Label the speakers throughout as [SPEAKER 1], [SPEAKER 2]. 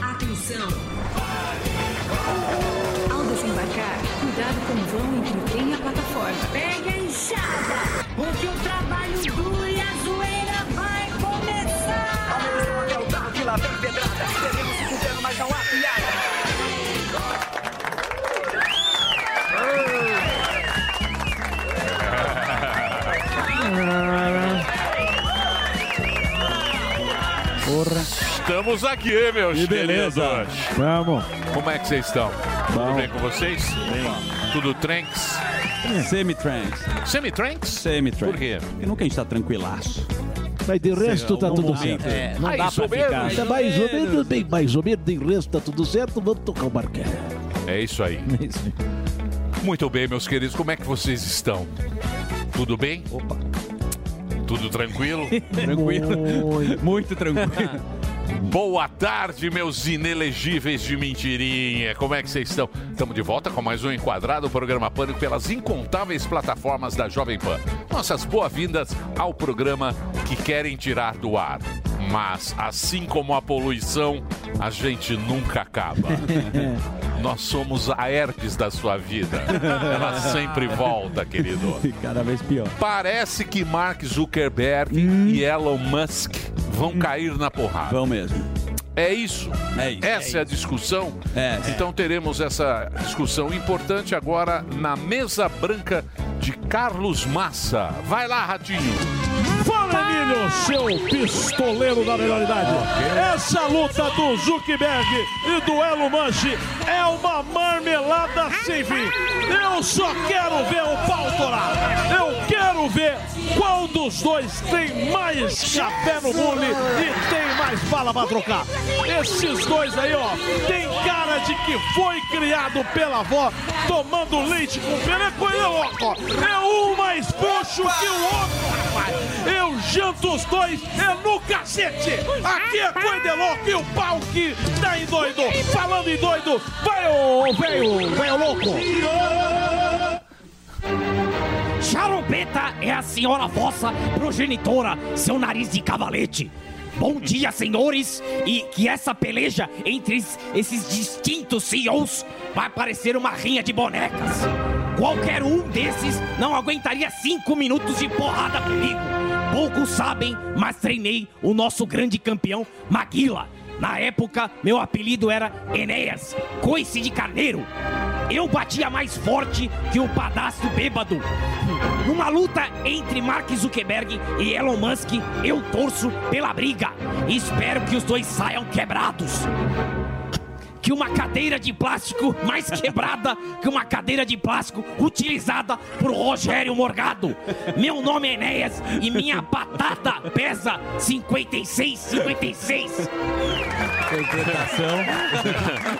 [SPEAKER 1] Atenção! Ao desembarcar, cuidado com o vão entre o trem e a plataforma.
[SPEAKER 2] Pega a enxada, porque o trabalho duro e a zoeira vai começar.
[SPEAKER 3] Estamos aqui, meus
[SPEAKER 4] E beleza.
[SPEAKER 3] queridos.
[SPEAKER 4] Vamos.
[SPEAKER 3] Como é que vocês estão? Tudo bem com vocês? Tudo tranks?
[SPEAKER 4] Semi-tranks.
[SPEAKER 3] Semi-tranks?
[SPEAKER 4] Semi-tranks.
[SPEAKER 3] Por quê?
[SPEAKER 4] Porque nunca a gente tá tranquilaço.
[SPEAKER 5] Mas de resto tá
[SPEAKER 4] não
[SPEAKER 5] tudo
[SPEAKER 4] dá,
[SPEAKER 5] certo. Ah,
[SPEAKER 4] é, não
[SPEAKER 3] Mais
[SPEAKER 4] dá pra
[SPEAKER 3] ou menos.
[SPEAKER 4] ficar.
[SPEAKER 5] Tá mais ou menos, bem mais ou menos, de resto tá tudo certo, vamos tocar o barquinho.
[SPEAKER 3] É isso aí. Muito bem, meus queridos, como é que vocês estão? Tudo bem? Opa. Tudo tranquilo?
[SPEAKER 4] Tranquilo. Muito tranquilo.
[SPEAKER 3] Boa tarde, meus inelegíveis de mentirinha. Como é que vocês estão? Estamos de volta com mais um Enquadrado, o programa Pânico, pelas incontáveis plataformas da Jovem Pan. Nossas boas-vindas ao programa que querem tirar do ar. Mas, assim como a poluição, a gente nunca acaba. Nós somos a herpes da sua vida. Ela sempre volta, querido.
[SPEAKER 4] Cada vez pior.
[SPEAKER 3] Parece que Mark Zuckerberg e Elon Musk vão cair na porrada.
[SPEAKER 4] Hum. Vão mesmo.
[SPEAKER 3] É isso.
[SPEAKER 4] É isso.
[SPEAKER 3] Essa é, a discussão.
[SPEAKER 4] É.
[SPEAKER 3] Então teremos essa discussão importante agora na mesa branca de Carlos Massa. Vai lá, Ratinho.
[SPEAKER 5] Fala, Emílio, seu pistoleiro da melhor idade. Essa luta do Zuckerberg e do Elon Musk é uma marmelada sem fim. Eu só quero ver o pau torar. Eu quero ver qual dos dois tem mais chapéu no bule e tem mais bala pra trocar. Esses dois aí, ó, tem cara de que foi criado pela avó tomando leite com peleco e louco. É um mais puxo que o outro, rapaz. Eu janto os dois, é no cacete. Aqui é coisa de louco e o pau que tá em doido. Falando em doido, vai ô velho, velho louco.
[SPEAKER 6] Charobeta é a senhora vossa progenitora, seu nariz de cavalete. Bom dia, senhores, e que essa peleja entre es- esses distintos CEOs vai parecer uma rinha de bonecas. Qualquer um desses não aguentaria cinco minutos de porrada comigo. Poucos sabem, mas treinei o nosso grande campeão, Maguila. Na época, meu apelido era Enéas, coice de carneiro. Eu batia mais forte que um padastro bêbado. Numa luta entre Mark Zuckerberg e Elon Musk, eu torço pela briga. Espero que os dois saiam quebrados. Que uma cadeira de plástico mais quebrada que uma cadeira de plástico utilizada por Rogério Morgado. Meu nome é Enéas e minha batata pesa 56, 56.
[SPEAKER 4] Interpretação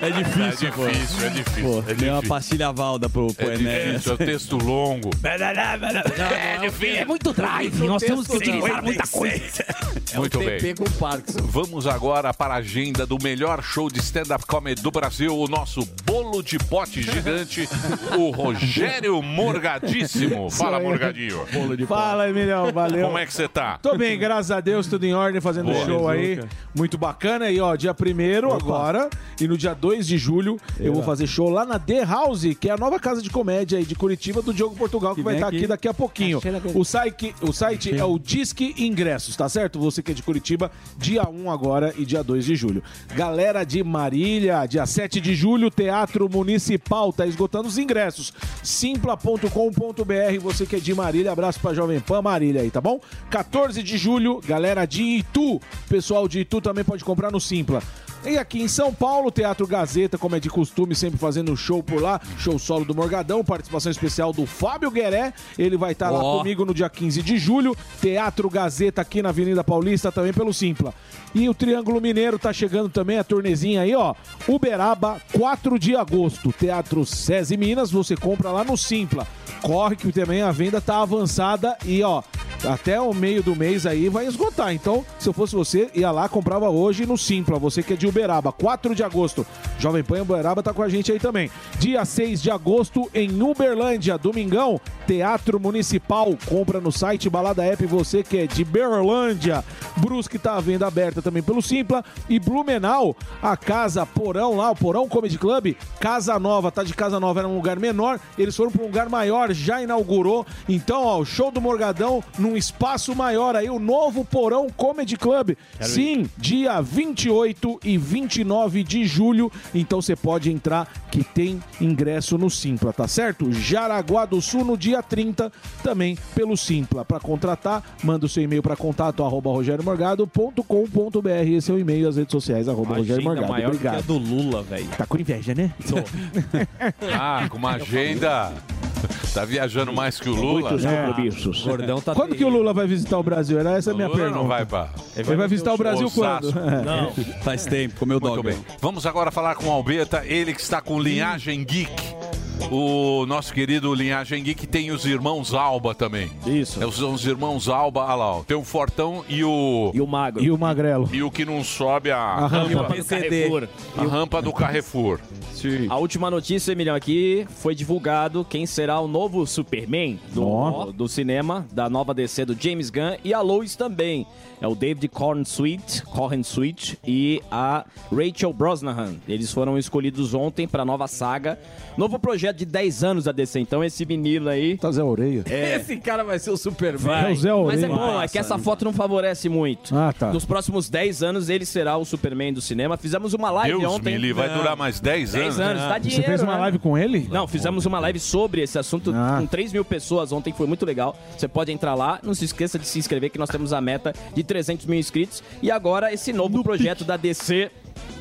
[SPEAKER 4] é difícil,
[SPEAKER 3] é
[SPEAKER 4] pô.
[SPEAKER 3] difícil, é difícil.
[SPEAKER 4] Pô,
[SPEAKER 3] é
[SPEAKER 4] deu uma
[SPEAKER 3] difícil.
[SPEAKER 4] pastilha valda pro, pro
[SPEAKER 3] É
[SPEAKER 4] Enéas.
[SPEAKER 3] difícil, é um texto longo.
[SPEAKER 6] É, é muito drive, nós temos que utilizar muita coisa.
[SPEAKER 4] É
[SPEAKER 3] Muito bem.
[SPEAKER 5] com Parkinson.
[SPEAKER 3] Vamos agora para a agenda do melhor show de stand-up comedy do Brasil, o nosso bolo de pote gigante, o Rogério Morgadíssimo. Fala, Morgadinho.
[SPEAKER 7] Fala, Emilhão, valeu.
[SPEAKER 3] Como é que você tá?
[SPEAKER 7] Tô bem, graças a Deus, tudo em ordem, fazendo
[SPEAKER 3] Boa.
[SPEAKER 7] show aí.
[SPEAKER 4] Luca.
[SPEAKER 7] Muito bacana. E ó, dia 1 agora, e no dia 2 de julho, eu vou fazer show lá na The House, que é a nova casa de comédia aí de Curitiba, do Diogo Portugal, que,
[SPEAKER 4] Que
[SPEAKER 7] vai
[SPEAKER 4] vem
[SPEAKER 7] estar aqui
[SPEAKER 4] aqui.
[SPEAKER 7] daqui a pouquinho. O site, o site é o Disque Ingressos, tá certo? Você que é de Curitiba, dia 1 agora e dia 2 de julho. Galera de Marília, dia 7 de julho, Teatro Municipal, tá esgotando os ingressos. Simpla.com.br, você que é de Marília, abraço pra Jovem Pan Marília aí, tá bom? 14 de julho, galera de Itu, pessoal de Itu também pode comprar no Simpla. E aqui em São Paulo, Teatro Gazeta, como é de costume, sempre fazendo show por lá. Show solo do Morgadão, participação especial do Fábio Gueré. Ele vai estar lá
[SPEAKER 8] Ó.
[SPEAKER 7] comigo no dia 15 de julho. Teatro Gazeta aqui na Avenida Paulista, também pelo Simpla. E o Triângulo Mineiro tá chegando também, a turnezinha aí, ó. Uberaba, 4 de agosto. Teatro SESI Minas, você compra lá no Simpla. Corre que também a venda tá avançada e, ó, até o meio do mês aí vai esgotar. Então, se eu fosse você, ia lá, comprava hoje no Simpla. Você que é de Uberaba, 4 de agosto. Jovem Pan Uberaba tá com a gente aí também. Dia 6 de agosto em Uberlândia, domingão, Teatro Municipal. Compra no site Balada App, você que é de Berlândia. Brusque tá à venda aberta também pelo Simpla. E Blumenau, a casa Porão lá, o Porão Comedy Club, Casa Nova, tá de Casa Nova, era um lugar menor. Eles foram para um lugar maior, já inaugurou. Então, ó, o show do Morgadão num espaço maior aí, o novo Porão Comedy Club. Sim, dia 28 e 29 de julho. Então você pode entrar que tem ingresso no Simpla, tá certo? Jaraguá do Sul no dia 30, também pelo Simpla. Para contratar, manda o seu e-mail para contato arroba rogeriomorgado.com.br. Esse é o e-mail as redes sociais arroba Rogério Morgado.
[SPEAKER 9] maior que a
[SPEAKER 7] Obrigado.
[SPEAKER 9] do Lula, velho.
[SPEAKER 7] Tá com inveja, né?
[SPEAKER 3] Ah, com uma agenda. Tá viajando mais que o Lula. É.
[SPEAKER 7] Muitos
[SPEAKER 8] É.
[SPEAKER 7] compromissos.
[SPEAKER 8] tá
[SPEAKER 3] tá
[SPEAKER 7] Quando que o Lula vai visitar o Brasil? Era essa a minha
[SPEAKER 3] Lula
[SPEAKER 7] pergunta.
[SPEAKER 3] não vai pra...
[SPEAKER 7] Ele vai visitar o Brasil
[SPEAKER 3] Osasco.
[SPEAKER 7] quando? É.
[SPEAKER 3] Faz tempo, comeu Muito bem. Vamos agora falar com o Albeta, ele que está com Linhagem Geek. O nosso querido Linhagem Geek tem os irmãos Alba também. Isso. É os, os irmãos Alba, olha lá, ó, tem o Fortão e o... E o Magro.
[SPEAKER 7] E o Magrelo.
[SPEAKER 3] E o que não sobe a,
[SPEAKER 9] A rampa do Carrefour.
[SPEAKER 3] A rampa do Carrefour.
[SPEAKER 9] A última notícia, Emilhão, aqui foi divulgado quem será o novo Superman do, do cinema, da nova DC do James Gunn e a Lois também. É o David Cornsweet, Cornsweet e a Rachel Brosnahan. Eles foram escolhidos ontem para nova saga. Novo projeto de 10 anos da DC. Então esse menino aí.
[SPEAKER 7] Tá Zé Orelha.
[SPEAKER 9] Esse cara É. vai ser o Superman.
[SPEAKER 7] Vai. É o Zé
[SPEAKER 9] Mas
[SPEAKER 7] Orelha.
[SPEAKER 9] é bom, é que essa foto não favorece muito.
[SPEAKER 7] Ah, tá.
[SPEAKER 9] Nos próximos 10 anos ele será o Superman do cinema. Fizemos uma live
[SPEAKER 3] Deus
[SPEAKER 9] ontem.
[SPEAKER 3] me livre, vai
[SPEAKER 9] Não.
[SPEAKER 3] durar mais 10 anos?
[SPEAKER 9] 10 anos, dá dinheiro.
[SPEAKER 7] Você fez uma
[SPEAKER 9] né?
[SPEAKER 7] live com ele? Ah.
[SPEAKER 9] Não, fizemos uma live sobre esse assunto com 3 mil pessoas ontem, foi muito legal. Você pode entrar lá, não se esqueça de se inscrever, que nós temos a meta de 300 mil inscritos. E agora, esse novo projeto da DC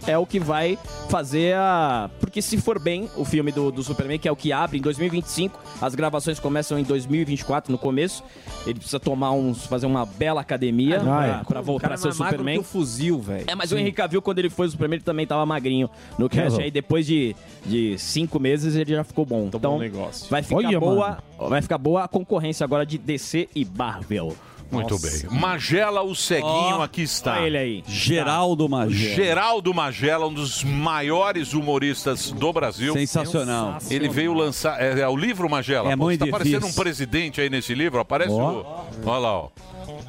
[SPEAKER 9] é o que vai fazer a. Porque se for bem o filme do, do Superman, que é o que abre em 2025, as gravações começam em 2024, no começo. Ele precisa tomar uns. fazer uma bela academia
[SPEAKER 8] Ah,
[SPEAKER 9] pra-
[SPEAKER 8] é.
[SPEAKER 9] pra voltar
[SPEAKER 8] Cara
[SPEAKER 9] a ser o
[SPEAKER 8] mais magro
[SPEAKER 9] Superman.
[SPEAKER 8] que o fuzil, velho.
[SPEAKER 9] É, mas o
[SPEAKER 8] Sim.
[SPEAKER 9] Henrique Cavill, quando ele foi o Superman, ele também tava magrinho no cast.
[SPEAKER 8] Errou.
[SPEAKER 9] Aí depois de, de cinco meses ele já ficou bom.
[SPEAKER 3] um
[SPEAKER 9] então,
[SPEAKER 8] negócio.
[SPEAKER 9] Vai ficar,
[SPEAKER 8] Olha,
[SPEAKER 9] boa, vai ficar boa a concorrência agora de DC e Marvel.
[SPEAKER 3] Muito bem. Magela, o ceguinho, aqui está.
[SPEAKER 9] olha ele aí.
[SPEAKER 3] Geraldo Magela. Geraldo Magela, um dos maiores humoristas do Brasil.
[SPEAKER 10] Sensacional. Sensacional.
[SPEAKER 3] Ele veio lançar. É, é o livro Magela?
[SPEAKER 10] É
[SPEAKER 3] Pô,
[SPEAKER 10] muito
[SPEAKER 3] Tá parecendo um
[SPEAKER 10] difícil.
[SPEAKER 3] presidente aí nesse livro? Aparece o. Olha lá, ó.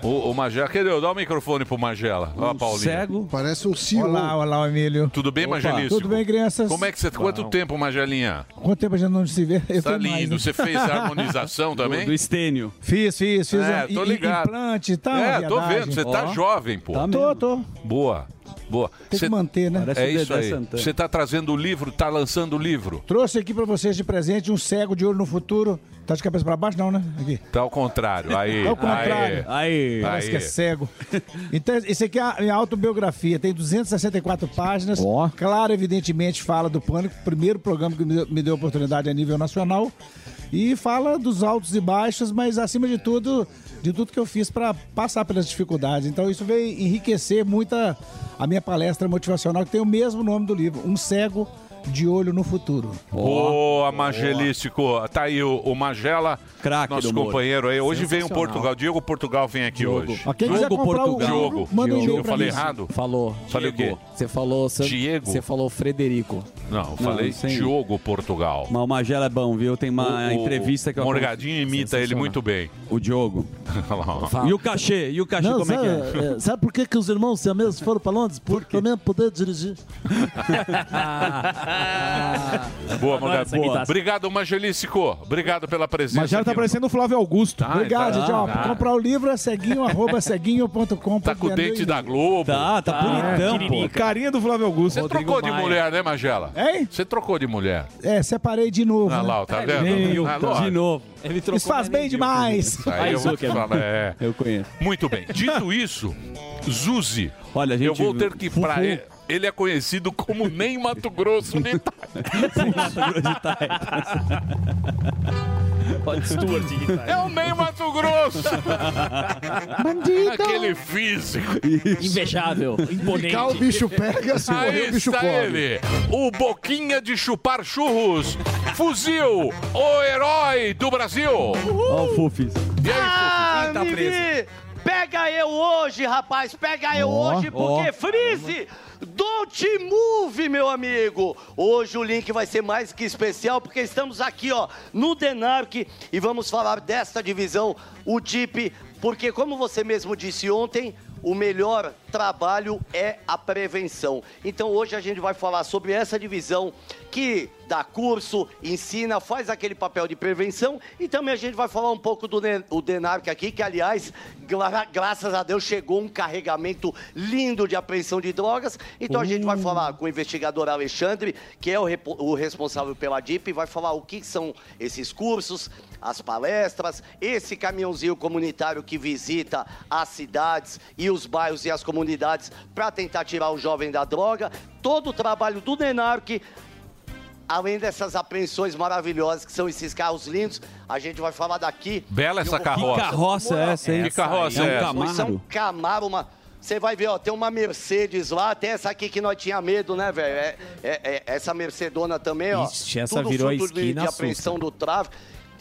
[SPEAKER 3] O, o Magela. Cadê? Dá o microfone pro Magela. Ó, a Paulinha.
[SPEAKER 11] Cego. Parece um CEO. Olá, olá, Emílio.
[SPEAKER 3] Tudo bem,
[SPEAKER 11] Opa.
[SPEAKER 3] Magelístico?
[SPEAKER 11] Tudo bem, crianças?
[SPEAKER 3] Como é que você. Quanto tempo, Magelinha?
[SPEAKER 11] Quanto tempo a gente não se vê? Eu
[SPEAKER 3] Tá
[SPEAKER 11] tô
[SPEAKER 3] lindo.
[SPEAKER 11] mais, né?
[SPEAKER 3] Você fez a harmonização também?
[SPEAKER 11] estênio. Fiz, fiz, fiz.
[SPEAKER 3] É,
[SPEAKER 11] um i-
[SPEAKER 3] tô
[SPEAKER 11] i-
[SPEAKER 3] ligado.
[SPEAKER 11] Implante e tal.
[SPEAKER 3] é,
[SPEAKER 11] uma
[SPEAKER 3] tô
[SPEAKER 11] viadagem.
[SPEAKER 3] vendo. Você tá
[SPEAKER 11] Ó.
[SPEAKER 3] jovem, pô.
[SPEAKER 11] Tá tô, tô.
[SPEAKER 3] Boa, boa.
[SPEAKER 11] Tem que manter, né? Parece o
[SPEAKER 3] é isso
[SPEAKER 11] Dedé
[SPEAKER 3] aí.
[SPEAKER 11] Santana.
[SPEAKER 3] Você tá trazendo o livro, tá lançando o livro.
[SPEAKER 11] Trouxe aqui pra vocês de presente um cego de olho no futuro. Tá de cabeça pra baixo, não, né? Aqui.
[SPEAKER 3] Tá ao contrário. Aí.
[SPEAKER 11] É o contrário.
[SPEAKER 3] Aí.
[SPEAKER 11] Parece que é cego. Então, esse aqui é a minha autobiografia. Tem 264 páginas. Claro, evidentemente, fala do Pânico, primeiro programa que me deu- me deu oportunidade a nível nacional. E fala dos altos e baixos, mas acima de tudo, de tudo que eu fiz para passar pelas dificuldades. Então, isso veio enriquecer muito a, a minha palestra motivacional, que tem o mesmo nome do livro: Um Cego de Olho no Futuro.
[SPEAKER 3] Boa, Magelístico. Tá aí o, o Magela, nosso
[SPEAKER 11] do humor.
[SPEAKER 3] companheiro aí. Hoje vem o
[SPEAKER 11] Sensacional.
[SPEAKER 3] Portugal. Diego Portugal vem aqui
[SPEAKER 11] Diogo.
[SPEAKER 3] hoje.
[SPEAKER 11] Ó, quem quiser Diogo comprar o Portugal. livro,
[SPEAKER 3] Diogo.
[SPEAKER 11] manda um e-mail
[SPEAKER 3] Eu
[SPEAKER 11] pra
[SPEAKER 3] falei
[SPEAKER 11] mim.
[SPEAKER 3] errado?
[SPEAKER 8] Falou.
[SPEAKER 3] Falei o quê?
[SPEAKER 8] Você falou San...
[SPEAKER 3] Diego?
[SPEAKER 8] Você falou Frederico.
[SPEAKER 3] Não, eu
[SPEAKER 8] Não,
[SPEAKER 3] falei
[SPEAKER 8] sem-
[SPEAKER 3] Diogo Portugal.
[SPEAKER 8] Mas o Magela é bom, viu? Tem
[SPEAKER 3] O-
[SPEAKER 8] uma
[SPEAKER 3] o
[SPEAKER 8] entrevista que eu
[SPEAKER 3] Morgadinho imita ele muito bem.
[SPEAKER 8] O Diogo.
[SPEAKER 3] Fala.
[SPEAKER 8] E o cachê? E o cachê
[SPEAKER 12] Não,
[SPEAKER 8] como é
[SPEAKER 12] sabe,
[SPEAKER 8] que é?
[SPEAKER 12] é, sabe por que, que os irmãos siameses foram para Londres? Por pra mesmo poder dirigir. Adoro
[SPEAKER 3] Boa,
[SPEAKER 12] essa
[SPEAKER 3] Morgadinho.
[SPEAKER 12] guitarra.
[SPEAKER 3] Obrigado, Magelístico. Obrigado pela presença.
[SPEAKER 7] Mas já tá
[SPEAKER 3] aqui no-
[SPEAKER 7] parecendo o Flávio Augusto.
[SPEAKER 11] Obrigado, gente. Ó,
[SPEAKER 3] tá.
[SPEAKER 11] Comprar o livro é ceguinho, arroba ceguinho.com.
[SPEAKER 3] Tá com o dente da Globo. Ah,
[SPEAKER 11] Tá, tá bonitão, pô.
[SPEAKER 3] Tiririca.
[SPEAKER 7] Carinha do Flávio Augusto.
[SPEAKER 3] Você trocou de mulher, né, Magela?
[SPEAKER 11] Hein?
[SPEAKER 3] Você trocou de mulher.
[SPEAKER 11] É, separei de novo.
[SPEAKER 3] Ah
[SPEAKER 11] né?
[SPEAKER 3] lá, ó, tá vendo? Ah, lógico.
[SPEAKER 8] Ele
[SPEAKER 11] Isso faz bem demais.
[SPEAKER 3] Isso Aí eu vou te falar, é.
[SPEAKER 8] Eu conheço.
[SPEAKER 3] Muito bem. Dito isso, Zuzi.
[SPEAKER 8] Olha,
[SPEAKER 3] eu vou ter que ir pra. ele é conhecido como Nem Mato Grosso de
[SPEAKER 9] Pode Stuart de guitarra.
[SPEAKER 3] É o Ney Mato Grosso.
[SPEAKER 2] Bandido.
[SPEAKER 3] Aquele físico.
[SPEAKER 9] Invejável, imponente.
[SPEAKER 3] Cá
[SPEAKER 4] o bicho pega, se
[SPEAKER 3] Aí
[SPEAKER 4] morrer, o bicho
[SPEAKER 3] está
[SPEAKER 4] come.
[SPEAKER 3] ele, o boquinha de chupar churros, fuzil, o herói do Brasil.
[SPEAKER 8] Ó o Fufis.
[SPEAKER 13] Ah,
[SPEAKER 3] Tá
[SPEAKER 13] Mimi,
[SPEAKER 3] preso.
[SPEAKER 13] Pega eu hoje, rapaz, pega eu
[SPEAKER 3] Ó,
[SPEAKER 13] hoje, porque Freeze, don't move, meu amigo. Hoje o link vai ser mais que especial, porque estamos aqui, ó, no Denarc e vamos falar desta divisão, o DIP, porque como você mesmo disse ontem, o melhor trabalho é a prevenção. Então hoje a gente vai falar sobre essa divisão que dá curso, ensina, faz aquele papel de prevenção e também a gente vai falar um pouco do Ne- o Denarc aqui, que aliás, gra- graças a Deus chegou um carregamento lindo de apreensão de drogas. Então a gente vai falar com o investigador Alexandre, que é o, repo- o responsável pela DIP, e vai falar o que são esses cursos, as palestras, esse caminhãozinho comunitário que visita as cidades e os bairros e as comunidades para tentar tirar o jovem da droga, todo o trabalho do Denarc. Além dessas apreensões maravilhosas que são esses carros lindos, a gente vai falar daqui.
[SPEAKER 3] Bela essa
[SPEAKER 13] Que
[SPEAKER 3] carroça.
[SPEAKER 8] carroça é essa, hein?
[SPEAKER 3] Que carroça é,
[SPEAKER 8] É um
[SPEAKER 3] essa?
[SPEAKER 8] Camaro.
[SPEAKER 13] São Camaro, uma. Você vai ver, ó, tem uma Mercedes lá, até essa aqui que nós tinha medo, né, velho? É, é- é- essa Mercedona também, ó.
[SPEAKER 6] Ixi, essa virou a
[SPEAKER 13] fruto de-
[SPEAKER 6] esquina,
[SPEAKER 13] de, apreensão do tráfico.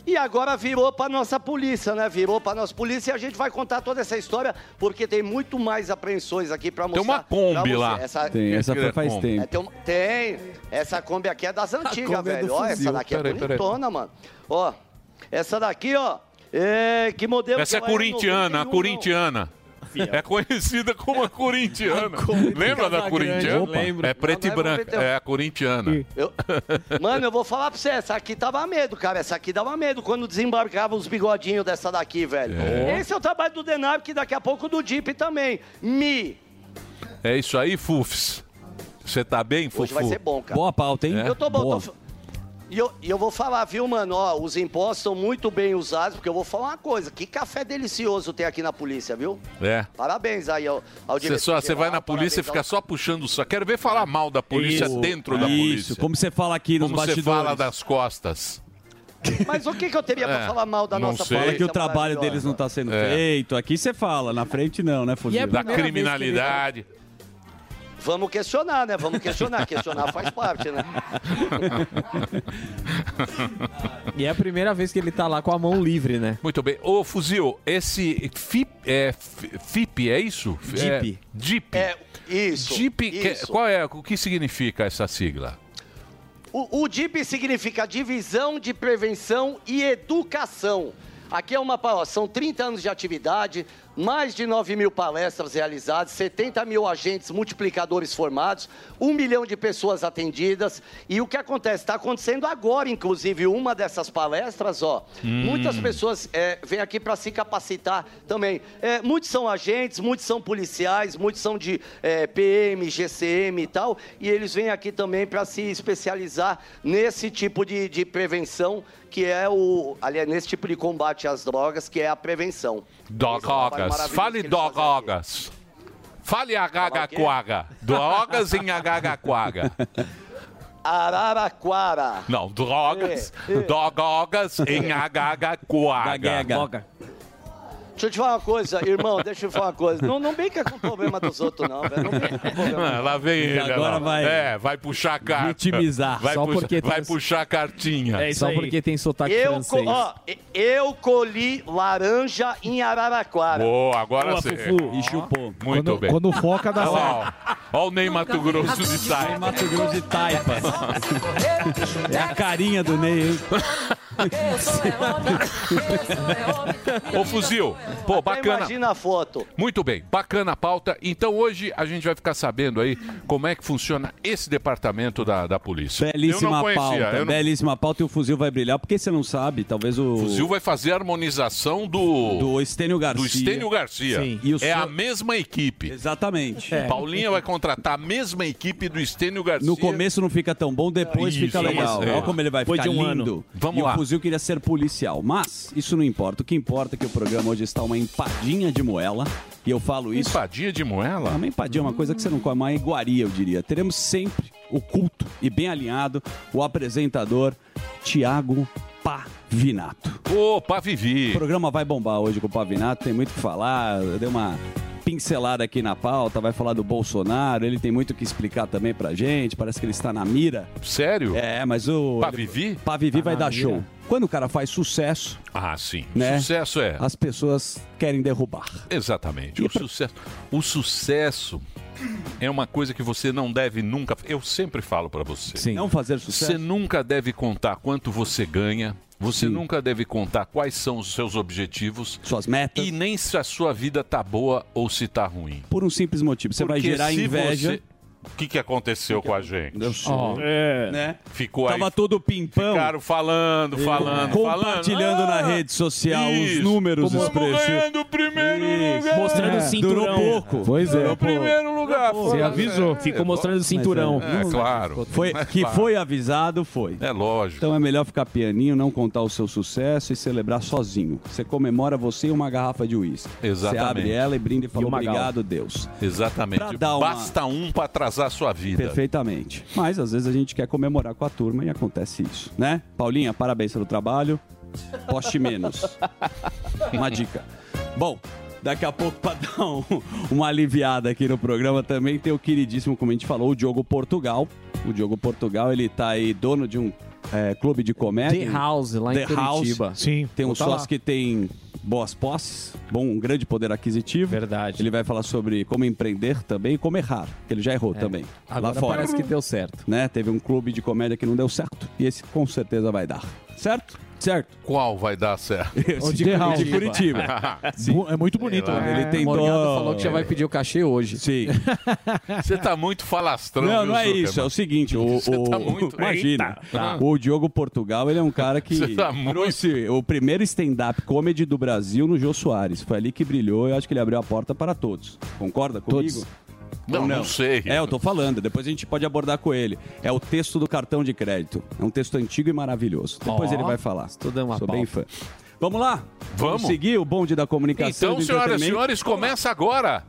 [SPEAKER 13] E agora virou pra nossa polícia, né? Virou pra nossa polícia e a gente vai contar toda essa história, porque tem muito mais apreensões aqui pra mostrar.
[SPEAKER 3] uma Kombi
[SPEAKER 13] pra você.
[SPEAKER 3] lá. Tem, essa foi faz
[SPEAKER 13] Kombi.
[SPEAKER 3] tempo.
[SPEAKER 13] É, tem, uma- tem. Essa Kombi aqui é das antigas,
[SPEAKER 3] Kombi é do
[SPEAKER 13] velho. Ó, essa
[SPEAKER 3] fuzil.
[SPEAKER 13] daqui é
[SPEAKER 3] Peraí, peraí.
[SPEAKER 13] bonitona, mano. Ó, essa daqui, ó. É, que modelo
[SPEAKER 3] Essa é
[SPEAKER 13] que ela
[SPEAKER 3] corintiana, a
[SPEAKER 13] 91, não.
[SPEAKER 3] corintiana. É conhecida como a corintiana. Lembra da
[SPEAKER 13] Casa
[SPEAKER 3] corintiana?
[SPEAKER 13] Grande, lembro.
[SPEAKER 3] É preta e
[SPEAKER 13] Não, não é
[SPEAKER 3] branca.
[SPEAKER 13] preta-
[SPEAKER 3] É a corintiana.
[SPEAKER 13] Mano, eu vou falar pra você, essa aqui dava medo, cara. Essa aqui dava medo quando desembarcava os bigodinhos dessa daqui, velho.
[SPEAKER 3] É.
[SPEAKER 13] Esse é o trabalho do Denar, que daqui a pouco do Jeep também. Mi.
[SPEAKER 3] É isso aí, Fufs. Você tá bem, Fufu? É?
[SPEAKER 13] vai ser bom, cara.
[SPEAKER 8] Boa pauta, hein?
[SPEAKER 13] Eu tô bom,
[SPEAKER 3] Boa.
[SPEAKER 13] tô f- E eu, e eu vou falar, viu, mano? Ó, os impostos são muito bem usados, porque eu vou falar uma coisa. Que café delicioso tem aqui na polícia, viu?
[SPEAKER 3] É.
[SPEAKER 13] Parabéns aí ao, ao
[SPEAKER 3] Você, só, você vai na polícia e fica só puxando só. Quero ver falar mal da polícia
[SPEAKER 8] Isso.
[SPEAKER 3] dentro da
[SPEAKER 8] Isso,
[SPEAKER 3] polícia.
[SPEAKER 8] como você fala aqui nos
[SPEAKER 3] Como você
[SPEAKER 8] bastidores.
[SPEAKER 3] fala das costas.
[SPEAKER 13] Mas o que, que eu teria pra
[SPEAKER 8] É,
[SPEAKER 13] falar mal da
[SPEAKER 8] não
[SPEAKER 13] nossa
[SPEAKER 8] sei.
[SPEAKER 13] polícia?
[SPEAKER 8] Fala É que o trabalho
[SPEAKER 13] maravilhosa?
[SPEAKER 8] deles não tá sendo
[SPEAKER 3] É.
[SPEAKER 8] feito. Aqui você fala, na frente não, né, Fuzil?
[SPEAKER 13] né? E é a primeira Da vez que ele- criminalidade. Vamos questionar, né? Vamos questionar. Questionar faz parte, né?
[SPEAKER 9] E é a primeira vez que ele tá lá com a mão livre, né?
[SPEAKER 3] Muito bem. Ô, Fuzil, esse FIP é, fi- FIP, é isso?
[SPEAKER 9] Jeep.
[SPEAKER 3] É, Jeep.
[SPEAKER 13] É, isso.
[SPEAKER 3] Jeep, que-
[SPEAKER 13] isso.
[SPEAKER 3] qual é? O que significa essa sigla?
[SPEAKER 13] O, o DIP significa Divisão de Prevenção e Educação. Aqui é uma pa- ó, são 30 anos de atividade, mais de 9 mil palestras realizadas, 70 mil agentes multiplicadores formados, 1 milhão de pessoas atendidas. E o que acontece? Está acontecendo agora, inclusive, uma dessas palestras, ó.
[SPEAKER 14] Hum.
[SPEAKER 13] Muitas pessoas é, vêm aqui para se capacitar também. É, muitos são agentes, muitos são policiais, muitos são de é, PM, GCM e tal, e eles vêm aqui também para se especializar nesse tipo de, de prevenção, que é o. Aliás, nesse tipo de combate às drogas, que é a prevenção.
[SPEAKER 3] Drogas. Fale drogas. Fale agagaquaga. Drogas em agagaquaga.
[SPEAKER 13] Araraquara.
[SPEAKER 3] Não, drogas.
[SPEAKER 13] É, é.
[SPEAKER 3] Drogas em agagaquaga.
[SPEAKER 13] Deixa eu te falar uma coisa, irmão, deixa eu te falar uma coisa. Não, não brinca com o problema dos outros,
[SPEAKER 3] Tá
[SPEAKER 13] não, velho. Não brinca com o problema.
[SPEAKER 3] Ah, lá vem ele.
[SPEAKER 9] Agora
[SPEAKER 3] olha lá.
[SPEAKER 9] vai
[SPEAKER 3] É, vai puxar a carta.
[SPEAKER 9] vitimizar.
[SPEAKER 3] Vai,
[SPEAKER 9] Só
[SPEAKER 3] puxar,
[SPEAKER 9] porque tem
[SPEAKER 3] vai
[SPEAKER 9] os-
[SPEAKER 3] puxar a cartinha.
[SPEAKER 13] É
[SPEAKER 9] Só porque tem sotaque
[SPEAKER 13] Eu, co-
[SPEAKER 9] francês.
[SPEAKER 13] ó, e- eu colhi laranja em Araraquara.
[SPEAKER 3] Boa, agora
[SPEAKER 13] Boa,
[SPEAKER 3] sim.
[SPEAKER 13] Fufu.
[SPEAKER 3] E chupou. Muito
[SPEAKER 13] Quando-
[SPEAKER 3] bem.
[SPEAKER 13] quando foca, dá
[SPEAKER 3] Olha o Ney Mato Grosso de Taipa. Ney
[SPEAKER 8] Mato Grosso de Taipa. É a carinha do Ney, hein?
[SPEAKER 3] Ô, Fuzil, pô, bacana.
[SPEAKER 13] Imagina a foto.
[SPEAKER 3] Muito bem, bacana a pauta. Então hoje a gente vai ficar sabendo aí como é que funciona esse departamento da, da polícia. eu não
[SPEAKER 8] Belíssima
[SPEAKER 3] conhecia,
[SPEAKER 8] pauta,
[SPEAKER 3] eu não-
[SPEAKER 8] belíssima pauta e o fuzil vai brilhar, porque você não sabe, talvez o...
[SPEAKER 3] O Fuzil vai fazer a harmonização do...
[SPEAKER 8] Do Estênio Garcia.
[SPEAKER 3] Do Estênio Garcia.
[SPEAKER 8] Sim. E o
[SPEAKER 3] é
[SPEAKER 8] senhor-
[SPEAKER 3] a mesma equipe.
[SPEAKER 8] Exatamente.
[SPEAKER 3] Paulinha vai contratar a mesma equipe do Estênio Garcia.
[SPEAKER 8] No começo não fica tão bom, depois
[SPEAKER 3] Isso,
[SPEAKER 8] fica legal.
[SPEAKER 3] isso, é.
[SPEAKER 8] Olha como ele vai
[SPEAKER 3] Depois
[SPEAKER 8] ficar
[SPEAKER 3] de um
[SPEAKER 8] lindo.
[SPEAKER 3] ano. Vamos
[SPEAKER 8] e
[SPEAKER 3] lá.
[SPEAKER 8] o fuzil queria ser policial, mas isso não importa. O que importa é que o programa hoje está uma empadinha de moela.
[SPEAKER 4] E eu falo isso.
[SPEAKER 3] Empadinha de moela?
[SPEAKER 4] Uma empadinha é uma coisa que você não come, uma iguaria, eu diria. Teremos sempre o culto e bem alinhado o apresentador Tiago Pavinato.
[SPEAKER 3] Ô, Pavivi!
[SPEAKER 4] O programa vai bombar hoje com o Pavinato, tem muito o que falar, deu uma pincelada aqui na pauta, vai falar do Bolsonaro, ele tem muito o que explicar também pra gente, parece que ele está na mira.
[SPEAKER 3] Sério?
[SPEAKER 4] É, mas o...
[SPEAKER 3] Pavivi?
[SPEAKER 4] Pavivi vai
[SPEAKER 3] Ah, na
[SPEAKER 4] dar
[SPEAKER 3] mira.
[SPEAKER 4] show. Quando o cara faz sucesso,
[SPEAKER 3] Ah, sim.
[SPEAKER 4] né?
[SPEAKER 3] Sucesso é.
[SPEAKER 4] As pessoas querem derrubar.
[SPEAKER 3] Exatamente. O sucesso, o sucesso é uma coisa que você não deve nunca. Eu sempre falo pra você.
[SPEAKER 4] Não fazer sucesso.
[SPEAKER 3] Você nunca deve contar quanto você ganha. Você nunca deve contar quais são os seus objetivos,
[SPEAKER 4] suas metas
[SPEAKER 3] e nem se a sua vida tá boa ou se tá ruim.
[SPEAKER 4] Por um simples motivo. Você vai
[SPEAKER 3] Porque
[SPEAKER 4] gerar
[SPEAKER 3] se
[SPEAKER 4] inveja.
[SPEAKER 3] você- O que, que aconteceu com a gente? Eu
[SPEAKER 4] sei. É. Né?
[SPEAKER 3] Ficou
[SPEAKER 4] Tava
[SPEAKER 3] aí.
[SPEAKER 4] todo pimpão.
[SPEAKER 3] Ficaram falando, falando,
[SPEAKER 4] Compartilhando
[SPEAKER 3] falando.
[SPEAKER 4] na
[SPEAKER 3] Ah,
[SPEAKER 4] rede social os
[SPEAKER 3] isso.
[SPEAKER 4] números
[SPEAKER 3] Como
[SPEAKER 4] expressivos.
[SPEAKER 3] ganhando o primeiro lugar.
[SPEAKER 5] É,
[SPEAKER 4] Mostrando o cinturão. Durou pouco.
[SPEAKER 3] Pois é.
[SPEAKER 4] Durou
[SPEAKER 3] Pô. primeiro lugar.
[SPEAKER 4] Você avisou. Ficou mostrando o cinturão.
[SPEAKER 3] É, é, claro.
[SPEAKER 4] Foi,
[SPEAKER 3] É
[SPEAKER 4] que
[SPEAKER 3] claro.
[SPEAKER 4] foi avisado, foi.
[SPEAKER 3] É lógico.
[SPEAKER 4] Então é melhor ficar pianinho, não contar o seu sucesso e celebrar sozinho. Você comemora você e uma garrafa de uísque. Você
[SPEAKER 3] Exatamente.
[SPEAKER 4] abre ela e brinda e fala
[SPEAKER 3] E uma gal.
[SPEAKER 4] obrigado, Deus. Pra
[SPEAKER 3] Exatamente.
[SPEAKER 4] dar uma-
[SPEAKER 3] Basta um pra atrasar a sua vida.
[SPEAKER 4] Perfeitamente. Mas às vezes a gente quer comemorar com a turma e acontece isso, né? Paulinha, parabéns pelo trabalho. Poste menos. Uma dica. Bom, daqui a pouco, para dar um- uma aliviada aqui no programa, também tem o queridíssimo, como a gente falou, o Diogo Portugal. O Diogo Portugal, ele tá aí dono de um é, clube de comédia.
[SPEAKER 9] The House, lá em
[SPEAKER 4] The House.
[SPEAKER 9] Curitiba. Sim,
[SPEAKER 4] Tem
[SPEAKER 9] vou
[SPEAKER 4] um
[SPEAKER 9] tá
[SPEAKER 4] sócio
[SPEAKER 9] lá.
[SPEAKER 4] que tem boas posses, bom, um grande poder aquisitivo. Verdade. Ele vai falar sobre como empreender também e como errar, que ele já errou
[SPEAKER 9] É.
[SPEAKER 4] também.
[SPEAKER 9] Agora
[SPEAKER 4] lá fora.
[SPEAKER 9] parece que deu certo.
[SPEAKER 4] Né? Teve um clube de comédia que não deu certo. E esse com certeza vai dar. Certo? Certo.
[SPEAKER 3] Qual vai dar certo?
[SPEAKER 4] O de The House.
[SPEAKER 3] Sim.
[SPEAKER 9] É muito
[SPEAKER 3] bonito, Sei lá. né?
[SPEAKER 9] Ele
[SPEAKER 3] É.
[SPEAKER 9] tem
[SPEAKER 3] Morgado
[SPEAKER 9] falou que já vai pedir o cachê hoje.
[SPEAKER 4] É. Sim.
[SPEAKER 3] Você tá muito falastrão.
[SPEAKER 4] Não,
[SPEAKER 3] viu,
[SPEAKER 4] não é
[SPEAKER 3] Zuckerman?
[SPEAKER 4] isso. É o seguinte, o, o-
[SPEAKER 3] tá muito-
[SPEAKER 4] imagina, Ah.
[SPEAKER 3] Eita. Tá.
[SPEAKER 4] o Diogo Portugal, ele é um cara
[SPEAKER 3] Você
[SPEAKER 4] que
[SPEAKER 3] tá muito-
[SPEAKER 4] trouxe o primeiro stand-up comedy do Brasil no Jô Soares. Foi ali que brilhou. Eu acho que ele abriu a porta para todos. Concorda comigo?
[SPEAKER 3] Todos. Não,
[SPEAKER 4] Ou
[SPEAKER 3] não sei.
[SPEAKER 4] É, eu tô falando. Depois a gente pode abordar com ele. É o texto do cartão de crédito. É um texto antigo e maravilhoso. Depois
[SPEAKER 9] Ó,
[SPEAKER 4] ele vai falar.
[SPEAKER 9] estudamos a
[SPEAKER 4] Sou bem fã.
[SPEAKER 9] pauta.
[SPEAKER 4] Vamos lá?
[SPEAKER 3] é Vamos.
[SPEAKER 4] seguir o bonde da comunicação. e
[SPEAKER 3] Então, senhoras
[SPEAKER 4] do
[SPEAKER 3] e
[SPEAKER 4] entretenimento.
[SPEAKER 3] senhores, começa agora.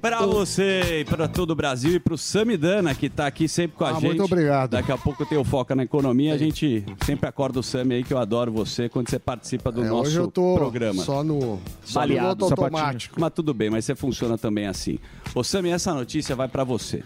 [SPEAKER 4] Pra você, e pra todo o Brasil e pro Samidana, que tá aqui sempre com a
[SPEAKER 14] Ah,
[SPEAKER 4] gente.
[SPEAKER 14] muito obrigado.
[SPEAKER 4] Daqui a pouco tem o Foca na Economia. A gente sempre acorda o Sami aí, que eu adoro você, quando você participa do
[SPEAKER 14] É,
[SPEAKER 4] nosso
[SPEAKER 14] hoje eu tô
[SPEAKER 4] programa.
[SPEAKER 14] só no, só no
[SPEAKER 4] Baleado,
[SPEAKER 14] piloto automático.
[SPEAKER 4] Mas tudo bem, mas você funciona também assim. Ô, Sami, essa notícia vai pra você.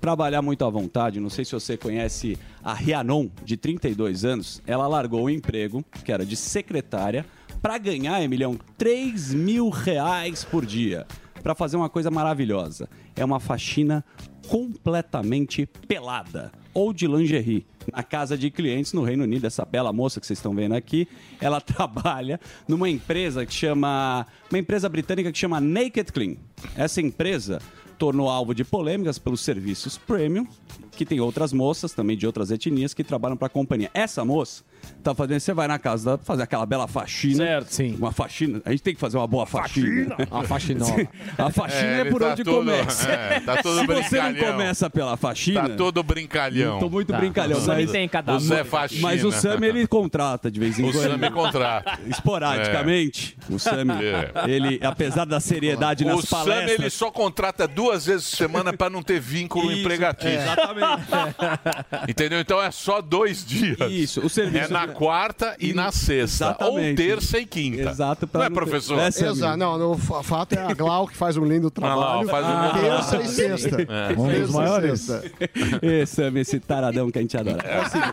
[SPEAKER 4] Trabalhar muito à vontade, não sei se você conhece a Rianon, de 32 anos. Ela largou o emprego, que era de secretária, pra ganhar, Emilhão, 3 mil reais por dia. Pra fazer uma coisa maravilhosa. É uma faxina completamente pelada ou de lingerie na casa de clientes no Reino Unido. Essa bela moça que vocês estão vendo aqui, ela trabalha numa empresa que chama. Uma empresa britânica que chama Naked Clean. Essa empresa tornou alvo de polêmicas pelos serviços premium, que tem outras moças também de outras etnias que trabalham para a companhia. Essa moça tá fazendo, você vai na casa dela fazer aquela bela faxina. Certo, sim. Uma faxina, a gente tem que fazer uma boa faxina.
[SPEAKER 9] Uma faxinola.
[SPEAKER 4] a faxina
[SPEAKER 3] É,
[SPEAKER 4] é,
[SPEAKER 3] ele
[SPEAKER 4] por
[SPEAKER 3] tá
[SPEAKER 4] onde
[SPEAKER 3] todo-
[SPEAKER 4] começa.
[SPEAKER 3] é, tá todo
[SPEAKER 4] Se você não
[SPEAKER 3] brincalhão.
[SPEAKER 4] começa pela faxina,
[SPEAKER 3] Tá todo brincalhão.
[SPEAKER 4] Tô muito
[SPEAKER 3] Tá.
[SPEAKER 4] brincalhão.
[SPEAKER 3] O Sami
[SPEAKER 4] mas-
[SPEAKER 3] tem cada O Zé Faxina.
[SPEAKER 4] Mas o Sam, ele contrata de vez em
[SPEAKER 3] O
[SPEAKER 4] quando.
[SPEAKER 3] Sami contrata.
[SPEAKER 4] Esporadicamente. O Sam,
[SPEAKER 3] É.
[SPEAKER 4] ele, apesar da seriedade
[SPEAKER 3] o
[SPEAKER 4] nas
[SPEAKER 3] Sam,
[SPEAKER 4] palestras...
[SPEAKER 3] ele só contrata duas vezes por semana para não ter vínculo
[SPEAKER 4] Isso,
[SPEAKER 3] empregatício.
[SPEAKER 4] é,
[SPEAKER 3] exatamente. Entendeu? Então é só dois dias.
[SPEAKER 4] Isso, o serviço-
[SPEAKER 3] É na quarta e na sexta. Ou
[SPEAKER 14] Exatamente.
[SPEAKER 3] terça e quinta.
[SPEAKER 4] Exato.
[SPEAKER 3] Não é, professor?
[SPEAKER 14] Exato. Não, no, o fato é a Glau que faz um lindo
[SPEAKER 3] lá, ó,
[SPEAKER 14] trabalho.
[SPEAKER 3] faz um bom
[SPEAKER 14] Terça
[SPEAKER 3] trabalho.
[SPEAKER 14] e sexta.
[SPEAKER 3] É.
[SPEAKER 14] Terça e sexta.
[SPEAKER 4] Ê, Sam, esse taradão que a gente adora. É o seguinte,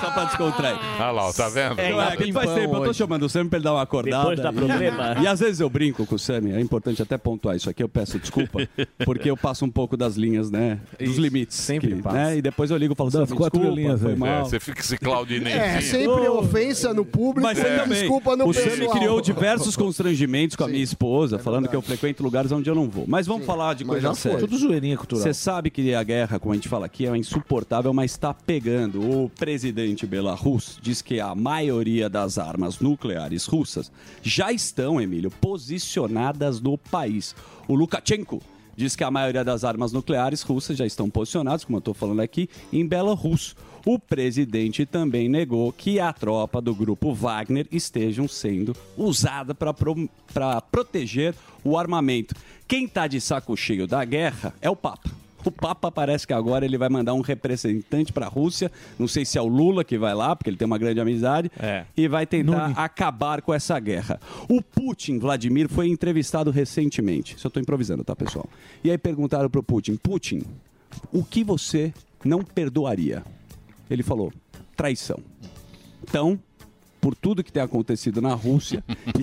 [SPEAKER 4] só pra descontrair.
[SPEAKER 3] Ah lá, ó, tá vendo?
[SPEAKER 4] É,
[SPEAKER 3] Tá vendo?
[SPEAKER 4] faz tempo, eu tô chamando o Sam pra ele dar uma acordada.
[SPEAKER 3] Depois dá
[SPEAKER 4] e-
[SPEAKER 3] problema.
[SPEAKER 4] E às vezes eu brinco com o Sam, é importante até pontuar isso aqui, eu peço desculpa, porque eu passo um pouco das linhas, né? Dos limites. Sempre que, né? E depois eu ligo e falo, Sam,
[SPEAKER 3] Das quatro
[SPEAKER 4] desculpa,
[SPEAKER 3] linhas,
[SPEAKER 4] foi
[SPEAKER 3] é.
[SPEAKER 4] mal.
[SPEAKER 3] Você fica esse Claudinei.
[SPEAKER 14] É, sempre ofensa no público
[SPEAKER 4] Mas
[SPEAKER 14] e
[SPEAKER 4] você também.
[SPEAKER 14] desculpa no
[SPEAKER 4] o
[SPEAKER 14] pessoal. É
[SPEAKER 4] Sammy criou diversos constrangimentos com a minha esposa, falando que eu frequento lugares onde eu não vou. Mas vamos falar de
[SPEAKER 14] mas
[SPEAKER 4] coisa
[SPEAKER 14] já foi.
[SPEAKER 4] séria.
[SPEAKER 14] Tudo zoeirinha cultural.
[SPEAKER 4] Você sabe que a guerra, como a gente fala aqui, é insuportável, mas está pegando. O presidente Belarus diz que a maioria das armas nucleares russas já estão, Emílio, posicionadas no país. O Lukashenko diz que a maioria das armas nucleares russas já estão posicionadas, como eu estou falando aqui, em Belarus. O presidente também negou que a tropa do grupo Wagner estejam sendo usada para proteger o armamento. Quem está de saco cheio da guerra é o Papa. O Papa parece que agora ele vai mandar um representante para a Rússia. Não sei se é o Lula que vai lá, porque ele tem uma grande amizade. E vai tentar acabar com essa guerra. O Putin, Vladimir, foi entrevistado recentemente. Isso eu estou improvisando, tá, pessoal? E aí perguntaram para o Putin: Putin, o que você não perdoaria? Ele falou: traição. Então. Por tudo que tem acontecido na Rússia,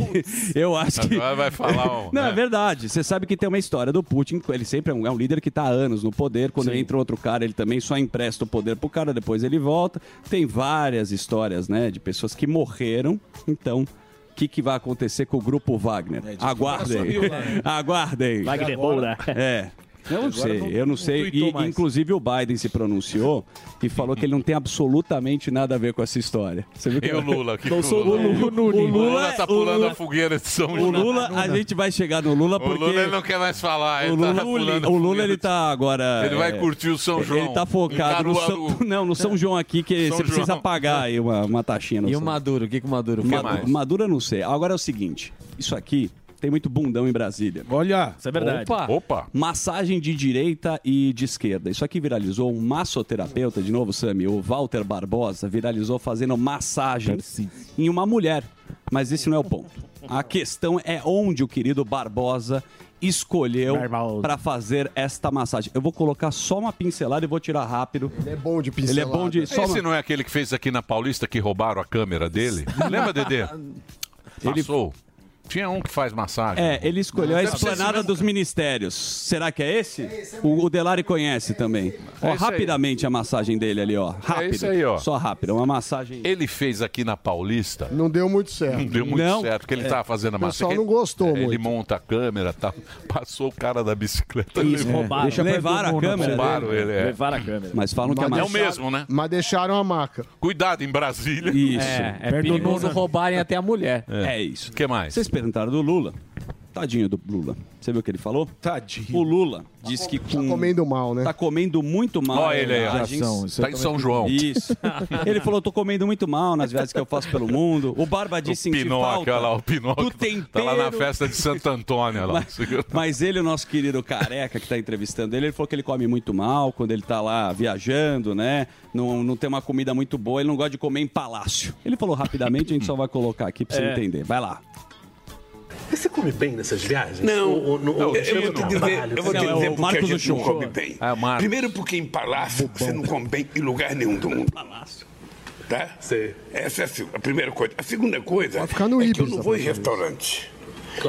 [SPEAKER 4] eu acho que.
[SPEAKER 3] Agora vai falar um-
[SPEAKER 4] Não, é
[SPEAKER 3] é.
[SPEAKER 4] verdade. Você sabe que tem uma história do Putin, ele sempre é um, é um líder que está há anos no poder. Quando entra outro cara, ele também só empresta o poder pro cara, depois ele volta. Tem várias histórias, né, de pessoas que morreram. Então, o que, que vai acontecer com o grupo Wagner?
[SPEAKER 3] É,
[SPEAKER 4] Aguardem.
[SPEAKER 8] subiu lá, né?
[SPEAKER 4] Aguardem.
[SPEAKER 8] Wagner Moura.
[SPEAKER 4] É. Eu não
[SPEAKER 8] Agora
[SPEAKER 4] sei,
[SPEAKER 8] não-
[SPEAKER 4] eu não
[SPEAKER 8] não
[SPEAKER 4] sei.
[SPEAKER 8] tuitou
[SPEAKER 4] E,
[SPEAKER 8] mais.
[SPEAKER 4] inclusive o Biden se pronunciou e falou que ele não tem absolutamente nada a ver com essa história. Você viu que
[SPEAKER 3] E o Lula? Que
[SPEAKER 4] Não,
[SPEAKER 3] que
[SPEAKER 4] sou-
[SPEAKER 3] o Lula?
[SPEAKER 4] o Lula,
[SPEAKER 3] O Lula
[SPEAKER 4] o
[SPEAKER 3] tá pulando
[SPEAKER 4] Lula-
[SPEAKER 3] a fogueira de São
[SPEAKER 4] o
[SPEAKER 3] João.
[SPEAKER 4] Lula, a gente vai chegar no Lula
[SPEAKER 3] O
[SPEAKER 4] porque
[SPEAKER 3] Lula ele não quer mais falar.
[SPEAKER 4] o
[SPEAKER 3] ele
[SPEAKER 4] Lula,
[SPEAKER 3] tá pulando a
[SPEAKER 4] o Lula
[SPEAKER 3] fogueira
[SPEAKER 4] ele
[SPEAKER 3] de-
[SPEAKER 4] tá agora.
[SPEAKER 3] Ele vai
[SPEAKER 4] é,
[SPEAKER 3] curtir o São João.
[SPEAKER 4] Ele tá focado no
[SPEAKER 3] Caruaru.
[SPEAKER 4] São, não, no São João aqui, que
[SPEAKER 3] São
[SPEAKER 4] você precisa
[SPEAKER 3] João.
[SPEAKER 4] pagar aí uma, uma taxinha.
[SPEAKER 15] E o
[SPEAKER 4] Maduro, o que, que o Maduro
[SPEAKER 15] fez?
[SPEAKER 4] Maduro,
[SPEAKER 15] mais?
[SPEAKER 4] eu não sei. Agora é o seguinte: isso aqui tem muito bundão em Brasília.
[SPEAKER 7] Olha,
[SPEAKER 4] isso
[SPEAKER 15] é verdade. Opa.
[SPEAKER 3] Opa!
[SPEAKER 4] Massagem de direita e de esquerda. Isso aqui viralizou um massoterapeuta, de novo, Sami, o Walter Barbosa, viralizou fazendo massagem em uma mulher. Mas esse não é o ponto. A questão é onde o querido Barbosa escolheu para fazer esta massagem. Eu vou colocar só uma pincelada e vou tirar rápido. Ele é bom de Ele é bom de. Só uma-
[SPEAKER 3] Esse não é aquele que fez aqui na Paulista que roubaram a câmera dele? Lembra, Dedê? Passou. Tinha um que faz massagem.
[SPEAKER 4] É, ele escolheu a
[SPEAKER 3] Deve ser esse
[SPEAKER 4] esplanada dos ministérios. Será que é esse? o, o Delari conhece também. Ó,
[SPEAKER 3] É esse aí.
[SPEAKER 4] rapidamente a massagem dele ali, ó. Rápido.
[SPEAKER 3] esse aí, ó.
[SPEAKER 4] Só rápido, uma massagem.
[SPEAKER 3] Ele fez aqui na Paulista.
[SPEAKER 14] Não deu muito certo.
[SPEAKER 3] Não deu muito
[SPEAKER 14] Não.
[SPEAKER 3] certo, porque ele
[SPEAKER 14] É.
[SPEAKER 3] estava fazendo a
[SPEAKER 14] O pessoal
[SPEAKER 3] massagem.
[SPEAKER 14] não gostou
[SPEAKER 3] Ele
[SPEAKER 14] muito.
[SPEAKER 3] monta a câmera, tá, passou o cara da bicicleta.
[SPEAKER 14] Isso,
[SPEAKER 3] levou.
[SPEAKER 14] roubaram. Deixa perto do
[SPEAKER 3] Levaram a
[SPEAKER 14] mundo,
[SPEAKER 3] câmera.
[SPEAKER 14] né?
[SPEAKER 3] Roubaram ele, é.
[SPEAKER 14] Levaram a câmera.
[SPEAKER 4] Mas falam
[SPEAKER 3] que é mais- É o mesmo, né?
[SPEAKER 14] Mas deixaram a maca.
[SPEAKER 3] Cuidado em Brasília.
[SPEAKER 4] Isso.
[SPEAKER 15] É, é perigoso roubarem até a mulher.
[SPEAKER 4] É, isso.
[SPEAKER 3] que mais?
[SPEAKER 4] Vocês perguntaram do Lula. Tadinho do Lula. Você viu o que ele falou? Tadinho. O Lula disse que com... tá comendo
[SPEAKER 14] mal, né?
[SPEAKER 4] Tá comendo muito mal.
[SPEAKER 3] Olha ele aí, ó.
[SPEAKER 4] nas viagens.
[SPEAKER 3] Tá em São João.
[SPEAKER 4] Isso. ele falou, tô comendo muito mal nas viagens que eu faço pelo mundo. O Barba disse
[SPEAKER 3] o
[SPEAKER 4] sentir
[SPEAKER 3] Pinóquio,
[SPEAKER 4] falta
[SPEAKER 3] olha lá, o Pinóquio.
[SPEAKER 4] do
[SPEAKER 3] Tá
[SPEAKER 4] tempero.
[SPEAKER 3] lá na festa de Santo Antônio, olha lá.
[SPEAKER 4] Mas, mas ele, o nosso querido careca que tá entrevistando ele, ele falou que ele come muito mal quando ele tá lá viajando, né? Não, não tem uma comida muito boa, ele não gosta de comer em palácio. Ele falou rapidamente, a gente só vai colocar aqui pra você
[SPEAKER 16] É.
[SPEAKER 4] entender. Vai lá.
[SPEAKER 16] Você come bem nessas viagens?
[SPEAKER 4] Não.
[SPEAKER 16] Ou- ou- ou-
[SPEAKER 4] Não,
[SPEAKER 16] eu, eu vou te
[SPEAKER 4] Tino.
[SPEAKER 16] dizer, eu vou te
[SPEAKER 4] Não, é o
[SPEAKER 16] dizer porque
[SPEAKER 4] Marcos
[SPEAKER 16] a gente
[SPEAKER 4] do
[SPEAKER 16] não
[SPEAKER 4] Chum.
[SPEAKER 16] come bem.
[SPEAKER 4] É, Marcos.
[SPEAKER 16] Primeiro porque em palácio você não come bem em lugar nenhum do mundo. Palácio. Tá? Essa é a se- a primeira coisa. A segunda coisa
[SPEAKER 14] no
[SPEAKER 16] é que eu
[SPEAKER 14] Ibis,
[SPEAKER 16] não
[SPEAKER 14] dá
[SPEAKER 16] vou
[SPEAKER 14] pra
[SPEAKER 16] em
[SPEAKER 14] fazer.
[SPEAKER 16] restaurante.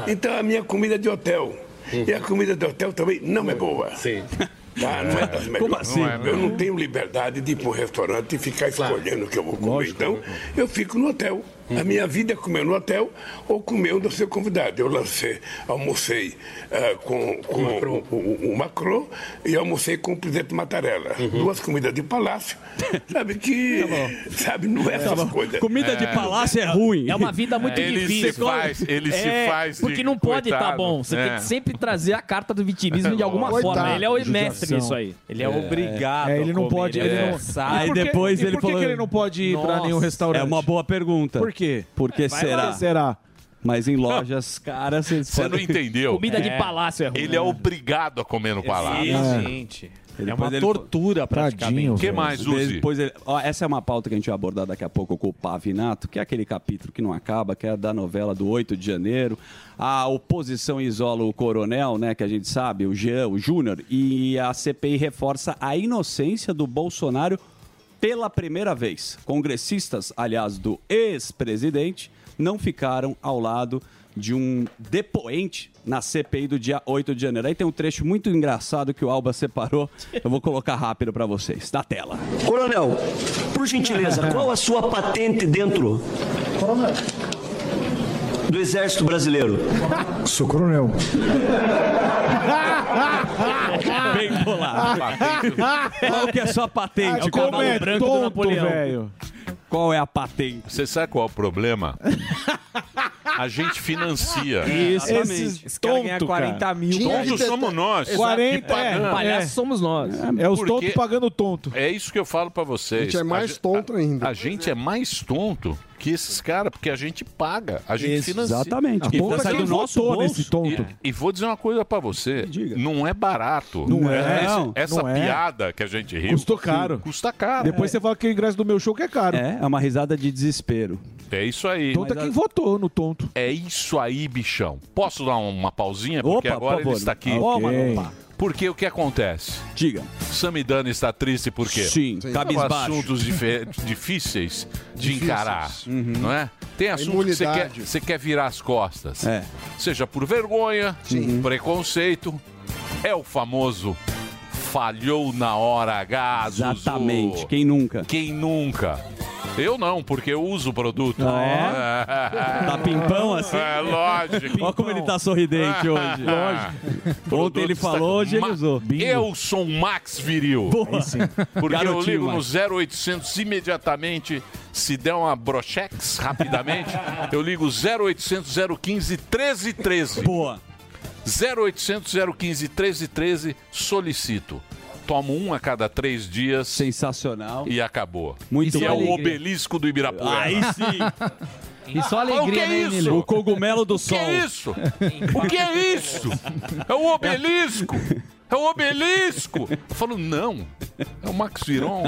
[SPEAKER 16] Então a minha comida é de hotel. E
[SPEAKER 4] Uhum.
[SPEAKER 16] a comida de hotel também não é boa. Sim. Tá? Não é das melhores.
[SPEAKER 4] Como assim?
[SPEAKER 16] Não é, não. Eu não tenho liberdade de ir para um restaurante e ficar escolhendo o que eu vou comer. então, eu fico no hotel. A minha vida é comer no hotel ou comer onde eu sou convidado. Eu lancei, almocei ah, com, com o, o- o Macron e almocei com o presidente Mattarella. Duas comidas de palácio. Sabe que. sabe, não é essas coisas.
[SPEAKER 4] Comida de palácio é ruim.
[SPEAKER 15] É uma vida muito
[SPEAKER 3] Ele se
[SPEAKER 15] difícil.
[SPEAKER 3] faz- ele se
[SPEAKER 15] É,
[SPEAKER 3] faz de
[SPEAKER 15] Porque não pode
[SPEAKER 9] tá
[SPEAKER 3] coitado.
[SPEAKER 15] estar bom. Você
[SPEAKER 3] É.
[SPEAKER 15] tem que sempre trazer a carta do vitimismo de alguma
[SPEAKER 3] Coitado.
[SPEAKER 15] forma. Ele é o mestre
[SPEAKER 3] Judiação.
[SPEAKER 15] nisso aí. Ele é,
[SPEAKER 3] É.
[SPEAKER 15] obrigado.
[SPEAKER 7] É, ele não
[SPEAKER 15] a comer,
[SPEAKER 7] pode- ele não- E
[SPEAKER 15] sai.
[SPEAKER 7] por que- e por que que ele não pode ir pra nenhum restaurante?
[SPEAKER 4] É uma boa pergunta.
[SPEAKER 7] Por quê?
[SPEAKER 4] Porque
[SPEAKER 7] Vai
[SPEAKER 4] será?
[SPEAKER 7] lá. Será?
[SPEAKER 4] Mas em lojas, cara, você
[SPEAKER 3] Você não entendeu?
[SPEAKER 15] né?
[SPEAKER 3] Ele é obrigado a comer no palácio.
[SPEAKER 15] Exatamente.
[SPEAKER 4] Ele
[SPEAKER 15] É
[SPEAKER 4] depois
[SPEAKER 15] uma
[SPEAKER 4] ele-
[SPEAKER 15] tortura praticamente.
[SPEAKER 4] O
[SPEAKER 15] O que mais, Uzi?
[SPEAKER 4] Depois ele- ó, essa é uma pauta que a gente vai abordar daqui a pouco com o Pavinato, que é aquele capítulo que não acaba, que é da novela do 8 de janeiro. A oposição isola o coronel, né, que a gente sabe, o Jean, o Júnior, e a CPI reforça a inocência do Bolsonaro pela primeira vez. Congressistas, aliás, do ex-presidente, não ficaram ao lado de um depoente na CPI do dia 8 de janeiro. Aí tem um trecho muito engraçado que o Alba separou. Eu vou colocar rápido para vocês, da tela.
[SPEAKER 17] Coronel, por gentileza, qual a sua patente dentro? Do Exército Brasileiro.
[SPEAKER 18] Sou coronel.
[SPEAKER 4] Bem bolado. Qual que é a sua patente?
[SPEAKER 7] Ah,
[SPEAKER 3] É, como
[SPEAKER 4] Cavalo
[SPEAKER 3] é
[SPEAKER 4] branco do
[SPEAKER 3] tonto,
[SPEAKER 4] Napoleão.
[SPEAKER 3] velho.
[SPEAKER 4] Qual é a patente?
[SPEAKER 3] Você sabe qual é o problema? a gente financia.
[SPEAKER 9] Isso. Exatamente. Esse cara ganha 40 mil.
[SPEAKER 3] Tontos somos nós. que pagamos.
[SPEAKER 9] somos nós.
[SPEAKER 7] É os
[SPEAKER 3] Porque-
[SPEAKER 7] tontos pagando tonto.
[SPEAKER 3] É isso que eu falo pra vocês.
[SPEAKER 7] A gente é mais
[SPEAKER 3] ge-
[SPEAKER 7] tonto
[SPEAKER 3] a-
[SPEAKER 7] ainda.
[SPEAKER 3] A gente é. mais tonto que esses caras, porque a gente paga, a gente
[SPEAKER 4] Isso,
[SPEAKER 3] financia.
[SPEAKER 4] exatamente.
[SPEAKER 3] E
[SPEAKER 4] A
[SPEAKER 7] tá
[SPEAKER 4] culpa
[SPEAKER 3] sai
[SPEAKER 4] é
[SPEAKER 3] do
[SPEAKER 4] quem
[SPEAKER 3] nosso
[SPEAKER 4] votou
[SPEAKER 3] bolso.
[SPEAKER 4] nesse tonto.
[SPEAKER 3] E, e vou dizer uma coisa pra você. Não é barato.
[SPEAKER 7] Não é,
[SPEAKER 3] Esse-
[SPEAKER 7] não.
[SPEAKER 3] Essa
[SPEAKER 7] Não é.
[SPEAKER 3] piada que a gente riu.
[SPEAKER 7] Custou caro.
[SPEAKER 3] Custa caro. É.
[SPEAKER 7] Depois você fala que o ingresso do meu show que é caro.
[SPEAKER 4] É, é uma risada de desespero.
[SPEAKER 3] É isso aí.
[SPEAKER 7] Tonto é quem votou no tonto.
[SPEAKER 3] É isso aí, bichão. Posso dar uma pausinha? Porque
[SPEAKER 4] Opa, por
[SPEAKER 3] agora ele
[SPEAKER 4] favor.
[SPEAKER 3] está aqui.
[SPEAKER 4] Ó, mano, opa.
[SPEAKER 3] Porque o que acontece?
[SPEAKER 4] Diga.
[SPEAKER 3] Samidana está triste por quê? Então,
[SPEAKER 4] Sim, Sim. cabisbaixo.
[SPEAKER 3] assuntos dife- difíceis de
[SPEAKER 4] Difíceis. Uhum.
[SPEAKER 3] encarar, não é? Tem
[SPEAKER 4] A
[SPEAKER 3] assunto que você quer,
[SPEAKER 4] imunidade.
[SPEAKER 3] você quer virar as costas.
[SPEAKER 4] É.
[SPEAKER 3] Seja por vergonha, preconceito, é o famoso falhou na hora H, Zuzu.
[SPEAKER 4] Exatamente. Quem nunca?
[SPEAKER 3] Quem nunca? Eu não, porque eu uso o produto.
[SPEAKER 4] Ah, Tá pimpão assim?
[SPEAKER 3] É lógico. É,
[SPEAKER 4] Olha como ele tá sorridente hoje.
[SPEAKER 3] Lógico.
[SPEAKER 4] Ontem ele falou, hoje ele usou.
[SPEAKER 3] Eu sou um Max Viril.
[SPEAKER 4] Boa. Aí sim.
[SPEAKER 3] Porque eu
[SPEAKER 4] Garotinho
[SPEAKER 3] ligo
[SPEAKER 4] Max.
[SPEAKER 3] no 0800 imediatamente. Se der uma brochex rapidamente, eu ligo 0800 015 1313.
[SPEAKER 4] Boa.
[SPEAKER 3] 0800 015 1313, solicito. Tomo um a cada três dias.
[SPEAKER 4] Sensacional.
[SPEAKER 3] E acabou.
[SPEAKER 4] Muito
[SPEAKER 3] e é
[SPEAKER 4] bom.
[SPEAKER 3] o obelisco do Ibirapuera.
[SPEAKER 4] Aí sim.
[SPEAKER 3] E só
[SPEAKER 4] alegria,
[SPEAKER 3] o que
[SPEAKER 4] né,
[SPEAKER 3] é
[SPEAKER 4] Nilo?
[SPEAKER 3] isso?
[SPEAKER 4] O cogumelo do
[SPEAKER 3] O
[SPEAKER 4] sol.
[SPEAKER 3] que é isso? O que é isso? É o obelisco. É o obelisco. Eu falo, não. É o Max Viron.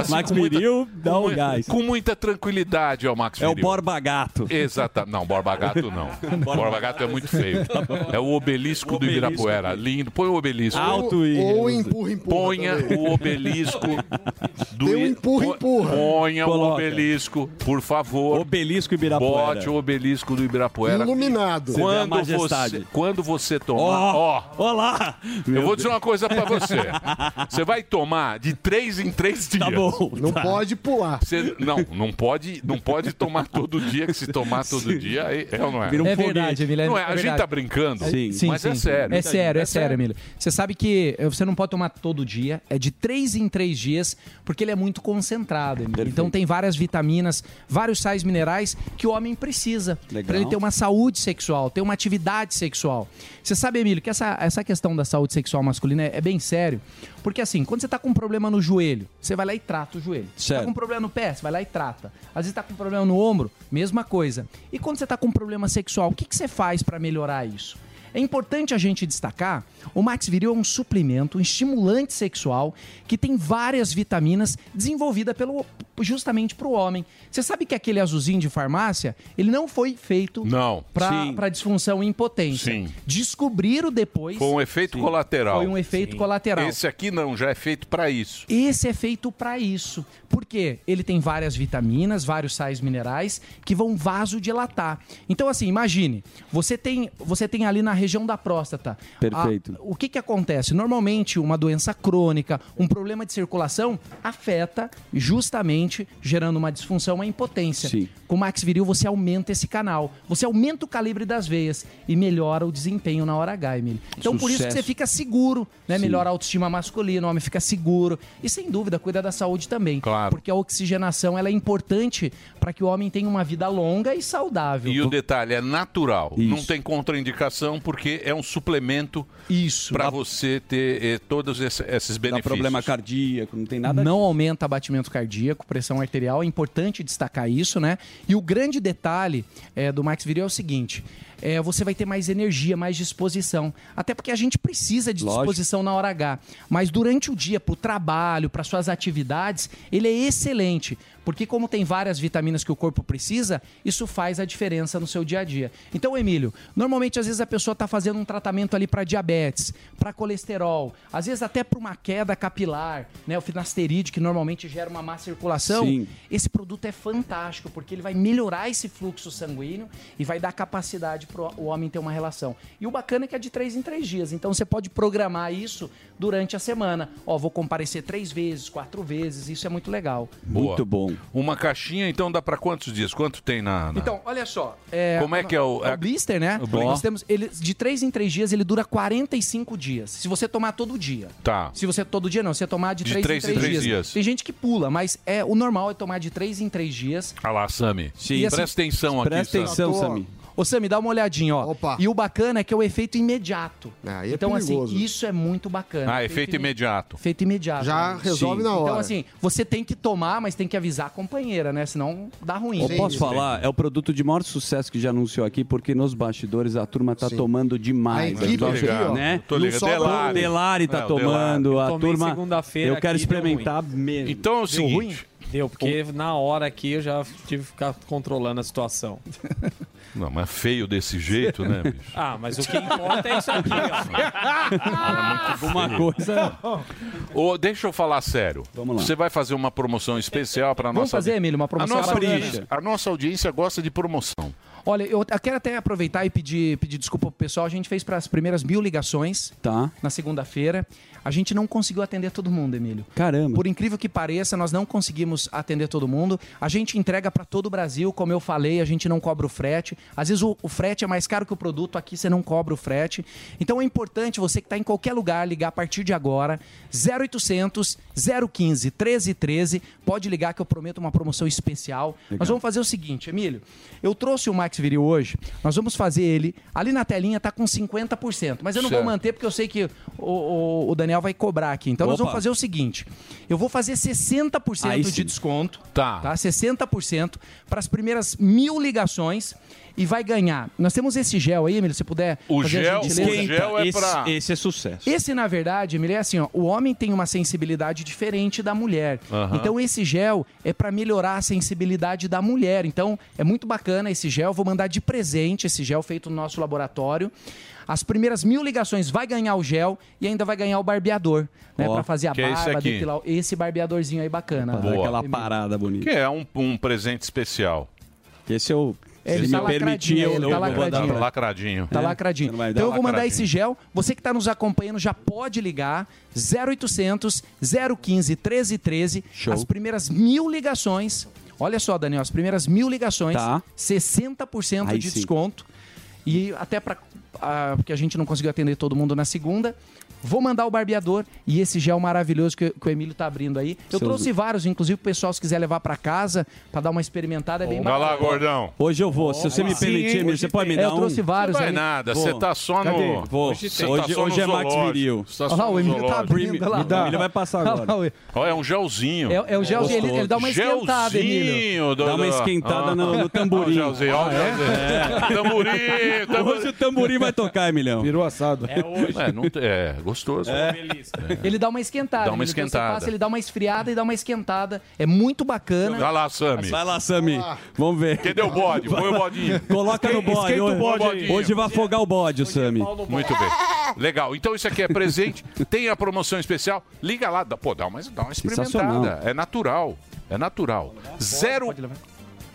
[SPEAKER 3] Assim,
[SPEAKER 4] Max
[SPEAKER 3] com muita-
[SPEAKER 4] Viril dá
[SPEAKER 3] com
[SPEAKER 4] um
[SPEAKER 3] mui-
[SPEAKER 4] gás.
[SPEAKER 3] Com muita tranquilidade é o Max
[SPEAKER 4] É o
[SPEAKER 3] Viril.
[SPEAKER 4] Borba Gato.
[SPEAKER 3] Exata. Não, Borba Gato não. Borba Gato é muito feio.
[SPEAKER 4] Tá
[SPEAKER 3] É o obelisco, do Ibirapuera. Lindo. Põe o obelisco.
[SPEAKER 14] Alto e- Ou empurra, empurra
[SPEAKER 3] Ponha
[SPEAKER 14] também.
[SPEAKER 3] o obelisco do
[SPEAKER 14] Deu empurra,
[SPEAKER 3] Põe-
[SPEAKER 14] empurra.
[SPEAKER 3] Ponha o
[SPEAKER 14] Coloca.
[SPEAKER 3] obelisco, por favor.
[SPEAKER 4] Obelisco Ibirapuera.
[SPEAKER 3] Bote o obelisco do Ibirapuera.
[SPEAKER 14] Iluminado. Você vê a
[SPEAKER 3] Quando
[SPEAKER 14] majestade.
[SPEAKER 3] você, quando você tomar.
[SPEAKER 4] Ó,
[SPEAKER 3] Ó.
[SPEAKER 4] olá.
[SPEAKER 3] eu vou dizer uma coisa pra você. Você vai tomar de três em três dias.
[SPEAKER 4] Tá bom. Não tá.
[SPEAKER 14] Pode pular.
[SPEAKER 3] Você- não, não pode, não pode tomar todo dia, que se tomar todo dia, aí- é ou não é?
[SPEAKER 18] Vira um É verdade, foguete. Emílio, é
[SPEAKER 3] Não é, a gente
[SPEAKER 18] verdade.
[SPEAKER 3] tá brincando, mas é sério.
[SPEAKER 18] É sério, é sério, Emílio. Você sabe que eh, você não pode tomar todo dia, é de três em três dias, porque ele é muito concentrado, Emílio. Então tem várias vitaminas, vários sais minerais que o homem precisa para ele ter uma saúde sexual, ter uma atividade sexual. Você sabe, Emílio, que essa, essa questão da saúde sexual masculina é, é bem sério, porque assim, quando você tá com um problema no joelho, você vai lá e trata o joelho. Você tá
[SPEAKER 4] Certo.
[SPEAKER 18] com um problema no pé, você vai lá e trata. Às vezes tá com um problema no ombro, mesma coisa. E quando você tá com um problema sexual, o que, que você faz para melhorar isso? É importante a gente destacar, o Max Viril é um suplemento, um estimulante sexual que tem várias vitaminas desenvolvida pelo justamente para o homem. Você sabe que aquele azulzinho de farmácia, ele não foi feito
[SPEAKER 3] Não. Sim.
[SPEAKER 18] para disfunção e impotência. Descobriram depois
[SPEAKER 3] Foi um efeito colateral.
[SPEAKER 18] Foi um efeito colateral.
[SPEAKER 3] Esse aqui não, já é feito pra isso.
[SPEAKER 18] Esse é feito para isso, porque ele tem várias vitaminas, vários sais minerais que vão vasodilatar. Então assim, imagine, você tem, você tem ali na região da próstata.
[SPEAKER 4] Perfeito.
[SPEAKER 18] a- o que que acontece? Normalmente uma doença crônica, um problema de circulação afeta justamente gerando uma disfunção, uma impotência.
[SPEAKER 4] Sim.
[SPEAKER 18] Com o Max Viril você aumenta esse canal, você aumenta o calibre das veias e melhora o desempenho na hora H, Emílio. Então por isso que
[SPEAKER 4] Sucesso.
[SPEAKER 18] você fica seguro, né?
[SPEAKER 4] Sim.
[SPEAKER 18] Melhora a autoestima masculina, o homem fica seguro e sem dúvida cuida da saúde também. Claro. Porque a oxigenação ela é importante para que o homem tenha uma vida longa e saudável.
[SPEAKER 3] E o detalhe é natural, não tem contraindicação porque é um suplemento para você ter eh, todos esse- esses benefícios.
[SPEAKER 4] problema cardíaco, não tem
[SPEAKER 18] Não aumenta batimento cardíaco, pressão arterial, é importante destacar isso, né? E o grande detalhe é, do Max Viril é o seguinte: é, você vai ter mais energia, mais disposição. Até porque a gente precisa de
[SPEAKER 4] Lógico.
[SPEAKER 18] disposição na hora H. Mas durante o dia, para o trabalho, para suas atividades, ele é excelente. Porque, como tem várias vitaminas que o corpo precisa, isso faz a diferença no seu dia a dia. Então, Emílio, normalmente às vezes a pessoa está fazendo um tratamento ali para diabetes, para colesterol, às vezes até para uma queda capilar, né? O finasteride, que normalmente gera uma má circulação.
[SPEAKER 4] Sim.
[SPEAKER 18] Esse produto é fantástico, porque ele vai melhorar esse fluxo sanguíneo e vai dar capacidade para o homem ter uma relação. E o bacana é que é de três em três dias. Então você pode programar isso durante a semana. Ó, vou comparecer três vezes, quatro vezes, isso é muito legal.
[SPEAKER 4] Muito bom. bom.
[SPEAKER 3] Uma caixinha, então dá pra quantos dias? Quanto tem na. na-
[SPEAKER 18] Então, olha só.
[SPEAKER 3] Como é que é o-
[SPEAKER 18] É o blister, né?
[SPEAKER 3] O blister.
[SPEAKER 18] Nós temos ele de 3 em 3 dias, ele dura 45 dias. Se você tomar todo dia.
[SPEAKER 3] Tá.
[SPEAKER 18] Se você todo dia não, se você tomar de
[SPEAKER 3] De
[SPEAKER 18] 3 em
[SPEAKER 3] três em
[SPEAKER 18] 3
[SPEAKER 3] três
[SPEAKER 18] dias.
[SPEAKER 3] dias.
[SPEAKER 18] Tem gente que pula, mas é o normal é tomar de 3 em 3 dias.
[SPEAKER 3] Olha lá, Sami.
[SPEAKER 18] E assim-
[SPEAKER 3] presta atenção aqui.
[SPEAKER 18] Presta atenção, Sami. Ô, Sami, dá uma olhadinha, ó. E o bacana é que é o efeito imediato.
[SPEAKER 3] é
[SPEAKER 18] então,
[SPEAKER 3] perigoso.
[SPEAKER 18] assim, isso é muito bacana.
[SPEAKER 3] Ah, efeito
[SPEAKER 18] imediato.
[SPEAKER 3] imediato.
[SPEAKER 18] Efeito imediato.
[SPEAKER 3] Já
[SPEAKER 18] né?
[SPEAKER 3] resolve na
[SPEAKER 18] Então,
[SPEAKER 3] hora.
[SPEAKER 18] assim, você tem que tomar, mas tem que avisar a companheira, né? Senão dá ruim.
[SPEAKER 4] Eu posso falar, é o produto de maior sucesso que já anunciou aqui, porque nos bastidores a turma tá tomando demais.
[SPEAKER 18] A equipe
[SPEAKER 4] Então,
[SPEAKER 18] aqui, ó.
[SPEAKER 4] né?
[SPEAKER 18] Tô
[SPEAKER 4] Não
[SPEAKER 18] ligado.
[SPEAKER 4] só
[SPEAKER 18] Delari.
[SPEAKER 4] o Delari tá
[SPEAKER 18] É, o
[SPEAKER 4] tomando,
[SPEAKER 18] Delari.
[SPEAKER 4] a
[SPEAKER 18] Eu tomei
[SPEAKER 4] turma.
[SPEAKER 18] segunda-feira
[SPEAKER 4] Eu quero
[SPEAKER 18] aqui, deu
[SPEAKER 4] experimentar mesmo.
[SPEAKER 3] Então,
[SPEAKER 4] Deu ruim?
[SPEAKER 15] Deu, porque na hora aqui eu já tive que ficar controlando a situação.
[SPEAKER 3] Não, mas é feio desse jeito, né, bicho?
[SPEAKER 15] Ah, mas o que importa é isso aqui, ó.
[SPEAKER 3] Alguma coisa. Ô, deixa eu falar sério. Vamos lá. Você vai fazer uma promoção especial para
[SPEAKER 18] Vamos
[SPEAKER 3] nossa.
[SPEAKER 18] fazer, Emílio, uma promoção
[SPEAKER 3] a nossa,
[SPEAKER 18] bacana.
[SPEAKER 3] audiência, a nossa audiência gosta de promoção.
[SPEAKER 18] Olha, eu eu quero até aproveitar e pedir, pedir desculpa pro pessoal. A gente fez para as primeiras mil ligações
[SPEAKER 4] tá.
[SPEAKER 18] na segunda-feira. A gente não conseguiu atender todo mundo, Emílio.
[SPEAKER 4] Caramba.
[SPEAKER 18] Por incrível que pareça, nós não conseguimos atender todo mundo. A gente entrega para todo o Brasil, como eu falei, a gente não cobra o frete. Às vezes o, o frete é mais caro que o produto, aqui você não cobra o frete. Então é importante você que está em qualquer lugar ligar a partir de agora, 0800 015 1313. Pode ligar que eu prometo uma promoção especial. Nós vamos fazer o seguinte, Emílio. Eu trouxe o Max Viril hoje, nós vamos fazer ele. Ali na telinha tá com 50%, mas eu não
[SPEAKER 3] Certo.
[SPEAKER 18] vou manter porque eu sei que o, o- o Daniel vai cobrar aqui. Então nós
[SPEAKER 3] Opa.
[SPEAKER 18] vamos fazer o seguinte: eu vou fazer 60%
[SPEAKER 3] Aí
[SPEAKER 18] de
[SPEAKER 3] sim.
[SPEAKER 18] desconto.
[SPEAKER 3] Tá.
[SPEAKER 18] Tá? 60% para as primeiras mil ligações e vai ganhar. Nós temos esse gel aí, Emílio, se puder.
[SPEAKER 3] O
[SPEAKER 18] fazer a
[SPEAKER 3] gel, o
[SPEAKER 18] gentileza.
[SPEAKER 3] gel é
[SPEAKER 4] Esse-
[SPEAKER 3] para.
[SPEAKER 4] Esse é sucesso.
[SPEAKER 18] Esse, na verdade, Emílio, é assim, ó, o homem tem uma sensibilidade diferente da mulher.
[SPEAKER 3] Aham.
[SPEAKER 18] Então, esse gel é para melhorar a sensibilidade da mulher. Então, é muito bacana esse gel. Vou mandar de presente esse gel feito no nosso laboratório. As primeiras mil ligações vai ganhar o gel e ainda vai ganhar o barbeador, né?
[SPEAKER 3] Ó,
[SPEAKER 18] Pra fazer a
[SPEAKER 3] que é esse
[SPEAKER 18] barba,
[SPEAKER 3] aqui.
[SPEAKER 18] depilar esse barbeadorzinho aí bacana.
[SPEAKER 3] Boa.
[SPEAKER 18] né?
[SPEAKER 3] Ah, Aquela
[SPEAKER 4] parada bonita.
[SPEAKER 3] Que é um, um presente especial.
[SPEAKER 4] Esse é o.
[SPEAKER 18] Ele
[SPEAKER 3] Se
[SPEAKER 18] tá
[SPEAKER 3] me
[SPEAKER 18] lacradinho,
[SPEAKER 3] permitir, eu
[SPEAKER 18] ele tá
[SPEAKER 3] eu vou
[SPEAKER 18] lacradinho.
[SPEAKER 3] dar lacradinho.
[SPEAKER 4] É.
[SPEAKER 18] Tá lacradinho. Então eu vou mandar esse gel. Você que tá nos acompanhando já pode ligar. 0800 015 1313. As primeiras mil ligações. Olha só, Daniel, as primeiras mil ligações. 60%
[SPEAKER 4] Tá. Aí
[SPEAKER 18] de
[SPEAKER 4] sim.
[SPEAKER 18] desconto. E até para porque a gente não conseguiu atender todo mundo na segunda. Vou mandar o barbeador e esse gel maravilhoso que, que o Emílio tá abrindo aí. Eu
[SPEAKER 4] Seu-
[SPEAKER 18] trouxe vários, inclusive o pessoal se quiser levar para casa para dar uma experimentada é bem
[SPEAKER 3] Vai lá,
[SPEAKER 18] bacana.
[SPEAKER 3] gordão.
[SPEAKER 4] Hoje eu vou. Se você me
[SPEAKER 18] Sim,
[SPEAKER 4] permitir,
[SPEAKER 18] hoje
[SPEAKER 4] Emílio, você pode me
[SPEAKER 18] tem.
[SPEAKER 4] dar
[SPEAKER 18] É, eu trouxe
[SPEAKER 4] um?
[SPEAKER 18] vários
[SPEAKER 3] Não vai
[SPEAKER 18] aí.
[SPEAKER 3] nada,
[SPEAKER 4] Vou.
[SPEAKER 3] você tá só
[SPEAKER 4] Cadê?
[SPEAKER 3] no.
[SPEAKER 4] Vou.
[SPEAKER 3] Hoje,
[SPEAKER 4] Hoje,
[SPEAKER 3] tem. Tá só
[SPEAKER 4] hoje é
[SPEAKER 3] no
[SPEAKER 4] Max
[SPEAKER 3] zoológico.
[SPEAKER 4] Viril.
[SPEAKER 3] Você tá só no zoológico.
[SPEAKER 4] Me dá. O Emílio vai passar
[SPEAKER 3] Olha
[SPEAKER 4] agora.
[SPEAKER 3] Ó, é um gelzinho.
[SPEAKER 4] É- é o gelzinho,
[SPEAKER 3] Gostoso.
[SPEAKER 4] ele- ele dá uma esquentada, Emílio.
[SPEAKER 3] Gelzinho, do-
[SPEAKER 4] Dá uma
[SPEAKER 3] do-
[SPEAKER 4] esquentada
[SPEAKER 3] Ah.
[SPEAKER 4] no- no tamborim.
[SPEAKER 3] Ó, o gelzinho, ó, o
[SPEAKER 4] Ah,
[SPEAKER 3] gelzinho.
[SPEAKER 4] é?
[SPEAKER 3] Tamborim, tamborim.
[SPEAKER 4] Hoje o tamborim vai tocar, Emilhão. Virou assado.
[SPEAKER 3] É hoje. É, não tem- é, gostoso.
[SPEAKER 4] É.
[SPEAKER 18] Ele dá uma esquentada.
[SPEAKER 3] Dá uma
[SPEAKER 18] Emílio. Então, você
[SPEAKER 3] esquentada.
[SPEAKER 18] passa, ele dá uma esfriada e dá uma esquentada. É muito bacana.
[SPEAKER 3] Vai lá, Sami.
[SPEAKER 4] Vai lá, Sami. Vamos ver.
[SPEAKER 3] Cadê o bode? Põe o bodinho.
[SPEAKER 4] Coloca no bode.
[SPEAKER 3] Esquenta o
[SPEAKER 4] Hoje,
[SPEAKER 3] bode aí. é
[SPEAKER 4] hoje vai afogar o bode, o Sami.
[SPEAKER 3] Muito bem. Legal. Então isso aqui é presente. Tem a promoção especial. Liga lá. Dá- Pô, dá uma, dá uma experimentada.
[SPEAKER 4] Sensacional.
[SPEAKER 3] É natural. É natural. Zero...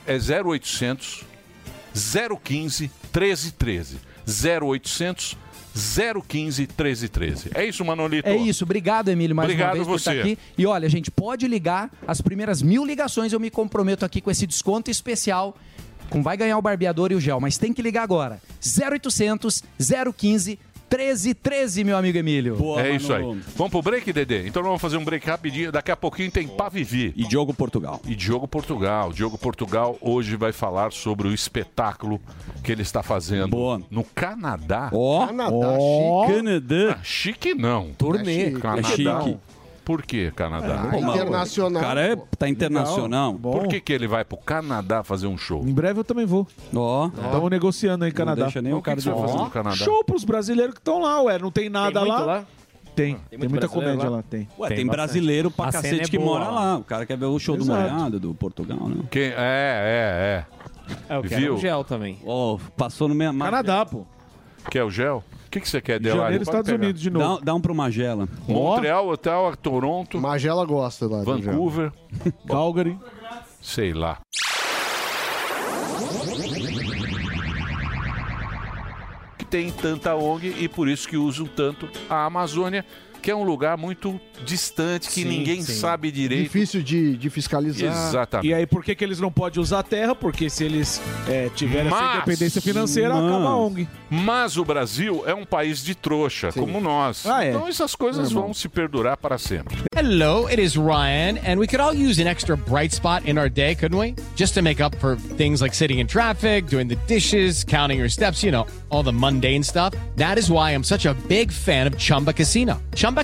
[SPEAKER 3] É 0800 015 1313. 0800 015 1313. É isso, Manolito?
[SPEAKER 18] É isso, obrigado, Emílio, mais
[SPEAKER 3] Obrigado
[SPEAKER 18] uma vez por
[SPEAKER 3] você.
[SPEAKER 18] estar aqui. E olha, gente, pode ligar. As primeiras mil ligações eu me comprometo aqui com esse desconto especial. Com vai ganhar o barbeador e o gel, mas tem que ligar agora. 0800 015 1313, meu amigo Emílio.
[SPEAKER 3] é isso aí. Vamos pro break, Dedê? Então vamos fazer um break rapidinho. Daqui a pouquinho tem Pavivi.
[SPEAKER 4] E Diogo Portugal.
[SPEAKER 3] E Diogo Portugal. Diogo Portugal hoje vai falar sobre o espetáculo que ele está fazendo no Canadá.
[SPEAKER 4] Ó, ó.
[SPEAKER 3] chique.
[SPEAKER 4] Canadá.
[SPEAKER 3] Ah, chique não.
[SPEAKER 4] Turnê. É chique.
[SPEAKER 3] Canadá.
[SPEAKER 4] É chique.
[SPEAKER 3] Por que Canadá?
[SPEAKER 4] Ah, Pô, mas internacional, o cara é- pô. tá internacional.
[SPEAKER 3] Legal. Por que, que ele vai pro Canadá fazer um show?
[SPEAKER 7] Em breve eu também vou.
[SPEAKER 4] Ó.
[SPEAKER 7] Estamos negociando aí, Canadá.
[SPEAKER 4] deixa nem o
[SPEAKER 7] Então,
[SPEAKER 4] cara
[SPEAKER 7] que que você
[SPEAKER 4] de
[SPEAKER 7] vai
[SPEAKER 4] fora.
[SPEAKER 7] fazer
[SPEAKER 4] Ó,
[SPEAKER 7] Show pros brasileiros que estão lá, ué. Não tem nada
[SPEAKER 4] muito
[SPEAKER 7] lá.
[SPEAKER 4] lá?
[SPEAKER 7] Tem. Tem, muita
[SPEAKER 4] brasileiro
[SPEAKER 7] comédia lá,
[SPEAKER 4] lá?
[SPEAKER 7] tem.
[SPEAKER 4] Ué, tem, brasileiro pra cacete que mora lá. O cara quer ver o show
[SPEAKER 7] Exato.
[SPEAKER 4] do Molhado, do Portugal, né?
[SPEAKER 3] Quem? É,
[SPEAKER 4] é, é.
[SPEAKER 3] eu quero Viu? um gel
[SPEAKER 4] também. Ó, passou no mesmo.
[SPEAKER 7] Canadá, pô.
[SPEAKER 3] Quer o gel? O que, que você quer, Delari? Pode pegar.
[SPEAKER 4] Dá, dá um pro Magela.
[SPEAKER 3] Montreal, hotel, a Toronto.
[SPEAKER 14] Magela gosta lá.
[SPEAKER 3] Vancouver.
[SPEAKER 7] Calgary.
[SPEAKER 3] Sei lá. Que tem tanta ONG e por isso que usam tanto a Amazônia, porque é um lugar muito distante que
[SPEAKER 7] Sim,
[SPEAKER 3] ninguém
[SPEAKER 7] sim.
[SPEAKER 3] sabe direito.
[SPEAKER 14] Difícil de, de fiscalizar.
[SPEAKER 3] Exatamente.
[SPEAKER 7] E aí, por que, que eles não podem usar a terra? Porque se eles é, tiverem
[SPEAKER 3] Mas-
[SPEAKER 7] essa independência financeira, acaba a ONG.
[SPEAKER 3] Mas o Brasil é um país de trouxa, como nós.
[SPEAKER 19] Ah, é.
[SPEAKER 3] Então essas coisas
[SPEAKER 19] Normal.
[SPEAKER 3] vão se perdurar para sempre.
[SPEAKER 19] Hello, it is Ryan, and we could all use an extra bright spot in our day, couldn't we? Just to make up for things like sitting in traffic, doing the dishes, counting your steps, you know, all the mundane stuff. That is why I'm such a big fan of Chumba Casino. Chumba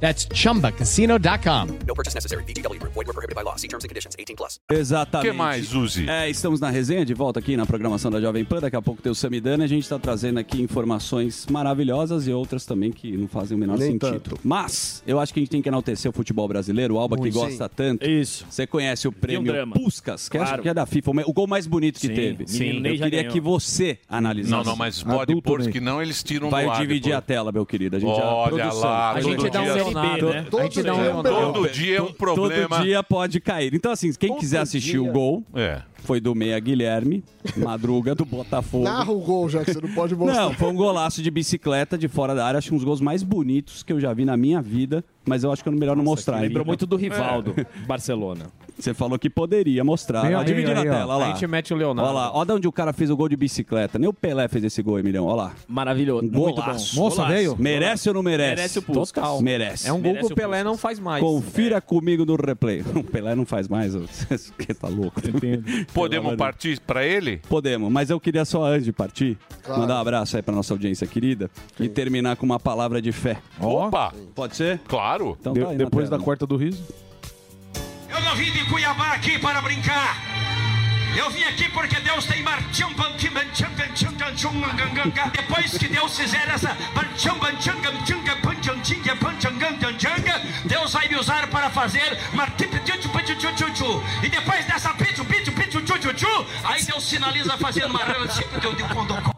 [SPEAKER 19] That's chumbacasino.com.
[SPEAKER 20] No purchase necessary. VGW Group. Void were prohibited by law. See terms and conditions. 18 plus.
[SPEAKER 4] Exatamente.
[SPEAKER 3] Que mais, Uzi?
[SPEAKER 4] É, estamos na resenha, de volta aqui na programação da Jovem Pan. Daqui a pouco tem o Samidana. A gente está trazendo aqui informações maravilhosas e outras também que não fazem o menor
[SPEAKER 14] Nem
[SPEAKER 4] sentido.
[SPEAKER 14] tanto.
[SPEAKER 4] Mas eu acho que a gente tem que enaltecer o futebol brasileiro. O Alba
[SPEAKER 14] Muito,
[SPEAKER 4] que gosta
[SPEAKER 14] sim. um
[SPEAKER 4] tanto. Isso. Você conhece o prêmio
[SPEAKER 14] drama.
[SPEAKER 4] Puskas, que,
[SPEAKER 14] Claro.
[SPEAKER 4] acho que é da FIFA. o me- O gol mais bonito que
[SPEAKER 14] Sim,
[SPEAKER 4] teve.
[SPEAKER 14] sim.
[SPEAKER 4] Eu
[SPEAKER 14] Ney já
[SPEAKER 4] queria
[SPEAKER 14] ganhou.
[SPEAKER 4] que você analisasse.
[SPEAKER 3] Não, não, mas pode
[SPEAKER 4] assim? Adulto
[SPEAKER 3] pôr,
[SPEAKER 4] Ney.
[SPEAKER 3] que não eles tiram
[SPEAKER 4] Vai
[SPEAKER 3] do ar
[SPEAKER 4] dividir
[SPEAKER 3] depois.
[SPEAKER 4] a tela, meu querido. A gente já-
[SPEAKER 3] Olha
[SPEAKER 4] produção.
[SPEAKER 3] lá, A gente todo dá um dia- Leonardo, né?
[SPEAKER 4] Todo
[SPEAKER 3] A gente dá um
[SPEAKER 4] dia-
[SPEAKER 3] Leonardo. Todo dia é um problema.
[SPEAKER 4] Todo dia pode cair. Então, assim, quem quiser assistir o
[SPEAKER 14] dia.
[SPEAKER 4] gol,
[SPEAKER 3] É.
[SPEAKER 4] foi do meia Guilherme, madruga do Botafogo.
[SPEAKER 14] Narra o gol, já que você não pode mostrar.
[SPEAKER 4] Não, foi um golaço de bicicleta de fora da área. Acho um dos gols mais bonitos que eu já vi na minha vida, mas eu acho que é melhor não mostrar.
[SPEAKER 6] lembrou muito do Rivaldo,
[SPEAKER 4] Barcelona. Você falou que poderia mostrar.
[SPEAKER 6] Vem,
[SPEAKER 4] Ó,
[SPEAKER 6] vem,
[SPEAKER 4] dividir
[SPEAKER 6] aí,
[SPEAKER 4] na
[SPEAKER 6] ó.
[SPEAKER 4] tela, ó lá.
[SPEAKER 6] A gente mete o Leonardo.
[SPEAKER 4] Olha lá, olha de onde o cara fez o gol de bicicleta. Nem o Pelé fez esse gol, Emilhão. Olha lá.
[SPEAKER 9] Maravilhoso.
[SPEAKER 4] Um golaço.
[SPEAKER 6] bom. Nossa,
[SPEAKER 4] Golaço.
[SPEAKER 6] veio?
[SPEAKER 4] Merece ou não merece?
[SPEAKER 6] Merece o Puskas. Total.
[SPEAKER 4] Merece.
[SPEAKER 6] É um gol Merece que o É. o Pelé Puskas. não faz mais.
[SPEAKER 4] Confira comigo no replay. O Pelé não faz mais. Você tá louco.
[SPEAKER 3] Podemos partir para ele?
[SPEAKER 4] Podemos, mas eu queria só antes de partir,
[SPEAKER 3] Claro.
[SPEAKER 4] mandar um abraço aí pra nossa audiência querida e terminar com uma palavra de fé.
[SPEAKER 3] Opa!
[SPEAKER 4] Pode ser?
[SPEAKER 3] Claro.
[SPEAKER 4] Então
[SPEAKER 7] De-
[SPEAKER 4] tá aí na
[SPEAKER 7] depois da
[SPEAKER 4] tela.
[SPEAKER 7] quarta do riso.
[SPEAKER 5] Eu não vim de Cuiabá aqui para brincar. Eu vim aqui porque Deus tem marchão, bantim, bantim, bantim, bantim, ganganganga. Depois que Deus fizer essa bantim, bantim, bantim, bantim, bantim, bantim, ganganganga, Deus vai me usar para fazer martim, pitiu, pitiu, pitiu, pitiu. E depois dessa pitiu, pitiu, pitiu, pitiu, pitiu, aí Deus sinaliza fazendo uma tipo de condocó.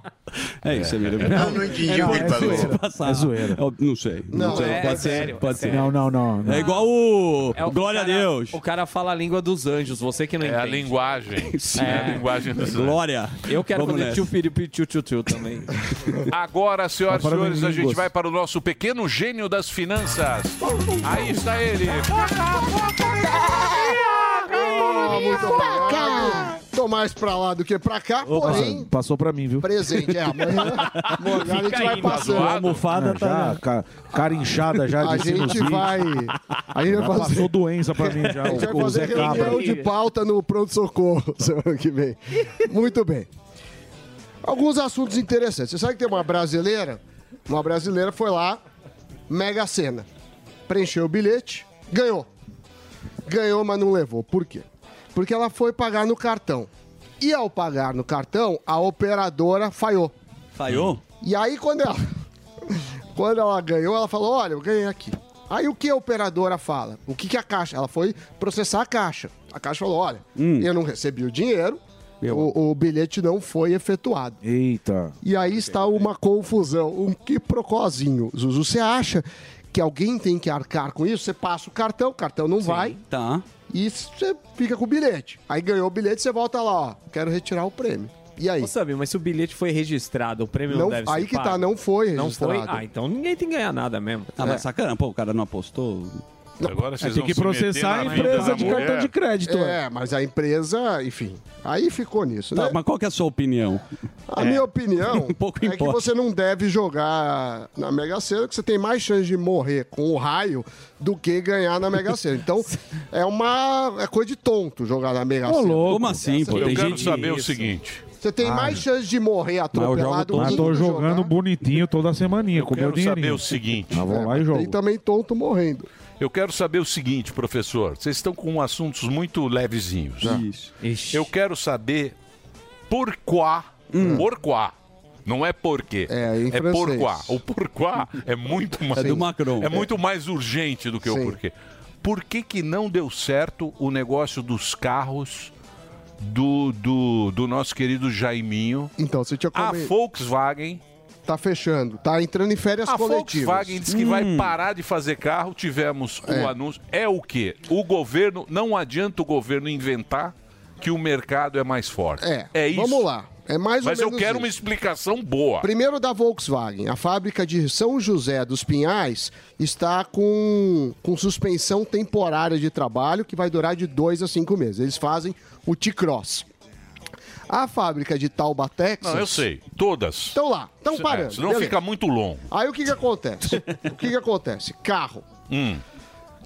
[SPEAKER 4] É isso, Emílio.
[SPEAKER 5] Eu não entendi o que ele falou.
[SPEAKER 4] É zoeira. não sei. Não,
[SPEAKER 15] Não,
[SPEAKER 4] sei.
[SPEAKER 15] é-
[SPEAKER 4] pode
[SPEAKER 15] é
[SPEAKER 4] ser.
[SPEAKER 15] sério,
[SPEAKER 4] Pode
[SPEAKER 15] é
[SPEAKER 4] ser.
[SPEAKER 15] sério. Não, não, não, não.
[SPEAKER 4] É igual o.
[SPEAKER 15] É o
[SPEAKER 4] Glória
[SPEAKER 15] cara-
[SPEAKER 4] a Deus.
[SPEAKER 15] O cara fala a língua dos anjos, você que não
[SPEAKER 3] É
[SPEAKER 15] entende.
[SPEAKER 3] a linguagem.
[SPEAKER 15] Sim.
[SPEAKER 3] É a linguagem dos
[SPEAKER 4] Glória.
[SPEAKER 15] Eu quero
[SPEAKER 3] Vamos
[SPEAKER 15] fazer
[SPEAKER 3] nessa.
[SPEAKER 15] tio Felipe tio tio tio também.
[SPEAKER 3] Agora, senhoras e
[SPEAKER 15] Agora
[SPEAKER 3] senhores,
[SPEAKER 15] vem
[SPEAKER 3] a gente
[SPEAKER 15] línguas.
[SPEAKER 3] vai para o nosso pequeno gênio das finanças. Aí está ele.
[SPEAKER 14] Ah, muito obrigado. Tô mais pra lá do que pra cá, porém,
[SPEAKER 7] Passa- passou pra mim, viu?
[SPEAKER 14] presente. É, amanhã, amanhã a gente vai passando.
[SPEAKER 7] A almofada
[SPEAKER 14] Ah,
[SPEAKER 7] tá.
[SPEAKER 14] já,
[SPEAKER 7] ca- cara inchada já de
[SPEAKER 14] A gente
[SPEAKER 7] sinusite.
[SPEAKER 14] vai- a gente vai
[SPEAKER 7] Já
[SPEAKER 14] fazer-
[SPEAKER 7] Passou doença pra mim já.
[SPEAKER 14] A gente vai
[SPEAKER 7] o, o
[SPEAKER 14] fazer
[SPEAKER 7] Zé Cabra.
[SPEAKER 14] reunião de pauta no pronto-socorro semana que vem. Muito bem. Alguns assuntos interessantes. Você sabe que tem uma brasileira? Uma brasileira foi lá, Mega Sena. Preencheu o bilhete, ganhou. Ganhou, mas não levou. Por quê? Porque ela foi pagar no cartão. E ao pagar no cartão, a operadora falhou.
[SPEAKER 4] Falhou?
[SPEAKER 14] E aí quando ela quando ela ganhou, ela falou: "Olha, eu ganhei aqui". Aí o que a operadora fala? O que que a caixa? Ela foi processar a caixa. A caixa falou: "Olha,
[SPEAKER 7] Hum.
[SPEAKER 14] eu não recebi o dinheiro. O, o bilhete não foi efetuado.
[SPEAKER 7] Eita.
[SPEAKER 14] E aí está uma confusão, um que procozinho. Zuzu, você acha que alguém tem que arcar com isso? Você passa o cartão, o cartão não vai.
[SPEAKER 4] Tá.
[SPEAKER 14] E você fica com o bilhete. Aí ganhou o bilhete, você volta lá, ó, quero retirar o prêmio. E aí?
[SPEAKER 15] Ô, Samir, mas se o bilhete foi registrado, o prêmio não,
[SPEAKER 14] Não-
[SPEAKER 15] deve ser
[SPEAKER 14] aí que tá,
[SPEAKER 15] pago?
[SPEAKER 14] não foi
[SPEAKER 15] Não foi?
[SPEAKER 14] registrado.
[SPEAKER 15] Ah, então ninguém tem que ganhar nada mesmo.
[SPEAKER 4] Ah, mas sacana, pô, o cara não apostou.
[SPEAKER 3] Agora
[SPEAKER 7] vocês É, tem vão que se processar meter na a vida empresa da de mulher. cartão de crédito,
[SPEAKER 14] É, mas a empresa, enfim. Aí ficou nisso, né?
[SPEAKER 4] Tá, mas qual que é a sua opinião?
[SPEAKER 14] A
[SPEAKER 4] É.
[SPEAKER 14] minha opinião
[SPEAKER 4] Pouco
[SPEAKER 14] é que
[SPEAKER 4] importa.
[SPEAKER 14] você não deve jogar na Mega Sena, que você tem mais chance de morrer com o raio do que ganhar na Mega Sena. Então, é uma é coisa de tonto jogar na Mega Sena.
[SPEAKER 4] Como assim, pô?
[SPEAKER 3] Eu
[SPEAKER 4] Tem
[SPEAKER 3] quero
[SPEAKER 4] gente-
[SPEAKER 3] saber o
[SPEAKER 4] Isso.
[SPEAKER 3] seguinte.
[SPEAKER 14] Você tem
[SPEAKER 7] Ah.
[SPEAKER 14] mais chance de morrer atropelado
[SPEAKER 7] Mas
[SPEAKER 14] que um
[SPEAKER 7] tô
[SPEAKER 14] não jogar.
[SPEAKER 7] jogando bonitinho toda semaninha, com meu
[SPEAKER 3] Quero saber
[SPEAKER 7] dinheirinho.
[SPEAKER 3] o seguinte.
[SPEAKER 7] Mas vou lá e jogo.
[SPEAKER 14] Tem também tonto morrendo.
[SPEAKER 3] Eu quero saber o seguinte, professor. Vocês estão com assuntos muito levezinhos. né? Eu quero saber por quá, por quá. Não é porquê. É,
[SPEAKER 14] Hum. em francês.
[SPEAKER 3] por quá. O porquá é muito mais.
[SPEAKER 4] É do Macron.
[SPEAKER 3] É muito mais urgente do que o porquê. Por que, que não deu certo o negócio dos carros do, do, do nosso querido Jaiminho?
[SPEAKER 14] Então, você tinha
[SPEAKER 3] A
[SPEAKER 14] comen-
[SPEAKER 3] Volkswagen
[SPEAKER 14] Tá fechando. Tá entrando em férias
[SPEAKER 3] a
[SPEAKER 14] coletivas.
[SPEAKER 3] Volkswagen diz que vai parar de fazer carro. Tivemos o
[SPEAKER 14] É.
[SPEAKER 3] anúncio. É o quê? O governo, não adianta o governo inventar que o mercado é mais forte.
[SPEAKER 14] É.
[SPEAKER 3] É isso.
[SPEAKER 14] Vamos lá. É mais ou
[SPEAKER 3] Mas eu
[SPEAKER 14] menos
[SPEAKER 3] quero
[SPEAKER 14] isso.
[SPEAKER 3] uma explicação boa.
[SPEAKER 14] Primeiro da Volkswagen. A fábrica de São José dos Pinhais está com, com suspensão temporária de trabalho que vai durar de dois a cinco meses. Eles fazem o T-Cross. A fábrica de Taubatex.
[SPEAKER 3] Não, eu sei. Todas.
[SPEAKER 14] Estão Então lá, estão
[SPEAKER 3] Se-
[SPEAKER 14] parando.
[SPEAKER 3] é, senão
[SPEAKER 14] Beleza.
[SPEAKER 3] fica muito longo.
[SPEAKER 14] Aí o que, que acontece? o que, que acontece? Carro.
[SPEAKER 3] Hum.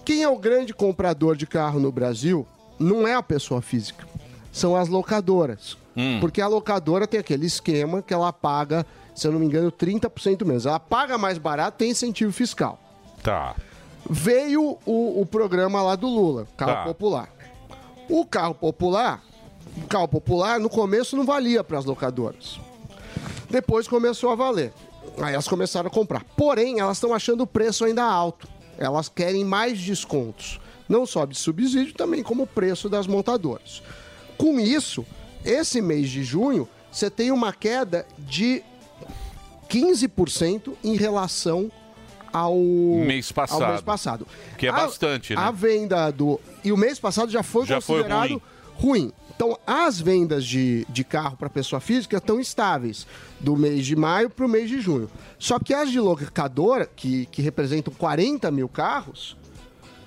[SPEAKER 14] Quem é o grande comprador de carro no Brasil não é a pessoa física, são as locadoras.
[SPEAKER 3] Hum.
[SPEAKER 14] Porque a locadora tem aquele esquema que ela paga, se eu não me engano, 30% menos. Ela paga mais barato, tem incentivo fiscal.
[SPEAKER 3] Tá.
[SPEAKER 14] Veio o, o programa lá do Lula, carro
[SPEAKER 3] Tá.
[SPEAKER 14] popular. O carro popular, o carro popular no começo não valia para as locadoras. Depois começou a valer. Aí elas começaram a comprar. Porém, elas estão achando o preço ainda alto. Elas querem mais descontos. Não só de subsídio, também como o preço das montadoras. Com isso, esse mês de junho, você tem uma queda de 15% em relação ao
[SPEAKER 3] Mês
[SPEAKER 14] Ao
[SPEAKER 3] passado.
[SPEAKER 14] mês passado.
[SPEAKER 3] Que é
[SPEAKER 14] A-
[SPEAKER 3] bastante, né?
[SPEAKER 14] A venda do. E o mês passado já foi
[SPEAKER 3] Já foi
[SPEAKER 14] considerado ruim. Então, as vendas de, de carro para pessoa física estão estáveis do mês de maio para o mês de junho. Só que as de locadora, que, que representam 40 mil carros,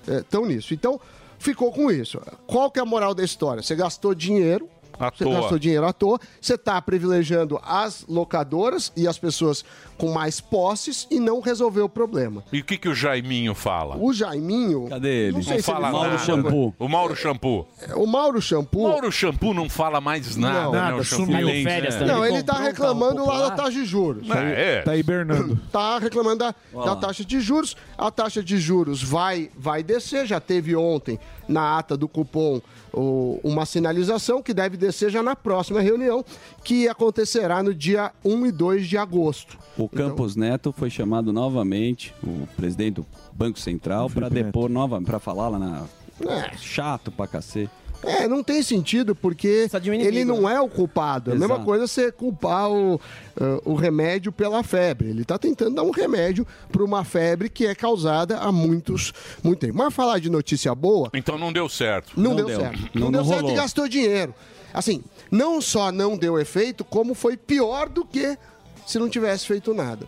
[SPEAKER 14] estão nisso. Então, ficou com isso. Qual que é a moral da história? Você gastou dinheiro. Você
[SPEAKER 3] toa.
[SPEAKER 14] gastou dinheiro à toa, você está privilegiando as locadoras e as pessoas com mais posses e não resolveu o problema.
[SPEAKER 3] E o que, que o Jaiminho fala?
[SPEAKER 14] O Jaiminho.
[SPEAKER 3] Cadê ele? Não,
[SPEAKER 14] Não sei se
[SPEAKER 3] fala
[SPEAKER 14] ele
[SPEAKER 3] nada.
[SPEAKER 14] fala alguma coisa.
[SPEAKER 3] O Mauro Shampoo.
[SPEAKER 14] O Mauro Shampoo.
[SPEAKER 3] Mauro Shampoo não fala mais nada,
[SPEAKER 14] Não.
[SPEAKER 3] né?
[SPEAKER 14] Nada,
[SPEAKER 3] o Shampoo
[SPEAKER 14] sumiu.
[SPEAKER 3] Lens, né?
[SPEAKER 14] Não, ele tá reclamando lá da taxa de juros.
[SPEAKER 3] Ah, é. Tá
[SPEAKER 14] hibernando. Tá reclamando da,
[SPEAKER 3] Olha
[SPEAKER 14] da
[SPEAKER 3] lá.
[SPEAKER 14] taxa de juros. A taxa de juros vai, vai descer. Já teve ontem, na ata do cupom, o- uma sinalização que deve descer já na próxima reunião, que acontecerá no dia 1 e 2 de agosto.
[SPEAKER 7] Então-
[SPEAKER 4] O Campos Neto foi chamado novamente, o presidente do Banco Central, para depor nova, para falar lá na.
[SPEAKER 13] É.
[SPEAKER 4] Chato pra cacete.
[SPEAKER 14] É, não tem sentido, porque ele não é o culpado. É a mesma
[SPEAKER 4] Exato.
[SPEAKER 14] coisa você culpar o, ah, o remédio pela febre. Ele está tentando dar um remédio para uma febre que é causada há muitos, muito tempo. Mas falar de notícia boa,
[SPEAKER 3] Então não deu certo.
[SPEAKER 14] não, deu, certo. Não, deu certo e gastou dinheiro. Assim, não só não deu efeito, como foi pior do que se não tivesse feito nada.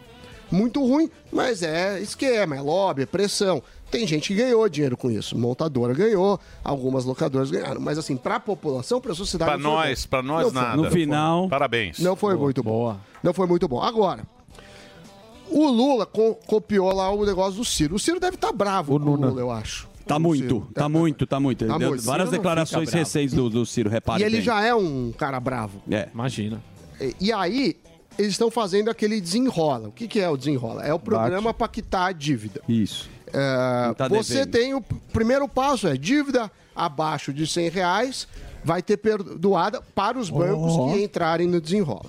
[SPEAKER 14] Muito ruim, mas é esquema, é lobby, é pressão. Tem gente que ganhou dinheiro com isso. Montadora ganhou, algumas locadoras ganharam. Mas assim, para a população, para a sociedade...
[SPEAKER 3] Pra
[SPEAKER 14] não foi
[SPEAKER 3] nós,
[SPEAKER 14] bom.
[SPEAKER 3] pra nós
[SPEAKER 14] Não foi.
[SPEAKER 3] nada.
[SPEAKER 14] Não foi.
[SPEAKER 3] Parabéns.
[SPEAKER 14] Não foi muito bom. Não foi muito bom. Agora, o Lula co- copiou lá o negócio do Ciro. O Ciro deve estar bravo o com o Lula, eu acho.
[SPEAKER 4] Tá muito, tá muito, tá muito. Ele
[SPEAKER 14] Tá
[SPEAKER 4] deu
[SPEAKER 14] muito.
[SPEAKER 4] várias
[SPEAKER 14] Ciro não
[SPEAKER 4] declarações
[SPEAKER 14] fica bravo.
[SPEAKER 4] recentes do, do Ciro, repare.
[SPEAKER 14] E ele
[SPEAKER 4] bem.
[SPEAKER 14] já é um cara bravo.
[SPEAKER 4] É. Imagina.
[SPEAKER 14] E- E aí, eles estão fazendo aquele desenrola. O que, que é o desenrola? É o programa para quitar a dívida.
[SPEAKER 4] Isso.
[SPEAKER 14] É,
[SPEAKER 4] tá
[SPEAKER 14] você
[SPEAKER 4] devendo.
[SPEAKER 14] tem o p- primeiro passo, é dívida abaixo de 100 reais vai ter perdoada para os bancos
[SPEAKER 7] Ó.
[SPEAKER 14] que entrarem no desenrola.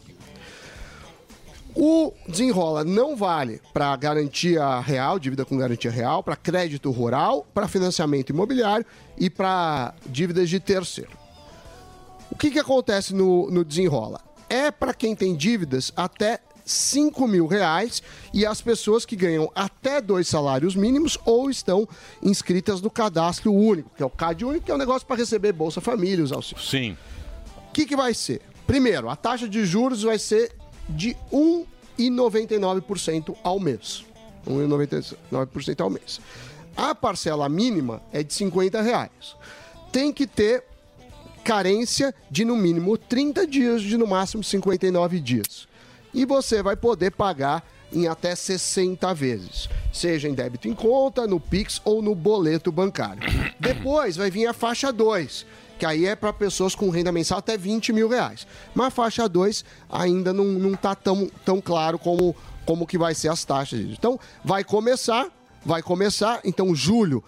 [SPEAKER 14] O desenrola não vale para garantia real, dívida com garantia real, para crédito rural, para financiamento imobiliário e para dívidas de terceiro. O que, que acontece no, no desenrola? É para quem tem dívidas até 5 mil reais e as pessoas que ganham até dois salários mínimos ou estão inscritas no cadastro único, que é o CAD único, que é um negócio para receber Bolsa Família, os auxílios.
[SPEAKER 3] Sim.
[SPEAKER 14] O que, que vai ser? Primeiro, a taxa de juros vai ser de 1,99% ao mês. 1,99% ao mês. A parcela mínima é de 50 reais. Tem que ter carência de no mínimo 30 dias, de no máximo 59 dias. E você vai poder pagar em até 60 vezes, seja em débito em conta, no Pix ou no boleto bancário. Depois vai vir a faixa 2, que aí é para pessoas com renda mensal até 20 mil reais. Mas a faixa 2 ainda não, não tá tão, tão claro como, como que vai ser as taxas. Então, vai começar vai começar. Então, julho,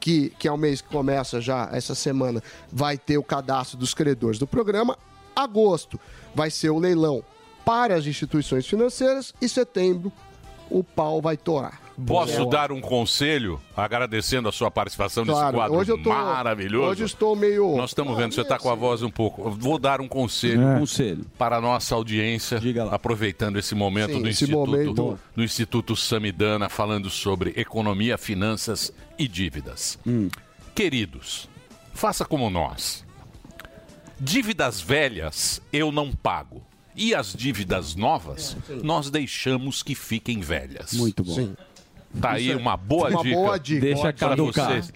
[SPEAKER 14] que, que é o mês que começa já essa semana, vai ter o cadastro dos credores do programa. Agosto vai ser o leilão para as instituições financeiras e setembro o pau vai torar.
[SPEAKER 3] Posso dar um conselho, agradecendo a sua participação nesse
[SPEAKER 14] Claro,
[SPEAKER 3] quadro
[SPEAKER 14] hoje eu tô-
[SPEAKER 3] maravilhoso?
[SPEAKER 14] hoje eu estou meio-
[SPEAKER 3] Nós estamos vendo, você está com a voz um pouco. Eu Vou dar um conselho,
[SPEAKER 4] É. Conselho.
[SPEAKER 3] para a nossa audiência, aproveitando esse momento
[SPEAKER 14] Sim,
[SPEAKER 3] do
[SPEAKER 14] esse
[SPEAKER 3] Instituto
[SPEAKER 14] momento.
[SPEAKER 3] do Instituto Samidana falando sobre economia, finanças e dívidas.
[SPEAKER 4] Hum.
[SPEAKER 3] Queridos, faça como nós. Dívidas velhas eu não pago. E as dívidas novas,
[SPEAKER 14] É.
[SPEAKER 3] nós deixamos que fiquem velhas.
[SPEAKER 4] Muito bom. Sim.
[SPEAKER 3] Tá
[SPEAKER 4] Isso
[SPEAKER 3] aí
[SPEAKER 4] aí.
[SPEAKER 3] uma boa
[SPEAKER 4] Uma
[SPEAKER 3] dica.
[SPEAKER 4] boa dica. Deixa
[SPEAKER 3] pra
[SPEAKER 4] caducar.
[SPEAKER 3] vocês.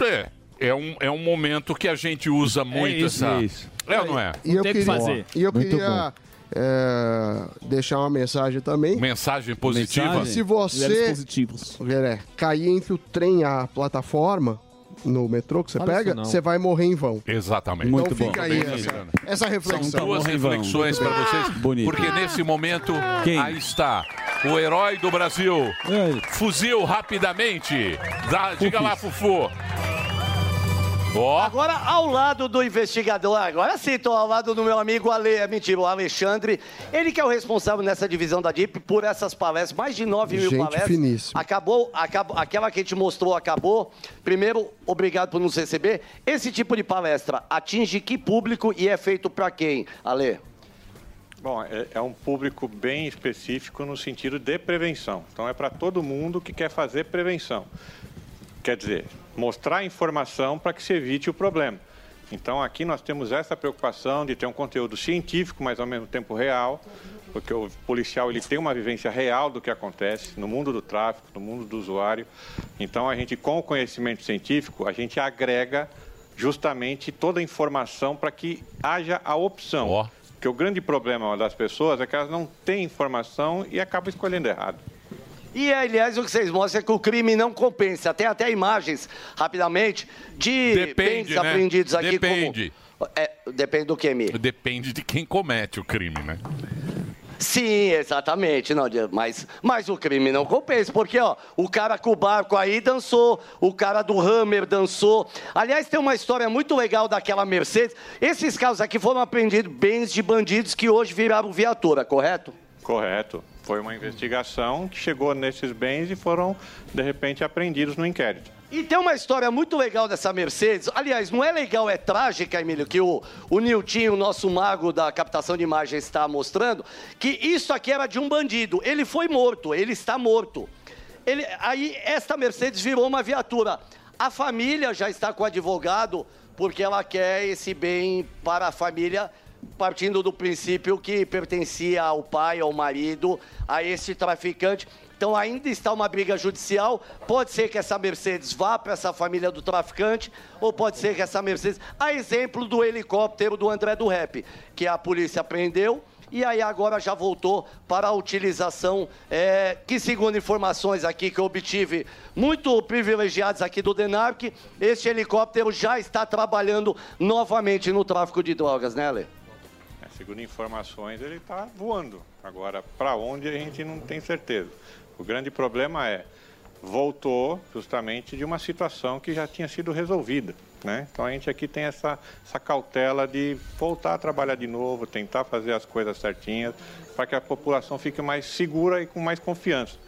[SPEAKER 3] É, é um, é um momento que a gente usa muito
[SPEAKER 14] isso,
[SPEAKER 3] essa.
[SPEAKER 14] é isso.
[SPEAKER 3] É ou não é?
[SPEAKER 14] E eu queria, E eu queria é, deixar uma mensagem também.
[SPEAKER 3] Mensagem positiva.
[SPEAKER 14] Se você é, cair entre o trem e a plataforma no metrô que você
[SPEAKER 3] Fala isso
[SPEAKER 14] pega,
[SPEAKER 3] não.
[SPEAKER 14] você vai morrer em vão.
[SPEAKER 3] Exatamente.
[SPEAKER 14] Então Muito fica bom. aí essa-
[SPEAKER 3] Miranda.
[SPEAKER 14] essa reflexão.
[SPEAKER 3] São duas
[SPEAKER 14] Tá bom, Rivão.
[SPEAKER 3] reflexões
[SPEAKER 14] Muito
[SPEAKER 3] para
[SPEAKER 14] bem.
[SPEAKER 3] vocês.
[SPEAKER 14] Bonito.
[SPEAKER 3] Porque nesse momento, aí está o herói do Brasil. Fuzil rapidamente. Dá- diga lá, Fufu. Ó,
[SPEAKER 13] Agora, ao lado do investigador, agora sim, estou ao lado do meu amigo Ale, é mentira, o Alexandre, ele que é o responsável nessa divisão da DIP por essas palestras, mais de 9 mil
[SPEAKER 14] Gente
[SPEAKER 13] palestras.
[SPEAKER 14] finíssima.
[SPEAKER 13] Acabou, acabou, aquela que a gente mostrou acabou. Primeiro, obrigado por nos receber. Esse tipo de palestra atinge que público e é feito para quem, Ale?
[SPEAKER 21] Bom, é, é um público bem específico no sentido de prevenção. Então, é para todo mundo que quer fazer prevenção. Quer dizer, mostrar informação para que se evite o problema. Então, aqui nós temos essa preocupação de ter um conteúdo científico, mas ao mesmo tempo real, porque o policial ele tem uma vivência real do que acontece no mundo do tráfico, no mundo do usuário. Então, a gente, com o conhecimento científico, a gente agrega justamente toda a informação para que haja a opção. Porque o grande problema das pessoas é que elas não têm informação e acabam escolhendo errado.
[SPEAKER 13] E, aliás, o que vocês mostram é que o crime não compensa. Tem até imagens, rapidamente, de
[SPEAKER 3] Depende,
[SPEAKER 13] bens
[SPEAKER 3] né?
[SPEAKER 13] apreendidos aqui.
[SPEAKER 3] Depende.
[SPEAKER 13] Como... É, depende do que, Mi?
[SPEAKER 3] depende de quem comete o crime, né?
[SPEAKER 13] Sim, exatamente, não, de- mas, mas o crime não compensa, porque ó, o cara com o barco aí dançou, o cara do Hammer dançou. Aliás, tem uma história muito legal daquela Mercedes. Esses carros aqui foram apreendidos bens de bandidos que hoje viraram viatura, correto?
[SPEAKER 21] Correto. Foi uma investigação que chegou nesses bens e foram, de repente, apreendidos no inquérito.
[SPEAKER 13] E tem uma história muito legal dessa Mercedes. Aliás, não é legal, é trágica, Emílio, que o, o Niltinho, o nosso mago da captação de imagens, está mostrando, que isso aqui era de um bandido. Ele foi morto, ele está morto. Ele- aí, esta Mercedes virou uma viatura. A família já está com o advogado, porque ela quer esse bem para a família, partindo do princípio que pertencia ao pai, ao marido, a esse traficante. Então ainda está uma briga judicial. Pode ser que essa Mercedes vá para essa família do traficante, ou pode ser que essa Mercedes. A exemplo do helicóptero do André do Rap, que a polícia prendeu. E aí agora já voltou para a utilização, eh, que segundo informações aqui que eu obtive, muito privilegiadas aqui do DENARC, este helicóptero já está trabalhando novamente no tráfico de drogas, né, Ale?
[SPEAKER 21] É, Segundo informações, ele está voando. Agora, para onde a gente não tem certeza. O grande problema é voltou justamente de uma situação que já tinha sido resolvida, né? Então a gente aqui tem essa, essa cautela de voltar a trabalhar de novo, tentar fazer as coisas certinhas, para que a população fique mais segura e com mais confiança.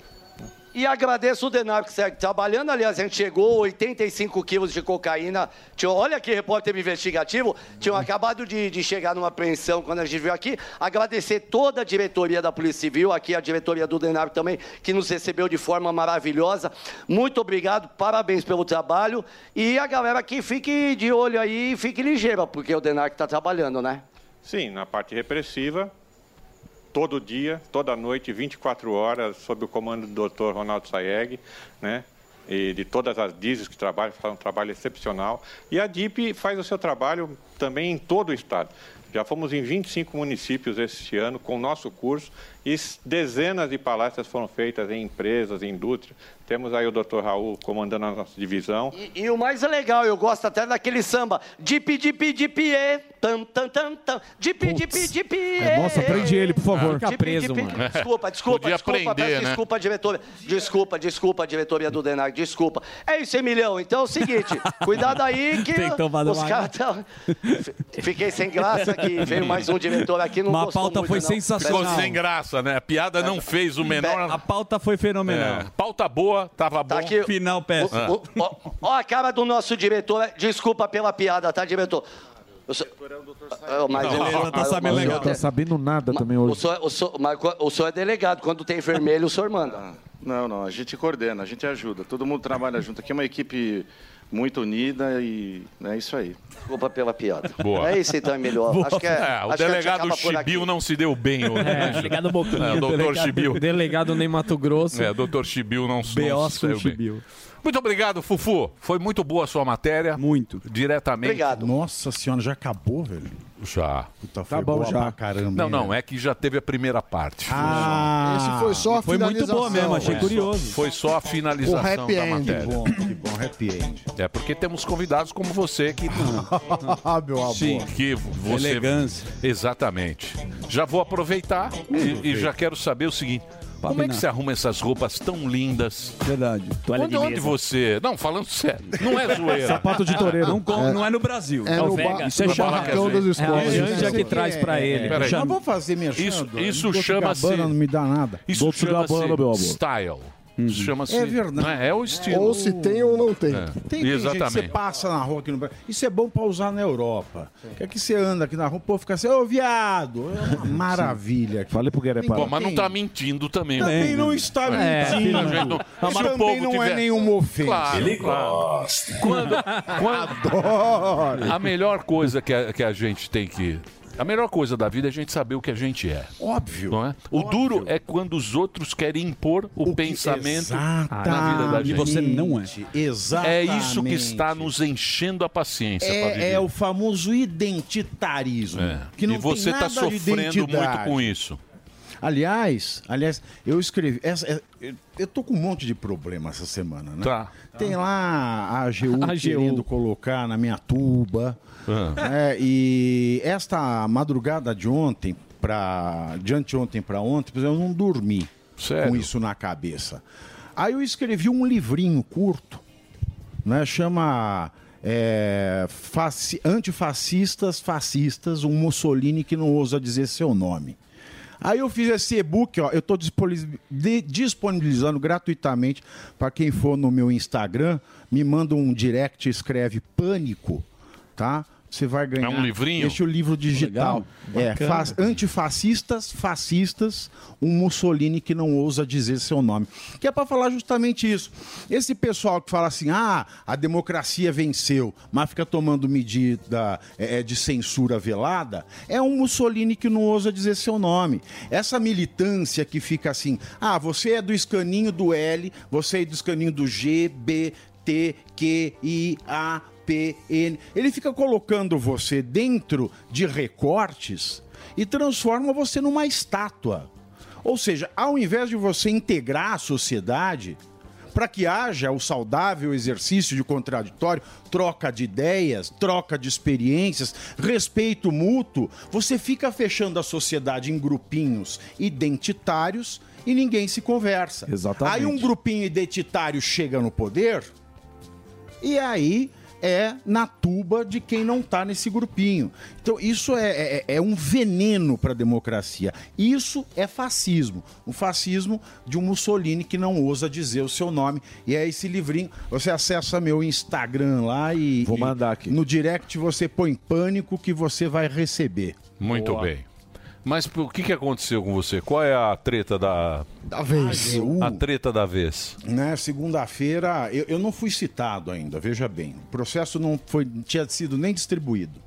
[SPEAKER 13] E agradeço o Denar que segue trabalhando. Aliás, a gente chegou, 85 quilos de cocaína. Tinha- olha que repórter investigativo. Tinham acabado de, de chegar numa apreensão quando a gente veio aqui. Agradecer toda a diretoria da Polícia Civil, aqui a diretoria do Denar também, que nos recebeu de forma maravilhosa. Muito obrigado, parabéns pelo trabalho. E a galera que fique de olho aí e fique ligeira, porque o Denar está trabalhando, né?
[SPEAKER 21] Sim, na parte repressiva, todo dia, toda noite, 24 horas, sob o comando do Dr. Ronaldo Sayeg, né? E de todas as DISs que trabalham, fazem um trabalho excepcional. E a DIP faz o seu trabalho também em todo o estado. Já fomos em 25 municípios este ano com o nosso curso e s- dezenas de palestras foram feitas em empresas, em indústria. Temos aí o Dr. Raul comandando a nossa divisão.
[SPEAKER 13] E, e o mais legal, eu gosto até daquele samba. Dip, dip, dip, e. Tam, tam, tam, tam. Dip, dip, dip, e.
[SPEAKER 7] É, Nossa, prende ele, por favor.
[SPEAKER 13] Dip, dip, Desculpa, desculpa,
[SPEAKER 7] Podia
[SPEAKER 13] desculpa,
[SPEAKER 7] prender,
[SPEAKER 13] peço
[SPEAKER 7] né?
[SPEAKER 13] desculpa, diretora. Desculpa, desculpa, diretoria do Denar, desculpa. É isso, Emilhão. Então é o seguinte, cuidado aí que
[SPEAKER 10] Tentou fazer
[SPEAKER 13] os
[SPEAKER 4] né?
[SPEAKER 10] uma-
[SPEAKER 13] caras tão... Fiquei sem graça que veio mais um diretor aqui. Não
[SPEAKER 3] Mas
[SPEAKER 13] gostou muito, não.
[SPEAKER 3] Ficou sem graça, né? A piada não fez o menor. A
[SPEAKER 18] pauta foi fenomenal.
[SPEAKER 3] Pauta tá boa, tava bom.
[SPEAKER 13] Tá aqui.
[SPEAKER 3] Final
[SPEAKER 13] O- o- Ó ó a cara do nosso diretor. né? Desculpa pela piada, tá, diretor? O senhor- Ah, mas o-
[SPEAKER 7] Ela tá
[SPEAKER 13] mas o-
[SPEAKER 7] sabendo
[SPEAKER 13] mas o
[SPEAKER 7] legal.
[SPEAKER 13] senhor-
[SPEAKER 7] Tá sabendo nada também
[SPEAKER 13] O
[SPEAKER 7] hoje.
[SPEAKER 13] senhor, o, senhor, mas co- o senhor é delegado, quando tem vermelho, o senhor manda.
[SPEAKER 22] Não, não, a gente coordena, a gente ajuda, todo mundo trabalha junto. Aqui é uma equipe muito unida e é isso aí.
[SPEAKER 13] Desculpa pela piada.
[SPEAKER 3] Boa.
[SPEAKER 13] É isso então, é melhor. Acho que
[SPEAKER 3] o
[SPEAKER 13] é, acho que a gente
[SPEAKER 3] delegado
[SPEAKER 13] acaba por aqui.
[SPEAKER 3] Chibiu não se deu bem hoje. né?
[SPEAKER 15] É, delegado Boquinha.
[SPEAKER 3] É, o doutor
[SPEAKER 15] Delegado-
[SPEAKER 3] Chibiu.
[SPEAKER 15] Delegado nem Mato Grosso.
[SPEAKER 3] É, o doutor Chibiu não, não
[SPEAKER 15] B.O.
[SPEAKER 3] se saiu
[SPEAKER 15] com
[SPEAKER 3] bem. Muito obrigado, Fufu. Foi muito boa a sua matéria. Muito. Diretamente.
[SPEAKER 23] Nossa senhora, já acabou, velho?
[SPEAKER 3] Já.
[SPEAKER 23] Puta, foi Tá bom já. pra caramba.
[SPEAKER 3] Tá. Não,
[SPEAKER 23] hein, né?
[SPEAKER 3] não, é que já teve a primeira parte.
[SPEAKER 23] Ah, Esse foi só a foi muito finalização. né? boa mesmo, achei
[SPEAKER 3] Foi
[SPEAKER 23] curioso.
[SPEAKER 3] só- Foi só a finalização
[SPEAKER 23] O happy
[SPEAKER 3] da
[SPEAKER 23] end.
[SPEAKER 3] matéria.
[SPEAKER 23] Que bom,
[SPEAKER 3] que bom happy end. É porque temos convidados como você que
[SPEAKER 23] Ah, meu amor.
[SPEAKER 3] Sim, é que você
[SPEAKER 23] Elegância. Hum,
[SPEAKER 3] Exatamente. Já vou aproveitar e, e já quero saber o seguinte. Como é que você arruma essas roupas tão lindas? Verdade.
[SPEAKER 23] Toalha
[SPEAKER 3] onde,
[SPEAKER 23] de
[SPEAKER 3] onde
[SPEAKER 23] mesa.
[SPEAKER 3] você. Não, falando sério. Não é zoeira.
[SPEAKER 23] Sapato de toureiro.
[SPEAKER 3] Não, com-
[SPEAKER 23] É.
[SPEAKER 3] não é no Brasil.
[SPEAKER 23] É no ba-
[SPEAKER 3] Vegas.
[SPEAKER 23] Isso é
[SPEAKER 3] Na barraca
[SPEAKER 23] charracão das
[SPEAKER 3] zoeira.
[SPEAKER 23] escolas.
[SPEAKER 3] É a Janja que traz pra ele. Peraí.
[SPEAKER 23] Mas vou fazer minha
[SPEAKER 3] Isso-
[SPEAKER 23] chanda.
[SPEAKER 3] isso
[SPEAKER 23] Dolce
[SPEAKER 3] chama-se-
[SPEAKER 23] Gabbana Não me dá nada.
[SPEAKER 3] Isso
[SPEAKER 23] Dolce
[SPEAKER 3] chama-se
[SPEAKER 23] Gabbana, meu amor.
[SPEAKER 3] style. Isso chama-se.
[SPEAKER 23] É verdade.
[SPEAKER 3] não É, É o estilo. É.
[SPEAKER 23] Ou se
[SPEAKER 14] Tem ou não tem?
[SPEAKER 23] Tem, tem gente que
[SPEAKER 3] Exatamente.
[SPEAKER 23] você passa na rua aqui no Brasil. Isso é bom pra usar na Europa. Que aqui você anda aqui na rua, o povo fica assim, ô viado, é uma maravilha. Falei pro Guerreiro
[SPEAKER 3] Bom, mas não tá mentindo também.
[SPEAKER 23] Também
[SPEAKER 3] né?
[SPEAKER 23] não está
[SPEAKER 3] É.
[SPEAKER 23] mentindo.
[SPEAKER 3] A gente não-
[SPEAKER 23] Isso
[SPEAKER 3] se o
[SPEAKER 23] também
[SPEAKER 3] povo
[SPEAKER 23] não é
[SPEAKER 3] tiver-
[SPEAKER 23] nenhuma ofensa.
[SPEAKER 3] Claro,
[SPEAKER 23] Ele
[SPEAKER 3] claro. Quando, quando- A melhor coisa que a, que a gente tem que. A melhor coisa da vida é a gente saber o que a gente é.
[SPEAKER 23] Óbvio.
[SPEAKER 3] Não é? O duro é quando os outros querem impor o, pensamento na vida da
[SPEAKER 23] Exatamente.
[SPEAKER 3] gente. É
[SPEAKER 23] Exatamente.
[SPEAKER 3] isso que está nos enchendo a paciência pra viver.
[SPEAKER 23] É, é o famoso identitarismo.
[SPEAKER 3] É.
[SPEAKER 23] Que não
[SPEAKER 3] e você
[SPEAKER 23] tem
[SPEAKER 3] está
[SPEAKER 23] nada de
[SPEAKER 3] sofrendo muito
[SPEAKER 23] identidade.
[SPEAKER 3] com isso.
[SPEAKER 23] Aliás, aliás, eu escrevi. essa- é- eu- eu tô com um monte de problema essa semana, né?
[SPEAKER 3] Tá.
[SPEAKER 23] Tem lá a AGU,
[SPEAKER 3] A AGU.
[SPEAKER 23] querendo colocar na minha tuba.
[SPEAKER 3] Ah.
[SPEAKER 23] né? E esta madrugada de ontem para de anteontem para ontem, por exemplo, eu não dormi com isso na cabeça. Aí eu escrevi um livrinho curto, né? Chama é, faci- Antifascistas, Fascistas, um Mussolini que não ousa dizer seu nome. Aí eu fiz esse e-book, ó, eu estou disponibilizando gratuitamente para quem for no meu Instagram, me manda um direct, escreve pânico, tá? Você vai ganhar.
[SPEAKER 3] um livrinho?
[SPEAKER 23] Este é o livro digital.
[SPEAKER 3] Legal.
[SPEAKER 23] É,
[SPEAKER 3] Bacana.
[SPEAKER 23] faz, antifascistas, fascistas, um Mussolini que não ousa dizer seu nome. Que é para falar justamente isso. Esse pessoal que fala assim, ah, a democracia venceu, mas fica tomando medida eh, de censura velada, é um Mussolini que não ousa dizer seu nome. Essa militância que fica assim, ah, você é do escaninho do L, você é do escaninho do G, B, T, Q, I, A, P, N. Ele fica colocando você dentro de recortes e transforma você numa estátua. Ou seja, ao invés de você integrar a sociedade, para que haja o saudável exercício de contraditório, troca de ideias, troca de experiências, respeito mútuo, você fica fechando a sociedade em grupinhos identitários e ninguém se conversa. Exatamente. Aí um grupinho identitário chega no poder, e aí é na tuba de quem não está nesse grupinho. Então isso é, é- é um veneno para a democracia. Isso é fascismo. Um fascismo de um Mussolini que não ousa dizer o seu nome. E é esse livrinho. Você acessa meu Instagram lá e. Vou mandar aqui. No direct você põe pânico que você vai receber.
[SPEAKER 3] Muito bem. Mas pô, o que, que aconteceu com você? Qual é a treta da.
[SPEAKER 23] Da vez.
[SPEAKER 3] A treta da vez.
[SPEAKER 23] né, segunda-feira, eu, eu não fui citado ainda, veja bem. O processo não foi, não tinha sido nem distribuído.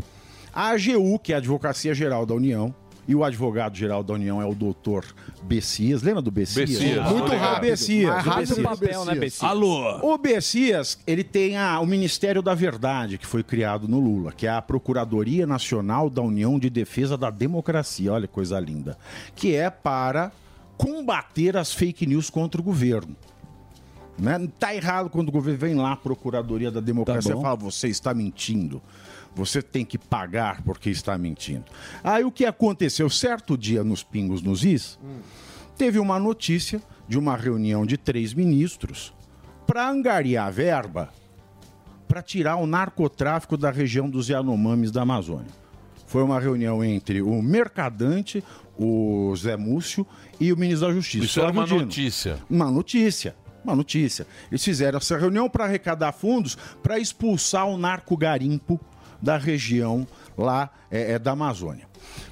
[SPEAKER 23] A AGU, que é a Advocacia Geral da União, e o advogado-geral da União é o doutor Bessias. Lembra do Bessias?
[SPEAKER 3] Bessias,
[SPEAKER 23] Muito
[SPEAKER 3] tô ligado.
[SPEAKER 23] rápido. Bessias.
[SPEAKER 3] Mais rápido
[SPEAKER 23] Bessias.
[SPEAKER 3] o papel, né, Bessias?
[SPEAKER 23] Alô? O Bessias, ele tem a- o Ministério da Verdade, que foi criado no Lula, que é a Procuradoria Nacional da União de Defesa da Democracia. Olha que coisa linda. Que é para combater as fake news contra o governo. Né? Tá errado quando o governo vem lá, a Procuradoria da
[SPEAKER 3] Tá
[SPEAKER 23] Democracia,
[SPEAKER 11] bom.
[SPEAKER 23] e fala: você está mentindo. Você tem que pagar porque está mentindo. Aí o que aconteceu? Certo dia, nos Pingos nos Is, teve uma notícia de uma reunião de três ministros para angariar verba para tirar o narcotráfico da região dos Yanomamis da Amazônia. Foi uma reunião entre o Mercadante, o Zé Múcio e o ministro da Justiça.
[SPEAKER 3] Isso era uma
[SPEAKER 23] Flávio Dino.
[SPEAKER 3] notícia.
[SPEAKER 23] Uma notícia. Uma notícia. Eles fizeram essa reunião para arrecadar fundos para expulsar o narco-garimpo da região lá é, é, da Amazônia.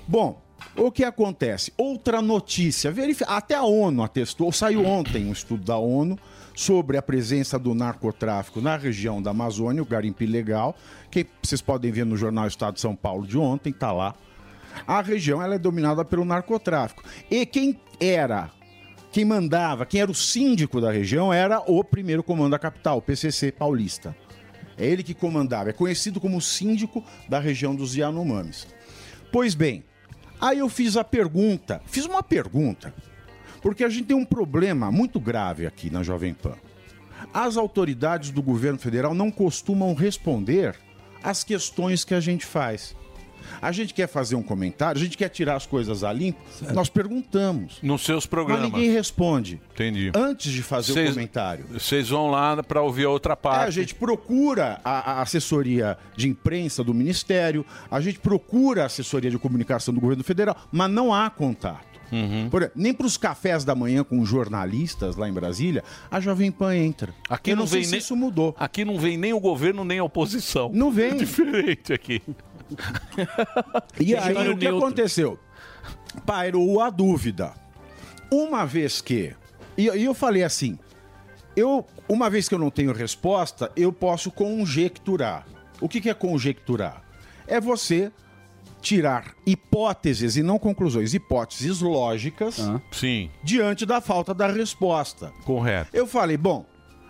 [SPEAKER 23] Bom, o que acontece? Outra notícia. Verifi... Até a ONU atestou, saiu ontem um estudo da ONU sobre a presença do narcotráfico na região da Amazônia, o garimpo ilegal, que vocês podem ver no jornal Estado de São Paulo de ontem, está lá. A região ela é dominada pelo narcotráfico. E quem era quem mandava, quem era o síndico da região, era o primeiro comando da capital, o PCC paulista. É ele que comandava, é conhecido como síndico da região dos Yanomamis. Pois bem, aí eu fiz a pergunta, fiz uma pergunta, porque a gente tem um problema muito grave aqui na Jovem Pan. As autoridades do governo federal não costumam responder às questões que a gente faz. A gente quer fazer um comentário, a gente quer tirar as coisas a limpo, nós perguntamos.
[SPEAKER 3] Nos seus programas.
[SPEAKER 23] Mas ninguém responde.
[SPEAKER 3] Entendi.
[SPEAKER 23] Antes de fazer o comentário.
[SPEAKER 3] Vocês vão lá para ouvir a outra
[SPEAKER 23] É,
[SPEAKER 3] parte.
[SPEAKER 23] a gente procura a, a assessoria de imprensa do Ministério, a gente procura a assessoria de comunicação do governo federal, mas não há contato.
[SPEAKER 3] Uhum.
[SPEAKER 23] Por exemplo, nem para os cafés da manhã com jornalistas lá em Brasília, a Jovem Pan entra.
[SPEAKER 3] Aqui
[SPEAKER 23] Eu
[SPEAKER 3] não,
[SPEAKER 23] não sei
[SPEAKER 3] vem
[SPEAKER 23] se
[SPEAKER 3] nem,
[SPEAKER 23] isso mudou.
[SPEAKER 3] Aqui não vem nem o governo nem a oposição.
[SPEAKER 23] Não vem.
[SPEAKER 3] É diferente aqui.
[SPEAKER 23] E
[SPEAKER 3] Tem
[SPEAKER 23] aí
[SPEAKER 3] horário
[SPEAKER 23] o que
[SPEAKER 3] neutro.
[SPEAKER 23] aconteceu? Pairou a dúvida. Uma vez que. E, e eu falei assim: eu, uma vez que eu não tenho resposta, eu posso conjecturar. O que, que é conjecturar? É você tirar hipóteses e não conclusões, hipóteses lógicas
[SPEAKER 3] Ah. Sim.
[SPEAKER 23] diante da falta da resposta.
[SPEAKER 3] Correto.
[SPEAKER 23] Eu falei, bom,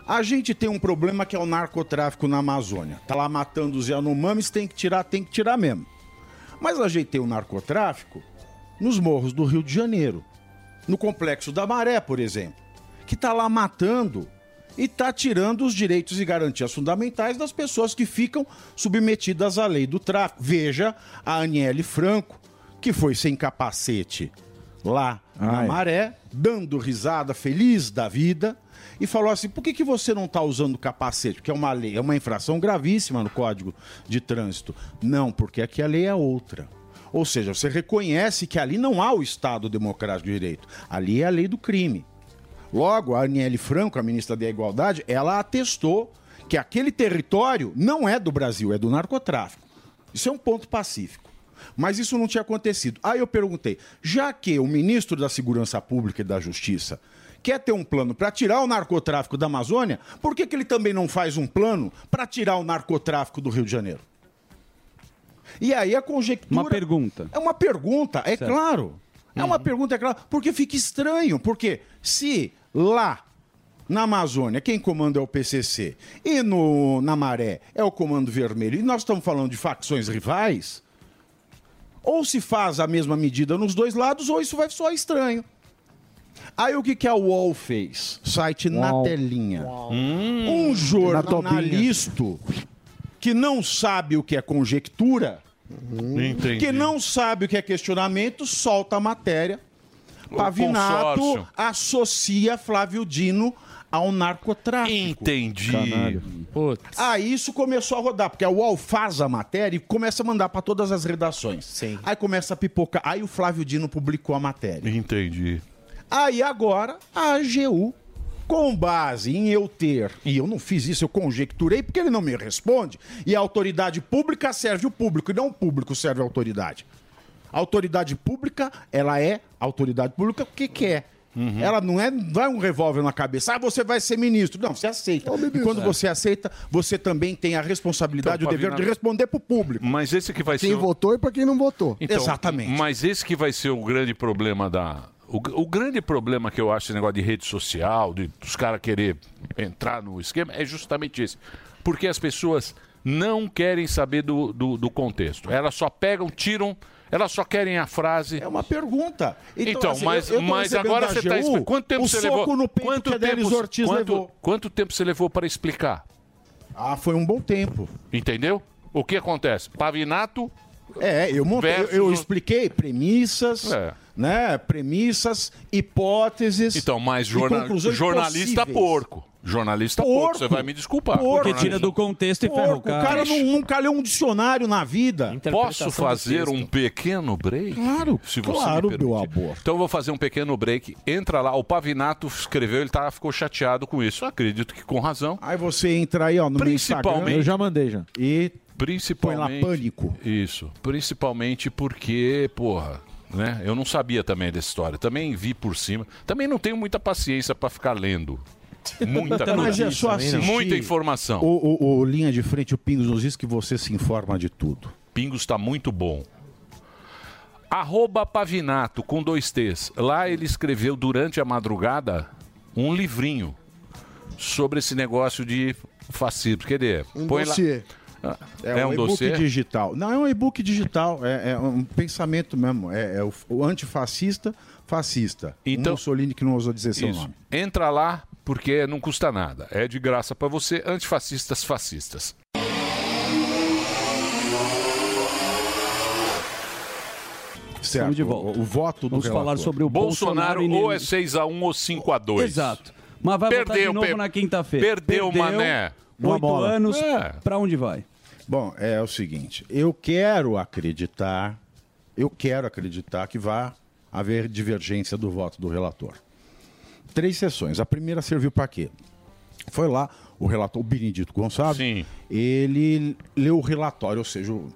[SPEAKER 23] a gente tem um problema que é o narcotráfico na Amazônia. Tá lá matando os Yanomamis, tem que tirar, tem que tirar mesmo. Mas a gente tem o narcotráfico nos morros do Rio de Janeiro, no Complexo da Maré, por exemplo, que tá lá matando e tá tirando os direitos e garantias fundamentais das pessoas que ficam submetidas à lei do tráfico. Veja a Aniele Franco, que foi sem capacete lá na
[SPEAKER 11] Ai.
[SPEAKER 23] Maré, dando risada, feliz da vida, e falou assim: por que, que você não está usando capacete? Porque é uma lei, é uma infração gravíssima no Código de Trânsito. Não, porque aqui a lei é outra. Ou seja, você reconhece que ali não há o Estado Democrático de Direito, ali é a lei do crime. Logo, a Aniele Franco, a ministra da Igualdade, ela atestou que aquele território não é do Brasil, é do narcotráfico. Isso é um ponto pacífico. Mas isso não tinha acontecido. Aí eu perguntei: já que o ministro da Segurança Pública e da Justiça quer ter um plano para tirar o narcotráfico da Amazônia, por que, que ele também não faz um plano para tirar o narcotráfico do Rio de Janeiro? E aí a conjectura. Uma pergunta. É uma pergunta, é claro. É uma pergunta, é claro. Porque fica estranho. Porque se lá na Amazônia quem comanda é o PCC e no, na Maré é o Comando Vermelho, e nós estamos falando de facções rivais, ou se faz a mesma medida nos dois lados, ou isso vai soar estranho. Aí o que, que a UOL fez? Site na
[SPEAKER 11] Uau.
[SPEAKER 23] telinha. Um
[SPEAKER 11] Na topinha.
[SPEAKER 23] jornalista que não sabe o que é conjectura,
[SPEAKER 3] Entendi.
[SPEAKER 23] que não sabe o que é questionamento, solta a matéria. Pavinato
[SPEAKER 3] consórcio.
[SPEAKER 23] associa Flávio Dino ao narcotráfico.
[SPEAKER 3] Entendi.
[SPEAKER 23] Aí Ah, isso começou a rodar, porque a UOL faz a matéria e começa a mandar para todas as redações. Sim. Aí começa a pipocar. Aí o Flávio Dino publicou a matéria.
[SPEAKER 3] Entendi.
[SPEAKER 23] Aí agora a AGU, com base em eu ter, e eu não fiz isso, eu conjecturei porque ele não me responde, e a autoridade pública serve o público, e não o público serve a autoridade. A autoridade pública, ela é a autoridade pública o que quer.
[SPEAKER 3] Uhum.
[SPEAKER 23] Ela não é, não é um revólver na cabeça. Ah, você vai ser ministro. Não, você aceita. E quando
[SPEAKER 3] É.
[SPEAKER 23] você aceita, você também tem a responsabilidade,
[SPEAKER 3] Então,
[SPEAKER 23] o dever
[SPEAKER 3] Pavinato-
[SPEAKER 23] de responder para o público.
[SPEAKER 3] Mas esse que vai
[SPEAKER 14] Quem
[SPEAKER 3] ser. o-
[SPEAKER 14] votou e pra quem não votou.
[SPEAKER 3] Então, Mas esse que vai ser o grande problema da. O, gr- o grande problema que eu acho esse negócio de rede social, de os caras querer entrar no esquema, é justamente esse. Porque as pessoas não querem saber do, do, do contexto. Elas só pegam, tiram, elas só querem a frase. É
[SPEAKER 23] uma pergunta.
[SPEAKER 3] Então,
[SPEAKER 23] Então, assim,
[SPEAKER 3] mas,
[SPEAKER 23] eu- eu tô
[SPEAKER 3] mas
[SPEAKER 23] recebendo
[SPEAKER 3] agora
[SPEAKER 23] da
[SPEAKER 3] você está
[SPEAKER 23] AGU
[SPEAKER 3] explicando. Quanto tempo
[SPEAKER 23] o
[SPEAKER 3] você
[SPEAKER 23] soco
[SPEAKER 3] levou?
[SPEAKER 23] no peito
[SPEAKER 3] quanto,
[SPEAKER 23] que a Denis Ortiz
[SPEAKER 3] quanto-
[SPEAKER 23] levou.
[SPEAKER 3] quanto tempo você levou para explicar?
[SPEAKER 23] Ah, foi um bom tempo.
[SPEAKER 3] Entendeu? O que acontece? Pavinato
[SPEAKER 23] É, eu montei, eu,
[SPEAKER 3] Versus
[SPEAKER 23] eu
[SPEAKER 3] o-
[SPEAKER 23] expliquei premissas,
[SPEAKER 3] É.
[SPEAKER 23] né? Premissas, hipóteses.
[SPEAKER 3] Então, mas
[SPEAKER 23] e
[SPEAKER 3] jorna-
[SPEAKER 23] conclusões
[SPEAKER 3] jornalista
[SPEAKER 23] possíveis.
[SPEAKER 3] porco. Jornalista
[SPEAKER 23] Porco.
[SPEAKER 3] porco, você vai me desculpar.
[SPEAKER 23] Porque tira
[SPEAKER 3] do
[SPEAKER 4] contexto
[SPEAKER 3] e ferra o
[SPEAKER 23] Porco,
[SPEAKER 3] cara.
[SPEAKER 23] O cara não- nunca leu um dicionário na vida.
[SPEAKER 3] Posso fazer um pequeno break?
[SPEAKER 23] Claro,
[SPEAKER 3] se você
[SPEAKER 23] claro,
[SPEAKER 3] me
[SPEAKER 23] meu
[SPEAKER 3] permitir. Então eu vou fazer um pequeno break. Entra lá, o Pavinato escreveu, ele tá, ficou chateado com isso. Eu acredito que com razão.
[SPEAKER 23] Aí você entra aí, ó, no meu Instagram.
[SPEAKER 3] Principalmente- Eu já
[SPEAKER 23] mandei já. E
[SPEAKER 3] Principalmente.
[SPEAKER 23] Põe lá pânico.
[SPEAKER 3] Isso. Principalmente porque, porra. Né? Eu não sabia também dessa história. Também vi por cima. Também não tenho muita paciência para ficar lendo. Muita
[SPEAKER 23] Então, mas
[SPEAKER 3] coisa. né?
[SPEAKER 23] é só assistir
[SPEAKER 3] Muita informação.
[SPEAKER 23] O, o- o linha de frente, o Pingos nos diz que você se informa de tudo.
[SPEAKER 3] Pingos está muito bom. Arroba Pavinato, com dois T's. Lá ele escreveu durante a madrugada um livrinho sobre esse negócio de fascismo. Quer dizer,
[SPEAKER 23] Um
[SPEAKER 3] põe lá-
[SPEAKER 23] dossiê.
[SPEAKER 3] Ah, É,
[SPEAKER 23] É,
[SPEAKER 3] um,
[SPEAKER 23] um
[SPEAKER 3] dossiê?
[SPEAKER 23] e-book digital. Não, é um e-book digital. É, é um pensamento mesmo. É, é o, o antifascista, fascista. Um
[SPEAKER 3] Então-
[SPEAKER 23] Mussolini que não ousou dizer seu
[SPEAKER 3] Isso.
[SPEAKER 23] nome.
[SPEAKER 3] Entra lá, porque não custa nada. É de graça para você, antifascistas fascistas.
[SPEAKER 23] Certo.
[SPEAKER 4] de volta.
[SPEAKER 23] O, o voto do
[SPEAKER 4] Vamos
[SPEAKER 23] relator.
[SPEAKER 4] falar sobre o
[SPEAKER 3] Bolsonaro, ou é 6x1 ou 5x2.
[SPEAKER 4] Exato. Mas vai votar de novo
[SPEAKER 3] pe-
[SPEAKER 4] na quinta-feira.
[SPEAKER 3] Perdeu,
[SPEAKER 4] Perdeu.
[SPEAKER 3] Mané. É.
[SPEAKER 4] Oito anos,
[SPEAKER 23] para onde vai? Bom, é o seguinte, eu quero acreditar, eu quero acreditar que vá haver divergência do voto do relator. Três sessões. A primeira serviu para quê? Foi lá o relator, o Benedito Gonçalves, ele leu o relatório, ou seja, o-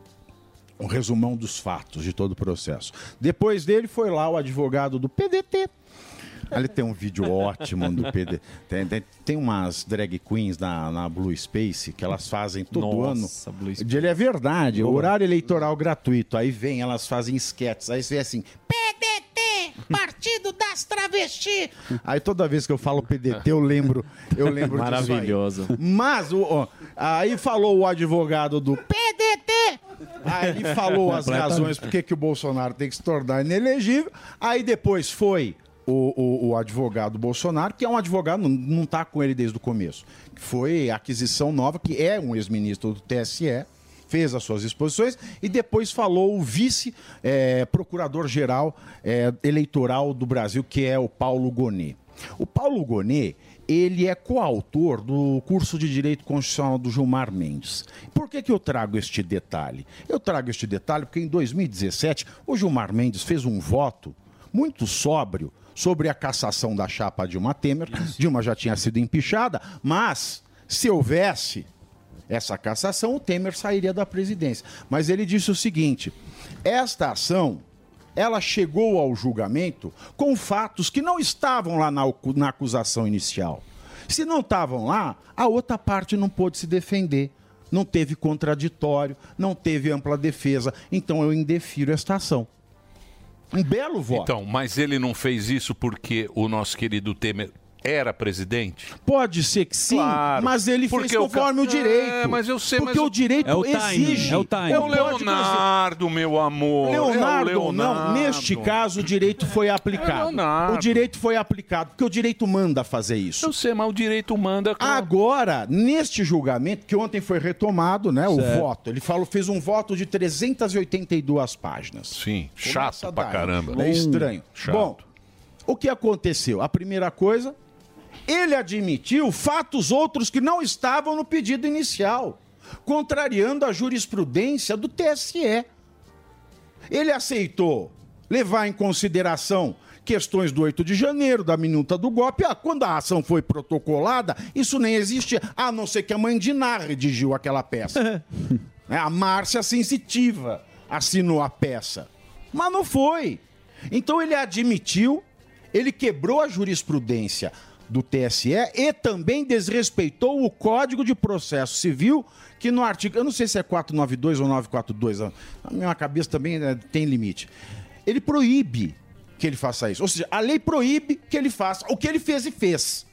[SPEAKER 23] um resumão dos fatos de todo o processo. Depois dele foi lá o advogado do PDT. Ali tem um vídeo ótimo do PD. Tem, tem, tem umas drag queens na, na Blue Space que elas fazem todo
[SPEAKER 15] Nossa,
[SPEAKER 23] ano. De- Ele é verdade, horário eleitoral gratuito. Aí vem, elas fazem esquetes. Aí você vê assim. PDT, Partido das Travestis. Aí toda vez que eu falo PDT, eu lembro, eu lembro disso aí.
[SPEAKER 15] Maravilhoso.
[SPEAKER 23] Mas o, ó, aí falou o advogado do PDT. Aí falou as
[SPEAKER 15] Completamente.
[SPEAKER 23] razões por que que o Bolsonaro tem que se tornar inelegível. Aí depois foi o, o- o advogado Bolsonaro, que é um advogado, não- não está com ele desde o começo. que Foi a aquisição nova, que é um ex-ministro do TSE, fez as suas exposições, e depois falou o é, vice-procurador-geral é, eleitoral do Brasil, que é o Paulo Gonet. O Paulo Gonet, ele é coautor do curso de Direito Constitucional do Gilmar Mendes. Por que, que eu trago este detalhe? Eu trago este detalhe porque em 2017 o Gilmar Mendes fez um voto muito sóbrio sobre a cassação da chapa Dilma Temer. Dilma já tinha sido empichada, mas se houvesse essa cassação, o Temer sairia da presidência. Mas ele disse o seguinte: esta ação ela chegou ao julgamento com fatos que não estavam lá na, acu- na acusação inicial. Se não estavam lá, a outra parte não pôde se defender. Não teve contraditório, não teve ampla defesa. Então eu indefiro esta ação. Um belo voto.
[SPEAKER 3] Então, mas ele não fez isso porque o nosso querido Temer era presidente?
[SPEAKER 23] Pode ser que sim,
[SPEAKER 3] Claro.
[SPEAKER 23] mas ele
[SPEAKER 3] Porque
[SPEAKER 23] fez
[SPEAKER 3] o ca-
[SPEAKER 23] conforme o, direito.
[SPEAKER 3] É, mas eu sei,
[SPEAKER 23] Porque
[SPEAKER 3] mas
[SPEAKER 23] o direito
[SPEAKER 3] É o timing,
[SPEAKER 23] exige. um
[SPEAKER 3] é o timing.
[SPEAKER 23] Não pode
[SPEAKER 3] Leonardo, meu amor.
[SPEAKER 23] Leonardo,
[SPEAKER 3] É o
[SPEAKER 23] não.
[SPEAKER 3] Leonardo.
[SPEAKER 23] Neste caso, o direito foi
[SPEAKER 3] É o
[SPEAKER 23] aplicado.
[SPEAKER 3] Leonardo.
[SPEAKER 23] o direito foi aplicado, porque o direito manda fazer isso. Eu
[SPEAKER 3] sei, mas o direito manda.
[SPEAKER 23] Agora, neste julgamento, que ontem foi retomado, né?
[SPEAKER 3] Certo.
[SPEAKER 23] O voto. Ele falou, fez um voto de 382 páginas.
[SPEAKER 3] Sim, chato pra
[SPEAKER 23] daí.
[SPEAKER 3] caramba.
[SPEAKER 23] É estranho.
[SPEAKER 3] Chato.
[SPEAKER 23] Bom, o que aconteceu? A primeira coisa, ele admitiu fatos outros que não estavam no pedido inicial, contrariando a jurisprudência do TSE. Ele aceitou levar em consideração questões do 8 de janeiro, da minuta do golpe. Ah, quando a ação foi protocolada, isso nem existia, a não ser que a mãe Dinar redigiu aquela peça. É, a Márcia Sensitiva assinou a peça. Mas não foi. Então ele admitiu, ele quebrou a jurisprudência do TSE e também desrespeitou o Código de Processo Civil, que no artigo, eu não sei se é 492 ou 942, a a minha cabeça também né, tem limite. Ele proíbe que ele faça isso. Ou seja, a lei proíbe que ele faça o que ele fez e fez.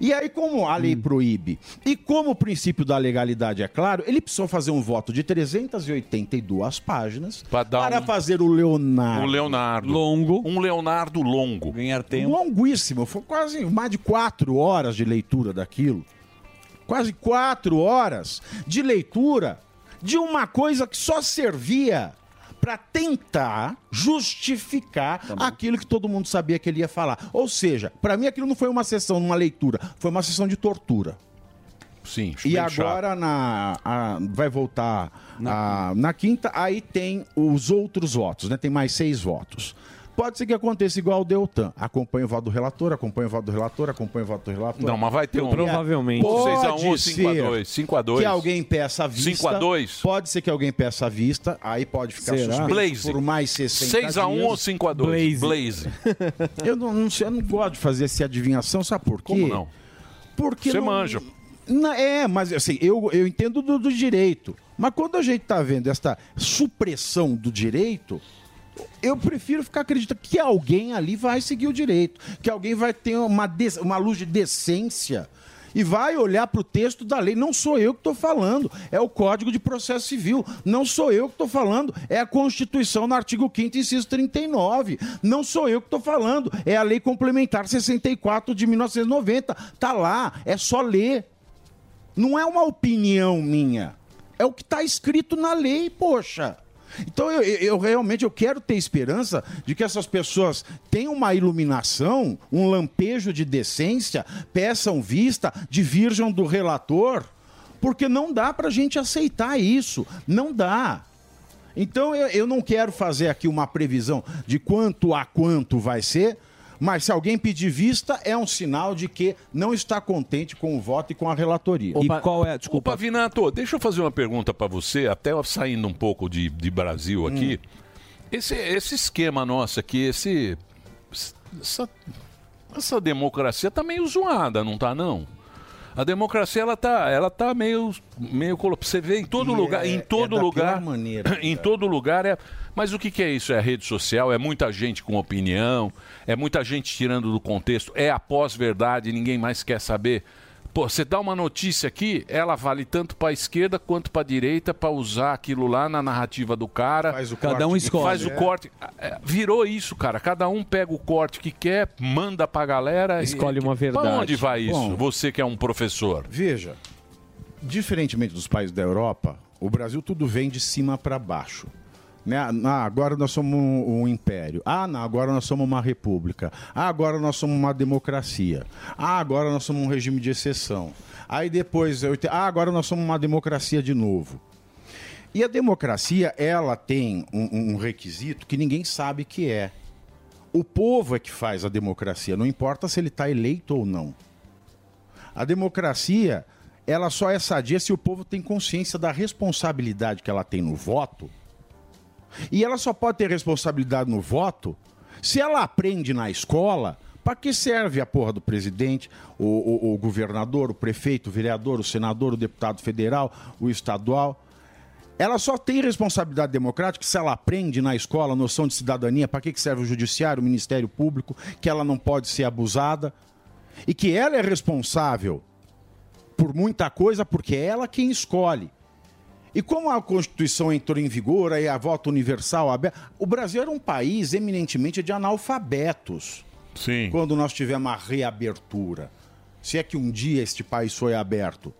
[SPEAKER 23] E aí, como a lei proíbe e como o princípio da legalidade é claro, ele precisou fazer um voto de 382 páginas para fazer o Leonardo.
[SPEAKER 3] O Um Leonardo. Longo. Um Leonardo longo.
[SPEAKER 4] Ganhar
[SPEAKER 23] Longuíssimo, foi quase mais de quatro horas de leitura daquilo. Quase quatro horas de leitura de uma coisa que só servia para tentar justificar aquilo que todo mundo sabia que ele ia falar. Ou seja, para mim aquilo não foi uma sessão, uma leitura, foi uma sessão de tortura.
[SPEAKER 3] Sim,
[SPEAKER 23] E
[SPEAKER 3] bem
[SPEAKER 23] agora na, a- vai voltar a- na, quinta, aí tem os outros votos, né? Tem mais seis votos. Pode ser que aconteça igual o Deltan. Acompanha o voto do relator, acompanha o voto do relator, acompanha o voto do relator.
[SPEAKER 3] Não, mas vai ter um.
[SPEAKER 23] Provavelmente.
[SPEAKER 3] Ou 6x1 ou
[SPEAKER 23] Pode
[SPEAKER 3] 5x2.
[SPEAKER 23] ser
[SPEAKER 3] 5x2.
[SPEAKER 23] Que alguém peça a vista.
[SPEAKER 3] 5x2.
[SPEAKER 23] Pode ser que alguém peça a vista, aí pode ficar
[SPEAKER 3] Será?
[SPEAKER 23] suspenso
[SPEAKER 3] Blaze.
[SPEAKER 23] por mais 60
[SPEAKER 3] 6 a 1
[SPEAKER 23] dias.
[SPEAKER 3] ou 5 a 2? Blaze.
[SPEAKER 23] Eu não, não sei, eu não gosto de fazer essa adivinhação, sabe por quê?
[SPEAKER 3] Como não?
[SPEAKER 23] Porque
[SPEAKER 3] Você
[SPEAKER 23] não-
[SPEAKER 3] manja.
[SPEAKER 23] Não, é, mas assim, eu, eu entendo do, do direito. Mas quando a gente tá vendo esta supressão do direito, eu prefiro ficar acreditando que alguém ali vai seguir o direito, que alguém vai ter uma, de- uma luz de decência e vai olhar para o texto da lei. Não sou eu que estou falando, é o Código de Processo Civil. Não sou eu que estou falando, é a Constituição no artigo 5 inciso 39. Não sou eu que estou falando, é a Lei Complementar 64 de 1990. Tá lá, é só ler. Não é uma opinião minha. É o que está escrito na lei, poxa. Então eu, eu- eu realmente eu quero ter esperança de que essas pessoas tenham uma iluminação, um lampejo de decência, peçam vista, divirjam do relator, porque não dá para a gente aceitar isso. Não dá. Então eu, eu não quero fazer aqui uma previsão de quanto a quanto vai ser, mas se alguém pedir vista, é um sinal de que não está contente com o voto e com a relatoria.
[SPEAKER 3] Opa-
[SPEAKER 23] e qual é, desculpa,
[SPEAKER 3] Opa, Vinato, deixa eu fazer uma pergunta para você, até saindo um pouco de, de Brasil aqui.
[SPEAKER 23] Hum.
[SPEAKER 3] Esse, esse esquema nosso aqui, esse, essa, essa democracia tá meio zoada, não tá não? A democracia ela tá, ela tá meio meio colo- você vê em todo
[SPEAKER 23] E
[SPEAKER 3] lugar,
[SPEAKER 23] é-
[SPEAKER 3] em
[SPEAKER 23] é
[SPEAKER 3] todo
[SPEAKER 23] da
[SPEAKER 3] lugar,
[SPEAKER 23] pior maneira,
[SPEAKER 3] em todo lugar é. Mas o que, que é isso? É rede social? É muita gente com opinião? É muita gente tirando do contexto? É a pós-verdade? Ninguém mais quer saber? Pô, você dá uma notícia aqui, ela vale tanto para esquerda quanto para direita para usar aquilo lá na narrativa do cara. Faz o
[SPEAKER 4] Cada um corte. escolhe.
[SPEAKER 3] Faz o
[SPEAKER 4] É.
[SPEAKER 3] corte. É, Virou isso, cara. Cada um pega o corte que quer, manda pra galera.
[SPEAKER 15] Escolhe uma
[SPEAKER 3] Para
[SPEAKER 15] verdade.
[SPEAKER 3] onde vai isso?
[SPEAKER 23] Bom.
[SPEAKER 3] você que é um professor.
[SPEAKER 23] Veja, diferentemente dos países da Europa, o Brasil tudo vem de cima para baixo. Né? Ah, agora nós somos um, um império. Ah, não, agora nós somos uma república. Ah, agora nós somos uma democracia. Ah, agora nós somos um regime de exceção. Aí depois, eu te- ah, agora nós somos uma democracia de novo. E a democracia, ela tem um- um requisito que ninguém sabe que é. O povo é que faz a democracia, não importa se ele está eleito ou não. A democracia, ela só é sadia se o povo tem consciência da responsabilidade que ela tem no voto. E ela só pode ter responsabilidade no voto se ela aprende na escola para que serve a porra do presidente, o, o- o governador, o prefeito, o vereador, o senador, o deputado federal, o estadual. Ela só tem responsabilidade democrática se ela aprende na escola a noção de cidadania, para que que serve o judiciário, o Ministério Público, que ela não pode ser abusada e que ela é responsável por muita coisa porque é ela quem escolhe. E como a Constituição entrou em vigor, aí a volta universal aberta, o Brasil era um país eminentemente de analfabetos.
[SPEAKER 3] Sim.
[SPEAKER 23] Quando nós tivemos a reabertura, se é que um dia este país foi aberto.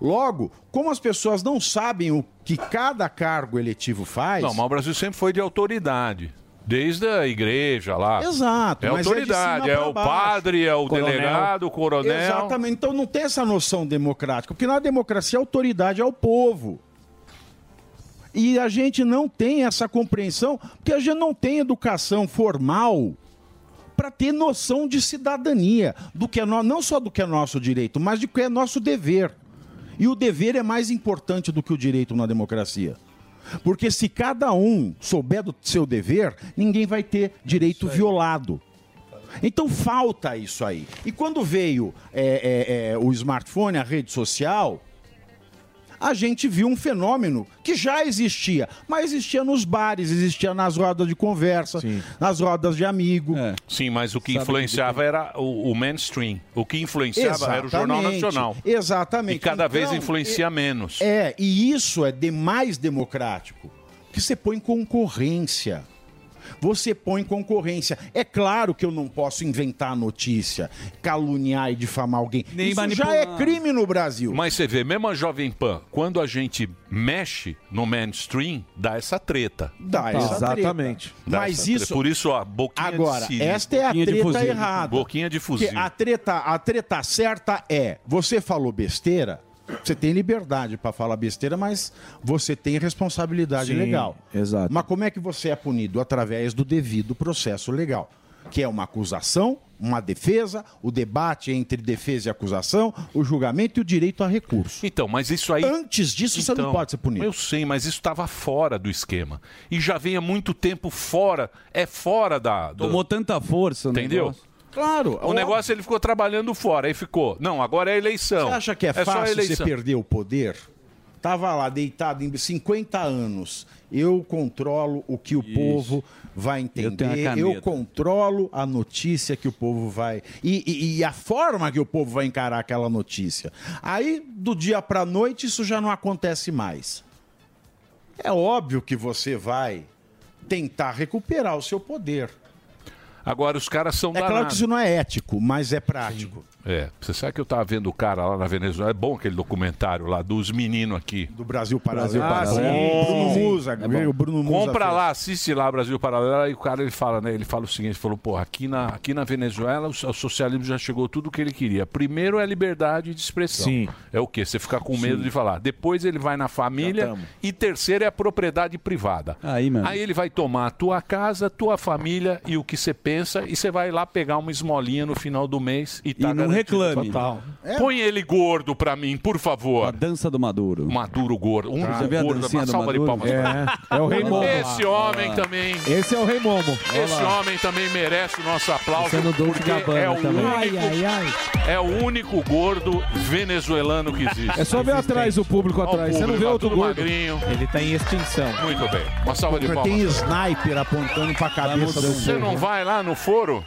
[SPEAKER 23] Logo, como as pessoas não sabem o que cada cargo eletivo faz,
[SPEAKER 3] Não, mas o Brasil sempre foi de autoridade. Desde a igreja lá.
[SPEAKER 23] Exato.
[SPEAKER 3] É
[SPEAKER 23] mas de
[SPEAKER 3] autoridade,
[SPEAKER 23] cima
[SPEAKER 3] é
[SPEAKER 23] pra
[SPEAKER 3] o
[SPEAKER 23] baixo.
[SPEAKER 3] padre, é o delegado, o coronel.
[SPEAKER 23] Exatamente. Então não tem essa noção democrática. Porque na democracia a autoridade é o povo. E a gente não tem essa compreensão, porque a gente não tem educação formal para ter noção de cidadania, do que é no- não só do que é nosso direito, mas do que é nosso dever. E o dever é mais importante do que o direito na democracia. Porque se cada um souber do seu dever, ninguém vai ter direito violado. Então falta isso aí. E quando veio é, é, é, o smartphone, a rede social, a gente viu um fenômeno que já existia, mas existia nos bares, existia nas rodas de conversa, nas rodas de amigo.
[SPEAKER 3] Sim, mas o que
[SPEAKER 23] Sabe
[SPEAKER 3] influenciava era o, o mainstream. O que influenciava era o Jornal
[SPEAKER 23] Exatamente.
[SPEAKER 3] Nacional.
[SPEAKER 23] Exatamente.
[SPEAKER 3] E cada vez
[SPEAKER 23] Então,
[SPEAKER 3] influencia menos.
[SPEAKER 23] É, e isso é demais democrático. Que você põe concorrência. você põe concorrência. É claro que eu não posso inventar a notícia, caluniar e difamar alguém.
[SPEAKER 3] Nem
[SPEAKER 23] Isso já
[SPEAKER 3] manipular.
[SPEAKER 23] é crime no Brasil.
[SPEAKER 3] Mas você vê, mesmo a Jovem Pan, quando a gente mexe no mainstream, dá essa treta.
[SPEAKER 23] Dá essa treta. Tá. Exatamente.
[SPEAKER 3] Dá
[SPEAKER 23] Mas
[SPEAKER 3] essa treta.
[SPEAKER 23] isso-
[SPEAKER 3] Por isso, ó, boquinha
[SPEAKER 23] Agora,
[SPEAKER 3] de siri.
[SPEAKER 23] esta é a Boquinha de treta fuzil. errada.
[SPEAKER 3] Boquinha de
[SPEAKER 23] Porque
[SPEAKER 3] fuzil.
[SPEAKER 23] a treta, a treta certa é: você falou besteira, você tem liberdade para falar besteira, mas você tem responsabilidade
[SPEAKER 7] Sim,
[SPEAKER 23] legal.
[SPEAKER 7] exato.
[SPEAKER 23] Mas como é que você é punido? Através do devido processo legal, que é uma acusação, uma defesa, o debate entre defesa e acusação, o julgamento e o direito a recurso.
[SPEAKER 3] Então, mas isso aí. Então,
[SPEAKER 23] Antes disso, você não pode ser punido.
[SPEAKER 3] Eu sei, mas isso estava fora do esquema. E já vem há muito tempo fora. É fora da. do-
[SPEAKER 4] Tomou tanta força, né?
[SPEAKER 3] Entendeu?
[SPEAKER 23] Claro. é
[SPEAKER 3] O negócio ele ficou trabalhando fora, aí ficou. Não, agora é eleição.
[SPEAKER 23] Você acha que é,
[SPEAKER 3] só
[SPEAKER 23] fácil você
[SPEAKER 3] eleição.
[SPEAKER 23] perder o poder? Tava lá deitado em 50 anos. Eu controlo o que o povo vai
[SPEAKER 4] tenho a
[SPEAKER 23] entender.
[SPEAKER 4] caneta.
[SPEAKER 23] Eu, controlo a notícia que o povo vai e, e- e a forma que o povo vai encarar aquela notícia. Aí do dia para noite isso já não acontece mais. É óbvio que você vai tentar recuperar o seu poder.
[SPEAKER 3] Agora os caras são
[SPEAKER 23] É claro que
[SPEAKER 3] danados.
[SPEAKER 23] isso não é ético, mas é prático.
[SPEAKER 3] É, você sabe que eu tava vendo o cara lá na Venezuela. É bom aquele documentário lá dos meninos aqui.
[SPEAKER 23] Do Brasil
[SPEAKER 3] Brasil
[SPEAKER 23] Paralelo.
[SPEAKER 3] Paralelo.
[SPEAKER 23] Ah, sim. Bruno
[SPEAKER 3] Sim.
[SPEAKER 23] Musa.
[SPEAKER 3] É bom.
[SPEAKER 23] o Bruno Musa
[SPEAKER 3] Compra
[SPEAKER 23] fez.
[SPEAKER 3] lá, assiste lá Brasil Paralelo. E o cara ele fala, né? Ele fala o seguinte: ele falou, porra, aqui na, aqui na Venezuela o so- o socialismo já chegou tudo o que ele queria. Primeiro é a liberdade de expressão.
[SPEAKER 7] Sim.
[SPEAKER 3] É o quê? Você ficar com medo de falar. Depois ele vai na família. E terceiro é a propriedade privada.
[SPEAKER 4] Aí, mano.
[SPEAKER 3] Aí ele vai tomar a tua casa, tua família e o que você pensa, e você vai lá pegar uma esmolinha no final do mês e tá
[SPEAKER 4] E não
[SPEAKER 3] garantido.
[SPEAKER 4] reclame.
[SPEAKER 3] Total. Põe ele gordo pra mim, por favor. A
[SPEAKER 4] dança do Maduro.
[SPEAKER 3] Maduro gordo. Um
[SPEAKER 4] Tá. Você vê a
[SPEAKER 3] gordo,
[SPEAKER 4] dancinha
[SPEAKER 3] uma
[SPEAKER 4] do
[SPEAKER 3] salva de
[SPEAKER 4] Maduro?
[SPEAKER 3] palmas.
[SPEAKER 7] É, é o Rei Momo.
[SPEAKER 3] Esse homem também.
[SPEAKER 7] Esse é o Rei Momo.
[SPEAKER 3] Esse homem também merece o nosso aplauso.
[SPEAKER 7] Sendo Dolce
[SPEAKER 3] Porque
[SPEAKER 7] Gabbana
[SPEAKER 3] é o,
[SPEAKER 7] também.
[SPEAKER 3] único, é o único gordo venezuelano que existe.
[SPEAKER 7] É só ver atrás o público
[SPEAKER 3] Olha o
[SPEAKER 7] atrás. Você não
[SPEAKER 3] público,
[SPEAKER 7] vê
[SPEAKER 3] tá
[SPEAKER 7] outro
[SPEAKER 3] tudo
[SPEAKER 7] gordo.
[SPEAKER 3] magrinho.
[SPEAKER 7] Ele tá em extinção.
[SPEAKER 3] Muito bem. Uma salva de
[SPEAKER 23] Porque
[SPEAKER 3] palmas.
[SPEAKER 23] Tem sniper apontando pra cabeça do
[SPEAKER 3] Você não vai lá no foro?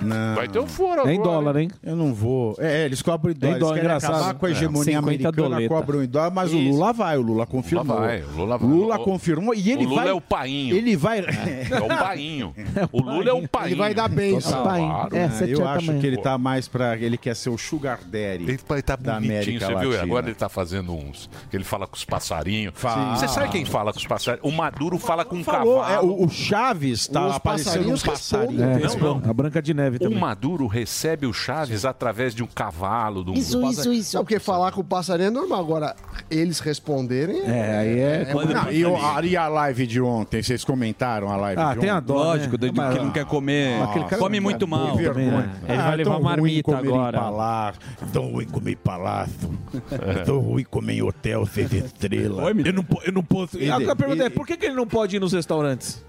[SPEAKER 23] Não.
[SPEAKER 3] Vai ter um o foro
[SPEAKER 7] Nem
[SPEAKER 3] agora.
[SPEAKER 7] dólar, hein?
[SPEAKER 23] Eu não vou. É, é, eles cobram em dólar.
[SPEAKER 7] Nem dólar,
[SPEAKER 23] eles querem
[SPEAKER 7] engraçado.
[SPEAKER 23] acabar com a
[SPEAKER 7] É,
[SPEAKER 23] hegemonia
[SPEAKER 7] 50
[SPEAKER 23] americana,
[SPEAKER 7] doleta.
[SPEAKER 23] cobram em dólar, mas o
[SPEAKER 7] Isso.
[SPEAKER 23] Lula vai, o Lula confirmou.
[SPEAKER 3] vai, o Lula vai.
[SPEAKER 23] Lula
[SPEAKER 3] O-
[SPEAKER 23] confirmou e ele
[SPEAKER 3] o Lula
[SPEAKER 23] vai...
[SPEAKER 3] é o painho.
[SPEAKER 23] Ele vai...
[SPEAKER 3] É o painho. O Lula é o painho.
[SPEAKER 23] Ele vai dar bem,
[SPEAKER 3] Total.
[SPEAKER 7] É,
[SPEAKER 3] Claro. né?
[SPEAKER 23] eu acho que ele tá mais pra... Ele quer ser o sugar daddy ele vai tá da
[SPEAKER 3] Bonitinho,
[SPEAKER 23] América
[SPEAKER 3] Um você
[SPEAKER 23] Latina.
[SPEAKER 3] viu? Agora ele tá fazendo uns. Ele fala com os passarinhos.
[SPEAKER 23] Fala.
[SPEAKER 3] Você sabe quem fala com os passarinhos? O Maduro fala com um
[SPEAKER 23] Falou, é,
[SPEAKER 3] cavalo.
[SPEAKER 23] o, o Chaves tá
[SPEAKER 3] Os
[SPEAKER 23] aparecendo um
[SPEAKER 3] passarinhos
[SPEAKER 23] passarinho.
[SPEAKER 3] respondem, É, não, não.
[SPEAKER 7] A Branca de Neve
[SPEAKER 3] O
[SPEAKER 7] também.
[SPEAKER 3] Maduro recebe o Chaves através de um cavalo, de um
[SPEAKER 14] Isso, isso, isso. Não, porque falar com o passarinho é normal. Agora, eles responderem.
[SPEAKER 23] É, aí é. Não, e, o- e a live de ontem? Vocês comentaram a live
[SPEAKER 4] Ah,
[SPEAKER 23] de ontem?
[SPEAKER 4] tem a dó, Lógico, né? do- do que não quer comer. Aquele cara Come é muito mal
[SPEAKER 23] Que
[SPEAKER 4] também,
[SPEAKER 23] vergonha.
[SPEAKER 4] né? Ele vai
[SPEAKER 23] é
[SPEAKER 4] levar
[SPEAKER 23] tão
[SPEAKER 4] uma
[SPEAKER 23] ruim
[SPEAKER 4] marmita
[SPEAKER 23] comer em
[SPEAKER 4] agora.
[SPEAKER 23] palácio. É Tão ruim comer em palácio. É tão ruim comer em hotel seis estrelas. eu, não, po- eu não posso.
[SPEAKER 7] E a pergunta é, por que, que ele não pode ir nos restaurantes?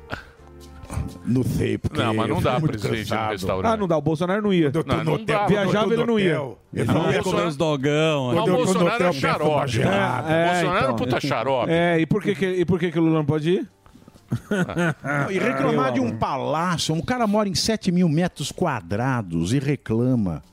[SPEAKER 23] Não sei, porque.
[SPEAKER 3] Não, mas não
[SPEAKER 23] eu
[SPEAKER 3] dá,
[SPEAKER 23] fico muito
[SPEAKER 3] presidente, no
[SPEAKER 23] cansado.
[SPEAKER 7] Ah,
[SPEAKER 3] restaurante.
[SPEAKER 7] não dá. O Bolsonaro não ia.
[SPEAKER 3] tô Não, no não hotel. dá. Eu
[SPEAKER 7] Viajava,
[SPEAKER 3] tô
[SPEAKER 7] ele
[SPEAKER 3] no
[SPEAKER 7] não ia.
[SPEAKER 3] hotel.
[SPEAKER 4] Ele não ia comer os dogão.
[SPEAKER 3] Mas
[SPEAKER 4] assim.
[SPEAKER 3] o Bolsonaro é
[SPEAKER 7] É,
[SPEAKER 3] xarope. o Bolsonaro é um
[SPEAKER 7] então.
[SPEAKER 3] puta xarope.
[SPEAKER 7] É, e por que, que, e por que, que o Lula não pode ir?
[SPEAKER 3] Ah.
[SPEAKER 23] Não, e
[SPEAKER 4] Ah,
[SPEAKER 23] reclamar de um palácio. Um cara mora em 7 mil metros quadrados e reclama.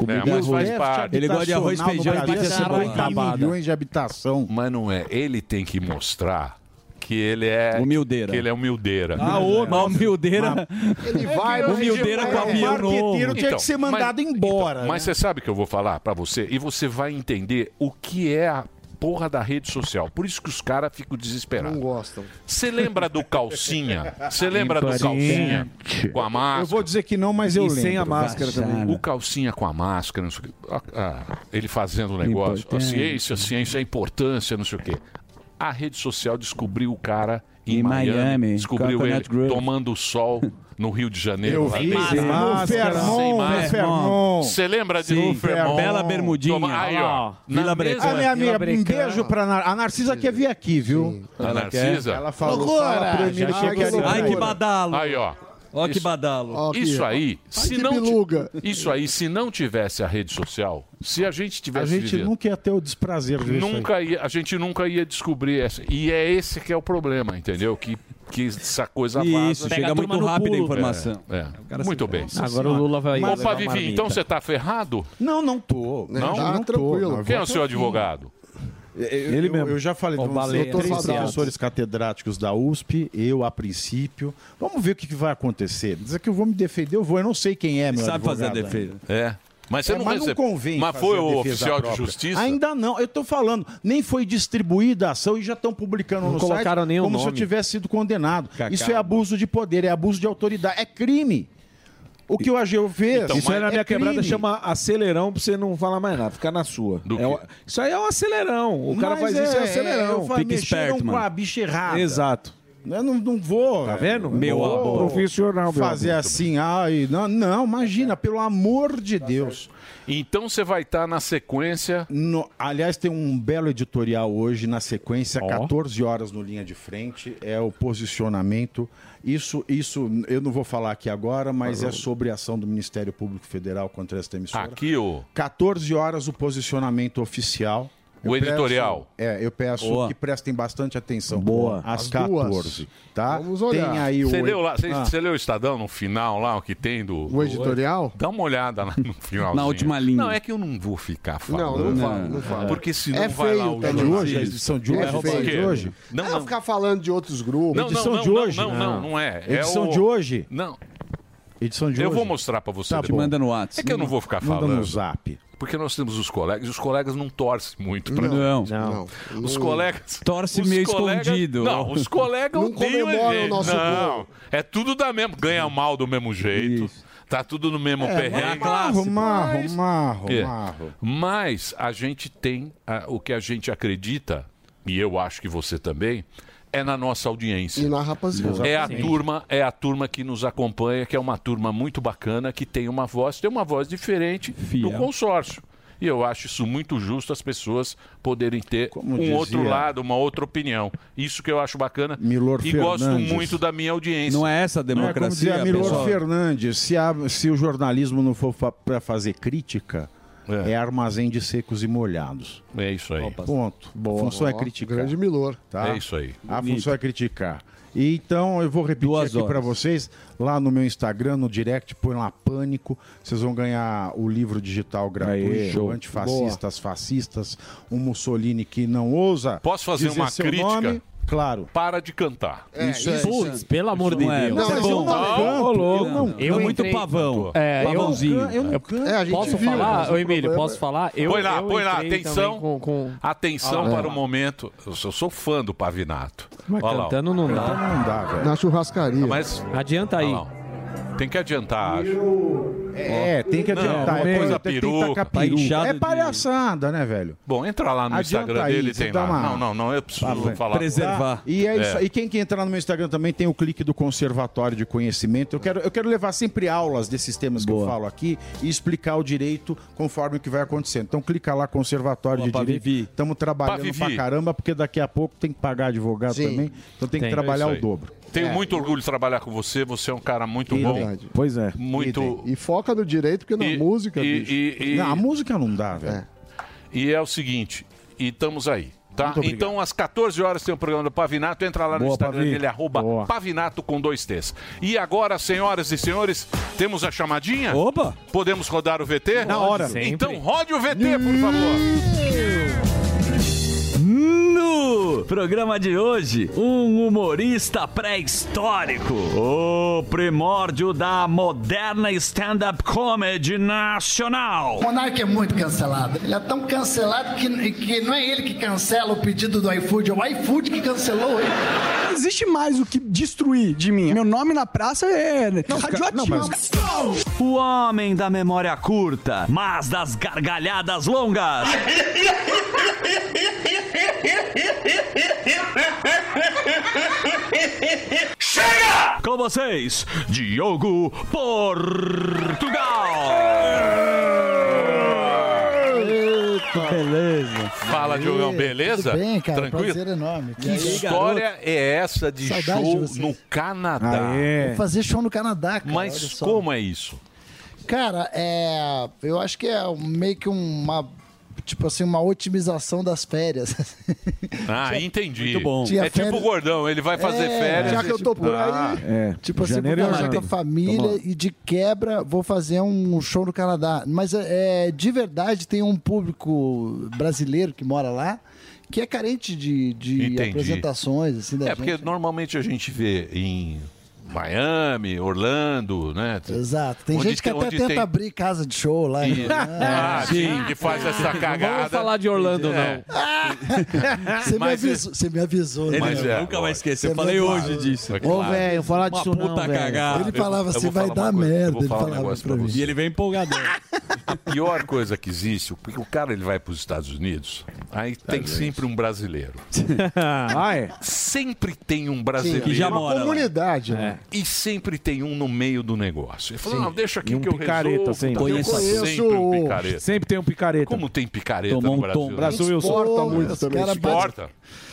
[SPEAKER 3] É, mas faz parte.
[SPEAKER 23] Ele gosta de arroz, feijão e pizza cebola. milhões de habitação.
[SPEAKER 3] Mas não é. Ele tem que mostrar que ele é... Humildeira. Que ele é humildeira.
[SPEAKER 4] Ah, ô, mas o Mildeira.
[SPEAKER 14] Ele
[SPEAKER 3] É
[SPEAKER 23] vai,
[SPEAKER 4] o Mildeira com avião novo.
[SPEAKER 23] É, tinha que ser mandado embora.
[SPEAKER 3] Então,
[SPEAKER 23] né?
[SPEAKER 3] Mas você sabe o que eu vou falar pra você e você vai entender o que é a porra da rede social. Por isso que os caras ficam desesperados. Não
[SPEAKER 14] gostam.
[SPEAKER 3] Você lembra do calcinha? Você lembra do calcinha
[SPEAKER 23] Imparente.
[SPEAKER 3] com a máscara?
[SPEAKER 23] Eu vou dizer que não, mas eu lembro.
[SPEAKER 3] O calcinha com a máscara, não sei o quê. Ah, ah, ele fazendo o negócio. A
[SPEAKER 23] Importante.
[SPEAKER 3] ciência, a ciência, a importância, não sei o quê. A rede social descobriu o cara em,
[SPEAKER 4] Em
[SPEAKER 3] Miami,
[SPEAKER 4] Miami,
[SPEAKER 3] Descobriu
[SPEAKER 4] Coconut
[SPEAKER 3] ele tomando sol no Rio de Janeiro.
[SPEAKER 4] Eu
[SPEAKER 3] lá
[SPEAKER 4] vi,
[SPEAKER 3] dentro.
[SPEAKER 4] sem No máscara. Fermon,
[SPEAKER 3] Sem
[SPEAKER 4] no
[SPEAKER 3] máscara.
[SPEAKER 4] Fermon.
[SPEAKER 3] Você lembra de
[SPEAKER 4] Sim.
[SPEAKER 3] no Fermon?
[SPEAKER 4] Bela bermudinha.
[SPEAKER 3] Toma- Aí,
[SPEAKER 4] Olha
[SPEAKER 3] ó.
[SPEAKER 4] lá, ó. Vila
[SPEAKER 3] Na
[SPEAKER 4] Brecana.
[SPEAKER 3] mesma-
[SPEAKER 23] A minha amiga, um beijo pra Nar- a Narcisa quer vir aqui, viu?
[SPEAKER 3] A Tá Narcisa?
[SPEAKER 23] Ela falou
[SPEAKER 3] Loucura!
[SPEAKER 23] para pro Emílio
[SPEAKER 3] Já
[SPEAKER 23] que
[SPEAKER 3] chegou
[SPEAKER 23] ele
[SPEAKER 3] assim,
[SPEAKER 23] vai.
[SPEAKER 3] "Ai, que
[SPEAKER 4] badalo.
[SPEAKER 3] Aí, ó.
[SPEAKER 4] Ó que
[SPEAKER 3] Isso-
[SPEAKER 4] badalo. Ó que-
[SPEAKER 3] Isso aí, se
[SPEAKER 23] que
[SPEAKER 3] não ti-
[SPEAKER 23] biluga.
[SPEAKER 3] isso aí, se não tivesse a rede social, se a gente
[SPEAKER 23] A
[SPEAKER 3] tivesse
[SPEAKER 23] gente
[SPEAKER 3] vivido-
[SPEAKER 23] nunca ia ter o desprazer disso. aí.
[SPEAKER 3] nunca ia, a gente nunca ia descobrir essa. E é esse que é o problema, entendeu? Que que essa coisa
[SPEAKER 4] Isso,
[SPEAKER 3] vaza.
[SPEAKER 4] chega Pega a muito turma no rápido a pulo. informação.
[SPEAKER 3] É, é. Muito bem.
[SPEAKER 15] Agora o Lula vai
[SPEAKER 3] Ô,
[SPEAKER 15] levar uma
[SPEAKER 3] Vivi, então
[SPEAKER 15] marmita.
[SPEAKER 3] você tá ferrado?
[SPEAKER 23] Não, não tô.
[SPEAKER 3] Não?
[SPEAKER 23] Não, não tô.
[SPEAKER 3] Quem é o seu advogado?
[SPEAKER 23] Eu,
[SPEAKER 7] Ele
[SPEAKER 23] eu-
[SPEAKER 7] mesmo.
[SPEAKER 23] Eu já falei,
[SPEAKER 7] Ó,
[SPEAKER 23] vão
[SPEAKER 7] baleia, é
[SPEAKER 23] ser três
[SPEAKER 7] Dr. Fadal.
[SPEAKER 23] professores catedráticos da USP, eu a princípio. Vamos ver o que, que vai acontecer. Dizer que eu vou me defender, eu vou. Eu não sei quem é, meu
[SPEAKER 3] sabe fazer
[SPEAKER 23] advogado
[SPEAKER 3] defesa.
[SPEAKER 23] ainda.
[SPEAKER 3] É. Mas você
[SPEAKER 23] É,
[SPEAKER 3] não
[SPEAKER 23] mas
[SPEAKER 3] recebe-
[SPEAKER 23] convém.
[SPEAKER 3] Mas
[SPEAKER 23] fazer
[SPEAKER 3] foi
[SPEAKER 23] a
[SPEAKER 3] o
[SPEAKER 23] defesa
[SPEAKER 3] oficial de
[SPEAKER 23] própria.
[SPEAKER 3] justiça?
[SPEAKER 23] Ainda não. Eu tô falando. Nem foi distribuída a ação e já estão publicando
[SPEAKER 7] Não
[SPEAKER 23] no
[SPEAKER 7] colocaram
[SPEAKER 23] site
[SPEAKER 7] nem o
[SPEAKER 23] como se eu
[SPEAKER 7] nome.
[SPEAKER 23] tivesse sido condenado.
[SPEAKER 7] Cacá.
[SPEAKER 23] Isso é abuso de poder, é abuso de autoridade, é crime. O que o AGU fez.
[SPEAKER 3] Então,
[SPEAKER 7] isso aí na
[SPEAKER 23] é
[SPEAKER 7] minha
[SPEAKER 23] crime.
[SPEAKER 7] quebrada chama acelerão pra você não falar mais nada, ficar na sua. É o- isso aí é um acelerão. O cara
[SPEAKER 23] Mas
[SPEAKER 7] faz isso, é um acelerão.
[SPEAKER 23] eu falei, mexeram com a bicha errada.
[SPEAKER 7] Exato.
[SPEAKER 23] Eu não, não vou. Tá
[SPEAKER 7] vendo?
[SPEAKER 23] Meu
[SPEAKER 7] amor. é, Profissional, meu
[SPEAKER 23] Fazer
[SPEAKER 7] amor.
[SPEAKER 23] assim, ai, não, não, imagina, pelo amor de Deus.
[SPEAKER 3] Então você vai estar na sequência.
[SPEAKER 23] No- aliás, tem um belo editorial hoje, na sequência, 14 horas no Linha de Frente, é o posicionamento. Isso, isso eu não vou falar aqui agora, mas é sobre a ação do Ministério Público Federal contra esta emissora.
[SPEAKER 3] Aqui o.
[SPEAKER 23] 14 horas o posicionamento oficial.
[SPEAKER 3] O
[SPEAKER 23] peço-
[SPEAKER 3] editorial.
[SPEAKER 23] é, eu peço
[SPEAKER 3] Boa.
[SPEAKER 23] que prestem bastante atenção.
[SPEAKER 3] Boa.
[SPEAKER 23] Às
[SPEAKER 3] As
[SPEAKER 23] 14, tá? Vamos Tem aí o
[SPEAKER 3] Você leu lá, você,
[SPEAKER 23] Ah.
[SPEAKER 3] você leu o Estadão no final lá, o que tem do.
[SPEAKER 14] O editorial?
[SPEAKER 3] Dá uma olhada lá no final.
[SPEAKER 14] Na última linha.
[SPEAKER 3] Não, é que eu não vou ficar falando.
[SPEAKER 14] Não, não fala, não fala.
[SPEAKER 3] Porque senão
[SPEAKER 14] É
[SPEAKER 3] vai lá
[SPEAKER 14] feio,
[SPEAKER 3] o
[SPEAKER 14] é de
[SPEAKER 3] jornalista.
[SPEAKER 14] hoje, a edição de hoje,
[SPEAKER 3] É
[SPEAKER 14] é feio.
[SPEAKER 3] roteiro.
[SPEAKER 14] De hoje?
[SPEAKER 3] Não,
[SPEAKER 14] Ah,
[SPEAKER 3] não.
[SPEAKER 14] ficar falando de outros grupos.
[SPEAKER 3] Não,
[SPEAKER 23] edição
[SPEAKER 3] não,
[SPEAKER 23] de
[SPEAKER 3] não,
[SPEAKER 23] hoje?
[SPEAKER 3] Não, não, não é. É
[SPEAKER 23] Edição
[SPEAKER 3] o-
[SPEAKER 23] de hoje?
[SPEAKER 3] Não.
[SPEAKER 23] Edição de
[SPEAKER 3] eu
[SPEAKER 23] hoje?
[SPEAKER 3] vou mostrar pra você.
[SPEAKER 23] Tá
[SPEAKER 3] depois.
[SPEAKER 23] bom. Te manda no WhatsApp.
[SPEAKER 3] É que eu não vou ficar
[SPEAKER 23] Manda
[SPEAKER 3] falando.
[SPEAKER 23] no zap.
[SPEAKER 3] Porque nós temos os colegas e os colegas não torcem muito pra
[SPEAKER 4] Não.
[SPEAKER 3] nós.
[SPEAKER 4] Não.
[SPEAKER 3] Os
[SPEAKER 4] Não.
[SPEAKER 3] colegas.
[SPEAKER 4] Torce
[SPEAKER 3] os
[SPEAKER 4] meio
[SPEAKER 3] colegas-
[SPEAKER 4] escondido.
[SPEAKER 3] Não, os colegas
[SPEAKER 4] Não
[SPEAKER 3] odeiam a
[SPEAKER 4] comemora o
[SPEAKER 3] gente.
[SPEAKER 4] nosso
[SPEAKER 3] não.
[SPEAKER 4] gol.
[SPEAKER 3] É tudo da mesma. Ganha mal do mesmo jeito. Tá tudo no
[SPEAKER 4] É,
[SPEAKER 3] mesmo
[SPEAKER 23] É,
[SPEAKER 11] É
[SPEAKER 3] perrengue.
[SPEAKER 23] marro, marro,
[SPEAKER 3] Mas-
[SPEAKER 23] marro,
[SPEAKER 3] É.
[SPEAKER 23] marro.
[SPEAKER 3] Mas a gente tem ah, o que a gente acredita, e eu acho que você também, é na nossa audiência.
[SPEAKER 14] E na rapaziada.
[SPEAKER 3] É a
[SPEAKER 14] Exatamente.
[SPEAKER 3] turma, é a turma que nos acompanha, que é uma turma muito bacana, que tem uma voz, tem uma voz diferente do consórcio. E eu acho isso muito justo as pessoas poderem ter um
[SPEAKER 23] dizia-
[SPEAKER 3] outro lado, uma outra opinião. Isso que eu acho bacana.
[SPEAKER 23] Milor
[SPEAKER 3] e gosto
[SPEAKER 23] Fernandes.
[SPEAKER 3] muito da minha audiência.
[SPEAKER 11] Não é essa a
[SPEAKER 23] É como dizia
[SPEAKER 11] democracia,
[SPEAKER 23] Milor
[SPEAKER 11] pessoal?
[SPEAKER 23] Fernandes, se, a- se o jornalismo não for para fazer crítica, é. armazém de secos e molhados.
[SPEAKER 3] É isso aí.
[SPEAKER 23] Ponto. a função é
[SPEAKER 14] Ó,
[SPEAKER 23] criticar.
[SPEAKER 14] grande Milor.
[SPEAKER 23] Tá?
[SPEAKER 3] É isso aí.
[SPEAKER 23] A
[SPEAKER 3] Bonito.
[SPEAKER 23] função é criticar. E Então, eu vou repetir aqui
[SPEAKER 3] horas.
[SPEAKER 23] para vocês, lá no meu Instagram, no direct, põe lá Pânico. Vocês vão ganhar o livro digital gratuito,
[SPEAKER 3] Aê, show.
[SPEAKER 23] Antifascistas, Fascistas, um Mussolini que não ousa.
[SPEAKER 3] Posso fazer
[SPEAKER 23] dizer
[SPEAKER 3] uma
[SPEAKER 23] seu
[SPEAKER 3] crítica?
[SPEAKER 23] nome? Claro.
[SPEAKER 3] Para de cantar.
[SPEAKER 23] É, Isso é- isso é-
[SPEAKER 3] Putz,
[SPEAKER 23] pelo amor de Deus. Não, mas eu não canto,
[SPEAKER 3] ô, louco.
[SPEAKER 23] eu não canto. Eu entrei-
[SPEAKER 15] É, eu-
[SPEAKER 3] Pavãozinho.
[SPEAKER 15] Eu não canto. É, a gente Posso viu, falar, mas o ô, Emílio, problema posso é- falar? Eu-
[SPEAKER 3] põe lá,
[SPEAKER 15] eu
[SPEAKER 3] põe lá,
[SPEAKER 15] entrei
[SPEAKER 3] atenção.
[SPEAKER 15] também com- com-
[SPEAKER 3] Atenção
[SPEAKER 15] Ah,
[SPEAKER 3] para o
[SPEAKER 15] é.
[SPEAKER 3] momento. Eu sou, sou fã do Pavinato.
[SPEAKER 15] Mas
[SPEAKER 3] Olha lá, ó.
[SPEAKER 15] cantando não dá.
[SPEAKER 23] Cantando não dá, velho.
[SPEAKER 14] Na churrascaria.
[SPEAKER 3] Mas
[SPEAKER 15] adianta
[SPEAKER 3] aí. Tem que adiantar, acho.
[SPEAKER 23] É, tem que
[SPEAKER 3] Não,
[SPEAKER 23] adiantar.
[SPEAKER 3] põe
[SPEAKER 23] é,
[SPEAKER 3] coisa
[SPEAKER 23] tem que
[SPEAKER 3] peruca,
[SPEAKER 23] tacar
[SPEAKER 3] tá
[SPEAKER 23] peruca.
[SPEAKER 3] inchado
[SPEAKER 23] É
[SPEAKER 3] de-
[SPEAKER 23] palhaçada, né, velho?
[SPEAKER 3] Bom, entra lá no
[SPEAKER 23] Adianta
[SPEAKER 3] Instagram
[SPEAKER 23] aí,
[SPEAKER 3] dele,
[SPEAKER 23] você
[SPEAKER 3] tem
[SPEAKER 23] dá
[SPEAKER 3] lá.
[SPEAKER 23] uma-
[SPEAKER 3] Não, não, não, eu preciso falar.
[SPEAKER 23] Tá? E é isso. E quem que entrar no meu Instagram também tem o clique do Conservatório de Conhecimento. Eu quero, eu quero levar sempre aulas desses temas que eu falo aqui e explicar o direito conforme o que vai acontecendo. Então clica lá, Conservatório
[SPEAKER 11] Boa,
[SPEAKER 23] de Direito.
[SPEAKER 11] Pavivi.
[SPEAKER 23] Estamos trabalhando
[SPEAKER 3] Pavivi.
[SPEAKER 23] pra caramba, porque daqui a pouco tem que pagar advogado
[SPEAKER 3] Sim.
[SPEAKER 23] também. Então tem, que trabalhar
[SPEAKER 3] É isso
[SPEAKER 23] o
[SPEAKER 3] aí.
[SPEAKER 23] dobro.
[SPEAKER 3] Tenho
[SPEAKER 23] É.
[SPEAKER 3] muito orgulho de trabalhar com você, você é um cara muito bom.
[SPEAKER 23] Pois é.
[SPEAKER 3] Muito.
[SPEAKER 14] E foca no direito, porque na música,
[SPEAKER 3] e-
[SPEAKER 14] bicho.
[SPEAKER 3] e- e-
[SPEAKER 23] Não, a música não dá, velho.
[SPEAKER 3] E é o seguinte, e estamos aí. Tá?
[SPEAKER 23] Muito obrigado.
[SPEAKER 3] Então, às 14 horas tem o programa do Pavinato. Entra lá no
[SPEAKER 23] Boa,
[SPEAKER 3] Instagram
[SPEAKER 23] Pavi.
[SPEAKER 3] dele, arroba
[SPEAKER 23] Boa.
[SPEAKER 3] Pavinato com dois T's. E agora, senhoras e senhores, temos a chamadinha? Opa! Podemos rodar o VT?
[SPEAKER 4] Na hora. Sempre.
[SPEAKER 3] Então, rode o VT, por favor.
[SPEAKER 5] No programa de hoje, um humorista pré-histórico, o primórdio da moderna stand-up comedy nacional.
[SPEAKER 8] O Monark é muito cancelado. Ele é tão cancelado que, que não é ele que cancela o pedido do iFood, é o iFood que cancelou ele.
[SPEAKER 24] Não existe mais o que destruir de mim. Meu nome na praça é radioativo.
[SPEAKER 5] O homem da memória curta, mas das gargalhadas longas. Chega! Com vocês, Diogo Portugal.
[SPEAKER 8] Beleza.
[SPEAKER 3] Fala, Diogão, beleza?
[SPEAKER 8] Tudo bem, cara?
[SPEAKER 3] Tranquilo?
[SPEAKER 8] Prazer enorme.
[SPEAKER 3] Que
[SPEAKER 8] E aí,
[SPEAKER 3] história
[SPEAKER 8] garoto?
[SPEAKER 3] é essa de
[SPEAKER 8] Saudade de
[SPEAKER 3] show
[SPEAKER 8] vocês. Ah, é?
[SPEAKER 3] no Canadá?
[SPEAKER 8] Vou fazer show no Canadá, cara. olha
[SPEAKER 3] Mas
[SPEAKER 8] só.
[SPEAKER 3] como é isso?
[SPEAKER 8] Cara, é, eu acho que é meio que uma... Tipo assim, uma otimização das férias.
[SPEAKER 3] Ah, entendi.
[SPEAKER 8] Muito bom. Tinha
[SPEAKER 3] É tipo
[SPEAKER 8] férias-
[SPEAKER 3] o gordão, ele vai fazer
[SPEAKER 8] É,
[SPEAKER 3] férias.
[SPEAKER 8] já que eu tô por aí,
[SPEAKER 7] É.
[SPEAKER 8] Tipo assim,
[SPEAKER 7] Janeiro
[SPEAKER 8] vou
[SPEAKER 7] é
[SPEAKER 8] viajar
[SPEAKER 7] janeiro.
[SPEAKER 8] com a família e de quebra vou fazer um show no Canadá. Mas é, de verdade tem um público brasileiro que mora lá que é carente de, de
[SPEAKER 3] Entendi.
[SPEAKER 8] apresentações, assim, da
[SPEAKER 3] É,
[SPEAKER 8] gente.
[SPEAKER 3] porque normalmente a gente vê em Miami, Orlando, né?
[SPEAKER 8] Exato. Tem
[SPEAKER 3] Onde
[SPEAKER 8] gente que
[SPEAKER 3] tem-
[SPEAKER 8] até
[SPEAKER 3] onde
[SPEAKER 8] tenta
[SPEAKER 3] tem-
[SPEAKER 8] abrir casa de show lá. em-
[SPEAKER 3] Isso. Ah, sim, que faz essa cagada.
[SPEAKER 8] falar de Orlando,
[SPEAKER 3] É.
[SPEAKER 8] Você,
[SPEAKER 3] Mas,
[SPEAKER 8] me avisou, você me avisou.
[SPEAKER 3] Ele
[SPEAKER 8] né?
[SPEAKER 3] é,
[SPEAKER 10] nunca vai esquecer.
[SPEAKER 8] Você
[SPEAKER 10] Eu falei
[SPEAKER 8] me
[SPEAKER 10] hoje
[SPEAKER 8] avisou.
[SPEAKER 10] disso.
[SPEAKER 8] Ô,
[SPEAKER 10] claro.
[SPEAKER 8] velho, falar
[SPEAKER 10] Uma
[SPEAKER 8] disso não,
[SPEAKER 10] puta
[SPEAKER 8] velho.
[SPEAKER 10] cagada.
[SPEAKER 8] Ele falava
[SPEAKER 3] Eu vou
[SPEAKER 8] assim, vai
[SPEAKER 3] falar
[SPEAKER 8] dar
[SPEAKER 3] uma coisa, eu
[SPEAKER 8] merda.
[SPEAKER 3] vou
[SPEAKER 8] Ele
[SPEAKER 3] falar um
[SPEAKER 8] falava
[SPEAKER 3] negócio
[SPEAKER 8] pra
[SPEAKER 3] pra
[SPEAKER 8] mim.
[SPEAKER 3] você.
[SPEAKER 10] E ele vem empolgadão.
[SPEAKER 3] A pior coisa que existe, porque o cara ele vai para os Estados Unidos, aí tem
[SPEAKER 10] Unidos.
[SPEAKER 3] sempre um brasileiro.
[SPEAKER 7] ah, é?
[SPEAKER 3] Sempre tem um brasileiro.
[SPEAKER 7] que já Uma mora lá. É.
[SPEAKER 14] comunidade,
[SPEAKER 3] né? E sempre tem um no meio do negócio. Ele fala,
[SPEAKER 7] Sim.
[SPEAKER 3] não, deixa aqui
[SPEAKER 7] E um
[SPEAKER 3] que eu
[SPEAKER 7] picareta
[SPEAKER 3] resolvo.
[SPEAKER 7] sempre.
[SPEAKER 3] Eu
[SPEAKER 7] Conheço-
[SPEAKER 3] conheço sempre um picareta.
[SPEAKER 7] Sempre tem um picareta.
[SPEAKER 3] Como tem picareta
[SPEAKER 7] Tomou um
[SPEAKER 3] no Brasil?
[SPEAKER 7] tom. Brasil exporta
[SPEAKER 3] Exporta
[SPEAKER 7] muito também.
[SPEAKER 3] Exporta. Exporta.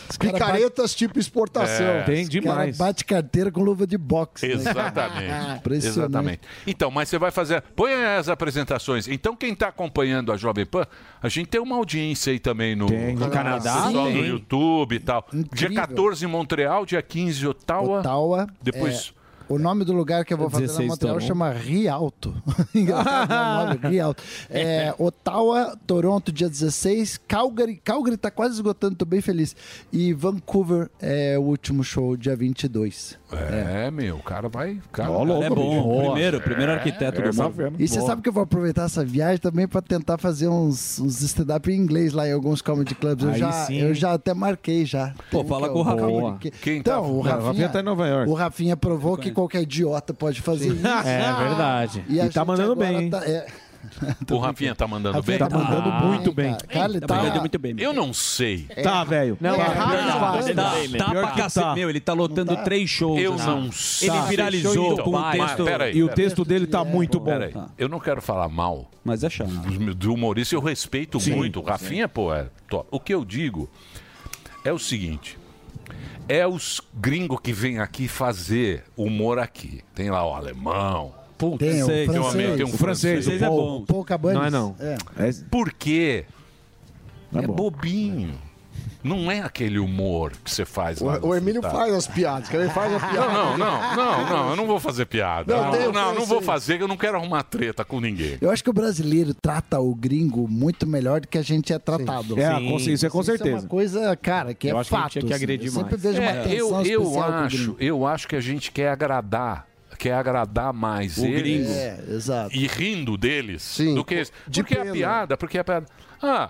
[SPEAKER 8] Os cara
[SPEAKER 14] Picaretas tipo exportação.
[SPEAKER 3] É. Tem
[SPEAKER 8] Os cara
[SPEAKER 3] demais.
[SPEAKER 8] bate carteira com luva de boxe. né?
[SPEAKER 3] Exatamente.
[SPEAKER 8] Impressionante.
[SPEAKER 3] Exatamente. Então, mas você vai fazer. Põe as apresentações. Então, quem está acompanhando a Jovem Pan, a gente tem uma audiência aí também no,
[SPEAKER 7] Tem, no Canadá,
[SPEAKER 3] Só no
[SPEAKER 7] tem.
[SPEAKER 3] YouTube e tal. Dia 14 em Montreal, dia 15 em Ottawa.
[SPEAKER 8] Ottawa.
[SPEAKER 3] Depois.
[SPEAKER 8] É, o nome do lugar que eu vou fazer na
[SPEAKER 3] 16
[SPEAKER 8] Montreal
[SPEAKER 3] tá bom.
[SPEAKER 8] chama Rialto. Engraçado é o nome, Rialto. É, Ottawa, Toronto, dia 16. Calgary, Calgary tá quase esgotando, tô bem feliz. E Vancouver é o último show, dia 22.
[SPEAKER 3] É, meu, o cara vai. o Cara,
[SPEAKER 8] Ó, louco,
[SPEAKER 3] é bom.
[SPEAKER 8] bicho.
[SPEAKER 3] Primeiro, primeiro
[SPEAKER 7] é,
[SPEAKER 8] arquiteto
[SPEAKER 3] do mundo.
[SPEAKER 8] E você sabe que eu vou aproveitar essa viagem também para tentar fazer uns, uns stand-up em inglês lá em alguns comedy clubs. Eu,
[SPEAKER 7] Aí
[SPEAKER 8] já,
[SPEAKER 7] sim.
[SPEAKER 8] eu já até marquei já. Tem
[SPEAKER 7] Pô,
[SPEAKER 8] um
[SPEAKER 7] fala
[SPEAKER 8] que é
[SPEAKER 7] com o Rafinha.
[SPEAKER 8] comedy que-
[SPEAKER 7] Quem
[SPEAKER 8] então,
[SPEAKER 7] tá-
[SPEAKER 8] o
[SPEAKER 7] Não, o
[SPEAKER 8] Rafinha,
[SPEAKER 7] Rafinha tá em Nova York.
[SPEAKER 8] O Rafinha provou que qualquer idiota pode fazer isso.
[SPEAKER 7] É verdade. E tá
[SPEAKER 8] a gente
[SPEAKER 7] mandando
[SPEAKER 8] agora
[SPEAKER 7] bem, hein?
[SPEAKER 8] tá- é,
[SPEAKER 3] O Rafinha tá mandando
[SPEAKER 8] Rafinha
[SPEAKER 3] bem.
[SPEAKER 8] tá mandando
[SPEAKER 3] Ah,
[SPEAKER 8] muito bem. cara. Cara, ele tá-
[SPEAKER 3] Eu não sei.
[SPEAKER 7] Tá, velho.
[SPEAKER 3] Não, é
[SPEAKER 7] Tá.
[SPEAKER 3] raro,
[SPEAKER 7] Tá,
[SPEAKER 3] mas-
[SPEAKER 7] tá
[SPEAKER 3] Pior
[SPEAKER 7] pra
[SPEAKER 3] que
[SPEAKER 7] cacete.
[SPEAKER 3] tá.
[SPEAKER 7] Meu, ele tá lotando três shows.
[SPEAKER 3] Eu
[SPEAKER 7] já.
[SPEAKER 3] não
[SPEAKER 7] Tá.
[SPEAKER 3] sei.
[SPEAKER 7] Ele viralizou
[SPEAKER 3] Então,
[SPEAKER 7] com o
[SPEAKER 3] mas
[SPEAKER 7] texto.
[SPEAKER 3] peraí,
[SPEAKER 7] e o
[SPEAKER 3] peraí.
[SPEAKER 7] texto dele tá muito bom.
[SPEAKER 3] Peraí, eu não quero falar mal.
[SPEAKER 10] Mas é chato.
[SPEAKER 3] Do humorista eu respeito
[SPEAKER 10] Sim,
[SPEAKER 3] muito. O
[SPEAKER 10] sim.
[SPEAKER 3] Rafinha, pô, é top. O que eu digo é o seguinte. É os gringos que vêm aqui fazer humor aqui. Tem lá o alemão. Putz,
[SPEAKER 8] Tem, o
[SPEAKER 3] tem um,
[SPEAKER 8] francês.
[SPEAKER 3] ame- tem um
[SPEAKER 8] O francês,
[SPEAKER 3] francês.
[SPEAKER 8] o Paul- o Paul Cabanes. Não é não. É. Tá
[SPEAKER 3] Por quê? É, bobinho. Não é aquele humor que você faz lá
[SPEAKER 14] O,
[SPEAKER 3] no
[SPEAKER 14] o Emílio
[SPEAKER 3] hospital.
[SPEAKER 14] faz as piadas, cara. Ele faz as piadas.
[SPEAKER 3] Tá. Não, não, não, não, não, eu não vou fazer piada.
[SPEAKER 14] Não,
[SPEAKER 3] Não,
[SPEAKER 14] tem,
[SPEAKER 3] não,
[SPEAKER 14] eu
[SPEAKER 3] não,
[SPEAKER 14] sei.
[SPEAKER 3] vou fazer, que eu não quero arrumar treta com ninguém.
[SPEAKER 8] Eu acho que o brasileiro trata o gringo muito melhor do que a gente é tratado.
[SPEAKER 3] Sim. É, Sim. com- isso é com
[SPEAKER 8] Isso é
[SPEAKER 3] certeza.
[SPEAKER 8] uma coisa, cara, que
[SPEAKER 3] Eu
[SPEAKER 8] é
[SPEAKER 3] acho que a gente
[SPEAKER 8] fato.
[SPEAKER 3] tinha que
[SPEAKER 8] assim.
[SPEAKER 3] agredir
[SPEAKER 8] eu
[SPEAKER 3] mais.
[SPEAKER 8] sempre vejo uma
[SPEAKER 3] É,
[SPEAKER 8] atenção
[SPEAKER 3] eu, eu
[SPEAKER 8] especial pro
[SPEAKER 3] acho,
[SPEAKER 8] gringo.
[SPEAKER 3] eu acho que a gente quer agradar, quer agradar mais
[SPEAKER 8] O
[SPEAKER 3] eles
[SPEAKER 8] gringo. É, exato.
[SPEAKER 3] E rindo deles do que eles. Porque é a
[SPEAKER 8] pena.
[SPEAKER 3] piada, porque a piada. Ah,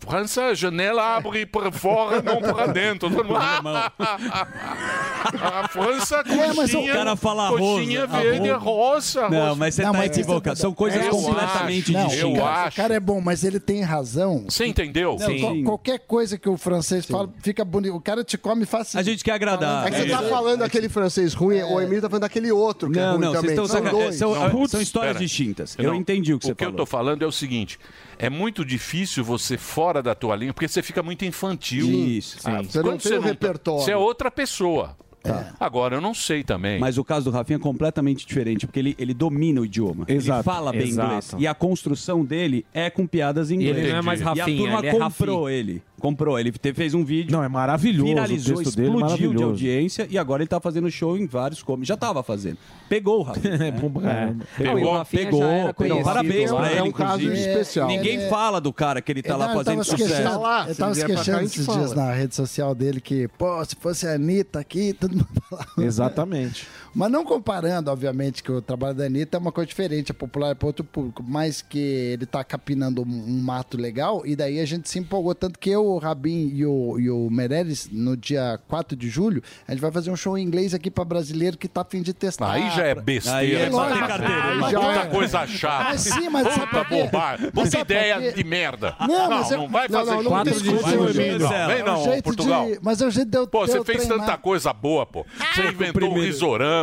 [SPEAKER 3] França, janela abre por fora, não para dentro. Todo mundo, ah, a França, coxinha,
[SPEAKER 10] É, mas o cara fala
[SPEAKER 3] coxinha
[SPEAKER 10] arroz,
[SPEAKER 3] verde, é
[SPEAKER 10] arroz.
[SPEAKER 3] roça.
[SPEAKER 10] Não,
[SPEAKER 3] arroz.
[SPEAKER 10] mas você tá equivocado. São coisas
[SPEAKER 3] Eu
[SPEAKER 10] completamente
[SPEAKER 3] acho,
[SPEAKER 10] distintas.
[SPEAKER 3] Eu
[SPEAKER 8] Cara, O
[SPEAKER 3] acho.
[SPEAKER 8] cara é bom, mas ele tem razão.
[SPEAKER 3] Você entendeu?
[SPEAKER 8] Não, qual- qualquer coisa que o francês fala, fica bonito. O cara te come fácil.
[SPEAKER 10] A gente quer agradar.
[SPEAKER 14] É que você
[SPEAKER 10] É.
[SPEAKER 14] tá falando daquele francês ruim, o Emílio tá falando daquele outro que é
[SPEAKER 10] Não,
[SPEAKER 14] ruim
[SPEAKER 10] não, vocês
[SPEAKER 14] também.
[SPEAKER 10] estão
[SPEAKER 14] São
[SPEAKER 10] saca-
[SPEAKER 14] dois.
[SPEAKER 10] é, são-
[SPEAKER 3] Não,
[SPEAKER 10] são
[SPEAKER 3] putz,
[SPEAKER 10] histórias
[SPEAKER 3] pera.
[SPEAKER 10] distintas. Eu entendi o que você
[SPEAKER 3] que eu tô falando é o seguinte, é muito difícil você fora da tua linha, porque você fica muito infantil.
[SPEAKER 10] Isso, sim.
[SPEAKER 3] Ah,
[SPEAKER 10] Você não
[SPEAKER 3] quando
[SPEAKER 10] tem o
[SPEAKER 3] tá-
[SPEAKER 10] repertório.
[SPEAKER 3] Você é outra pessoa.
[SPEAKER 8] É.
[SPEAKER 3] Agora, eu não sei também.
[SPEAKER 10] Mas o caso do Rafinha é completamente diferente, porque ele, ele domina o idioma. Ele
[SPEAKER 3] Exato.
[SPEAKER 10] fala bem
[SPEAKER 3] Exato.
[SPEAKER 10] inglês. E a construção dele é com piadas em
[SPEAKER 7] E ele
[SPEAKER 10] inglês.
[SPEAKER 7] não é mais
[SPEAKER 10] E a
[SPEAKER 7] Rafinha,
[SPEAKER 10] turma
[SPEAKER 7] ele é
[SPEAKER 10] comprou
[SPEAKER 7] Rafi.
[SPEAKER 10] ele. Comprou. Ele te- fez um vídeo.
[SPEAKER 7] Não, é maravilhoso.
[SPEAKER 10] Viralizou,
[SPEAKER 7] o texto dele é
[SPEAKER 10] explodiu de
[SPEAKER 7] maravilhoso.
[SPEAKER 10] audiência e agora ele tá fazendo show em vários comedy. Já tava fazendo. Pegou o Rafinha. né?
[SPEAKER 7] É.
[SPEAKER 10] Pegou,
[SPEAKER 7] Não, e o
[SPEAKER 10] pegou,
[SPEAKER 7] Rafinha já era
[SPEAKER 10] pegou.
[SPEAKER 7] conhecido
[SPEAKER 10] Parabéns
[SPEAKER 7] lá.
[SPEAKER 10] pra
[SPEAKER 7] É
[SPEAKER 10] ele,
[SPEAKER 7] um caso
[SPEAKER 10] inclusive.
[SPEAKER 7] especial.
[SPEAKER 10] Ninguém
[SPEAKER 7] Ele é-
[SPEAKER 10] fala do cara que ele tá lá
[SPEAKER 8] Não,
[SPEAKER 10] fazendo sucesso.
[SPEAKER 8] esquecendo, eu tava esquecendo esses dias na rede social dele que, pô, se fosse a Anitta aqui, todo mundo falava.
[SPEAKER 7] Exatamente.
[SPEAKER 8] Mas não comparando, obviamente, que o trabalho da Anitta é uma coisa diferente, é popular é para outro público, mas que ele tá capinando um, um mato legal, e daí a gente se empolgou. Tanto que eu, o Rabin e o, e o Meirelles, no dia 4 de julho, a gente vai fazer um show em inglês aqui para brasileiro que tá a fim de testar.
[SPEAKER 3] Aí já é besteira.
[SPEAKER 8] Aí é
[SPEAKER 3] pra
[SPEAKER 8] lógico.
[SPEAKER 3] caralho.
[SPEAKER 8] Aí já
[SPEAKER 3] Puta
[SPEAKER 8] é.
[SPEAKER 3] coisa chata.
[SPEAKER 8] Mas sim, mas sabe
[SPEAKER 3] Puta
[SPEAKER 8] por quê?
[SPEAKER 3] bobagem.
[SPEAKER 8] Mas
[SPEAKER 3] Puta
[SPEAKER 8] sabe por
[SPEAKER 3] ideia
[SPEAKER 8] quê?
[SPEAKER 3] de merda. Não,
[SPEAKER 8] Não,
[SPEAKER 3] não,
[SPEAKER 8] mas é-
[SPEAKER 3] vai
[SPEAKER 8] não,
[SPEAKER 3] fazer
[SPEAKER 8] não, não
[SPEAKER 3] quatro
[SPEAKER 8] tem desculpa,
[SPEAKER 3] Não,
[SPEAKER 8] Emílio.
[SPEAKER 3] vem
[SPEAKER 8] É um
[SPEAKER 3] não,
[SPEAKER 8] jeito
[SPEAKER 3] Portugal.
[SPEAKER 8] de- mas é o jeito de eu-
[SPEAKER 3] Pô,
[SPEAKER 8] de
[SPEAKER 3] você
[SPEAKER 8] eu
[SPEAKER 3] fez
[SPEAKER 8] treinar.
[SPEAKER 3] tanta coisa boa, pô.
[SPEAKER 10] Ah,
[SPEAKER 3] Você inventou o risorama.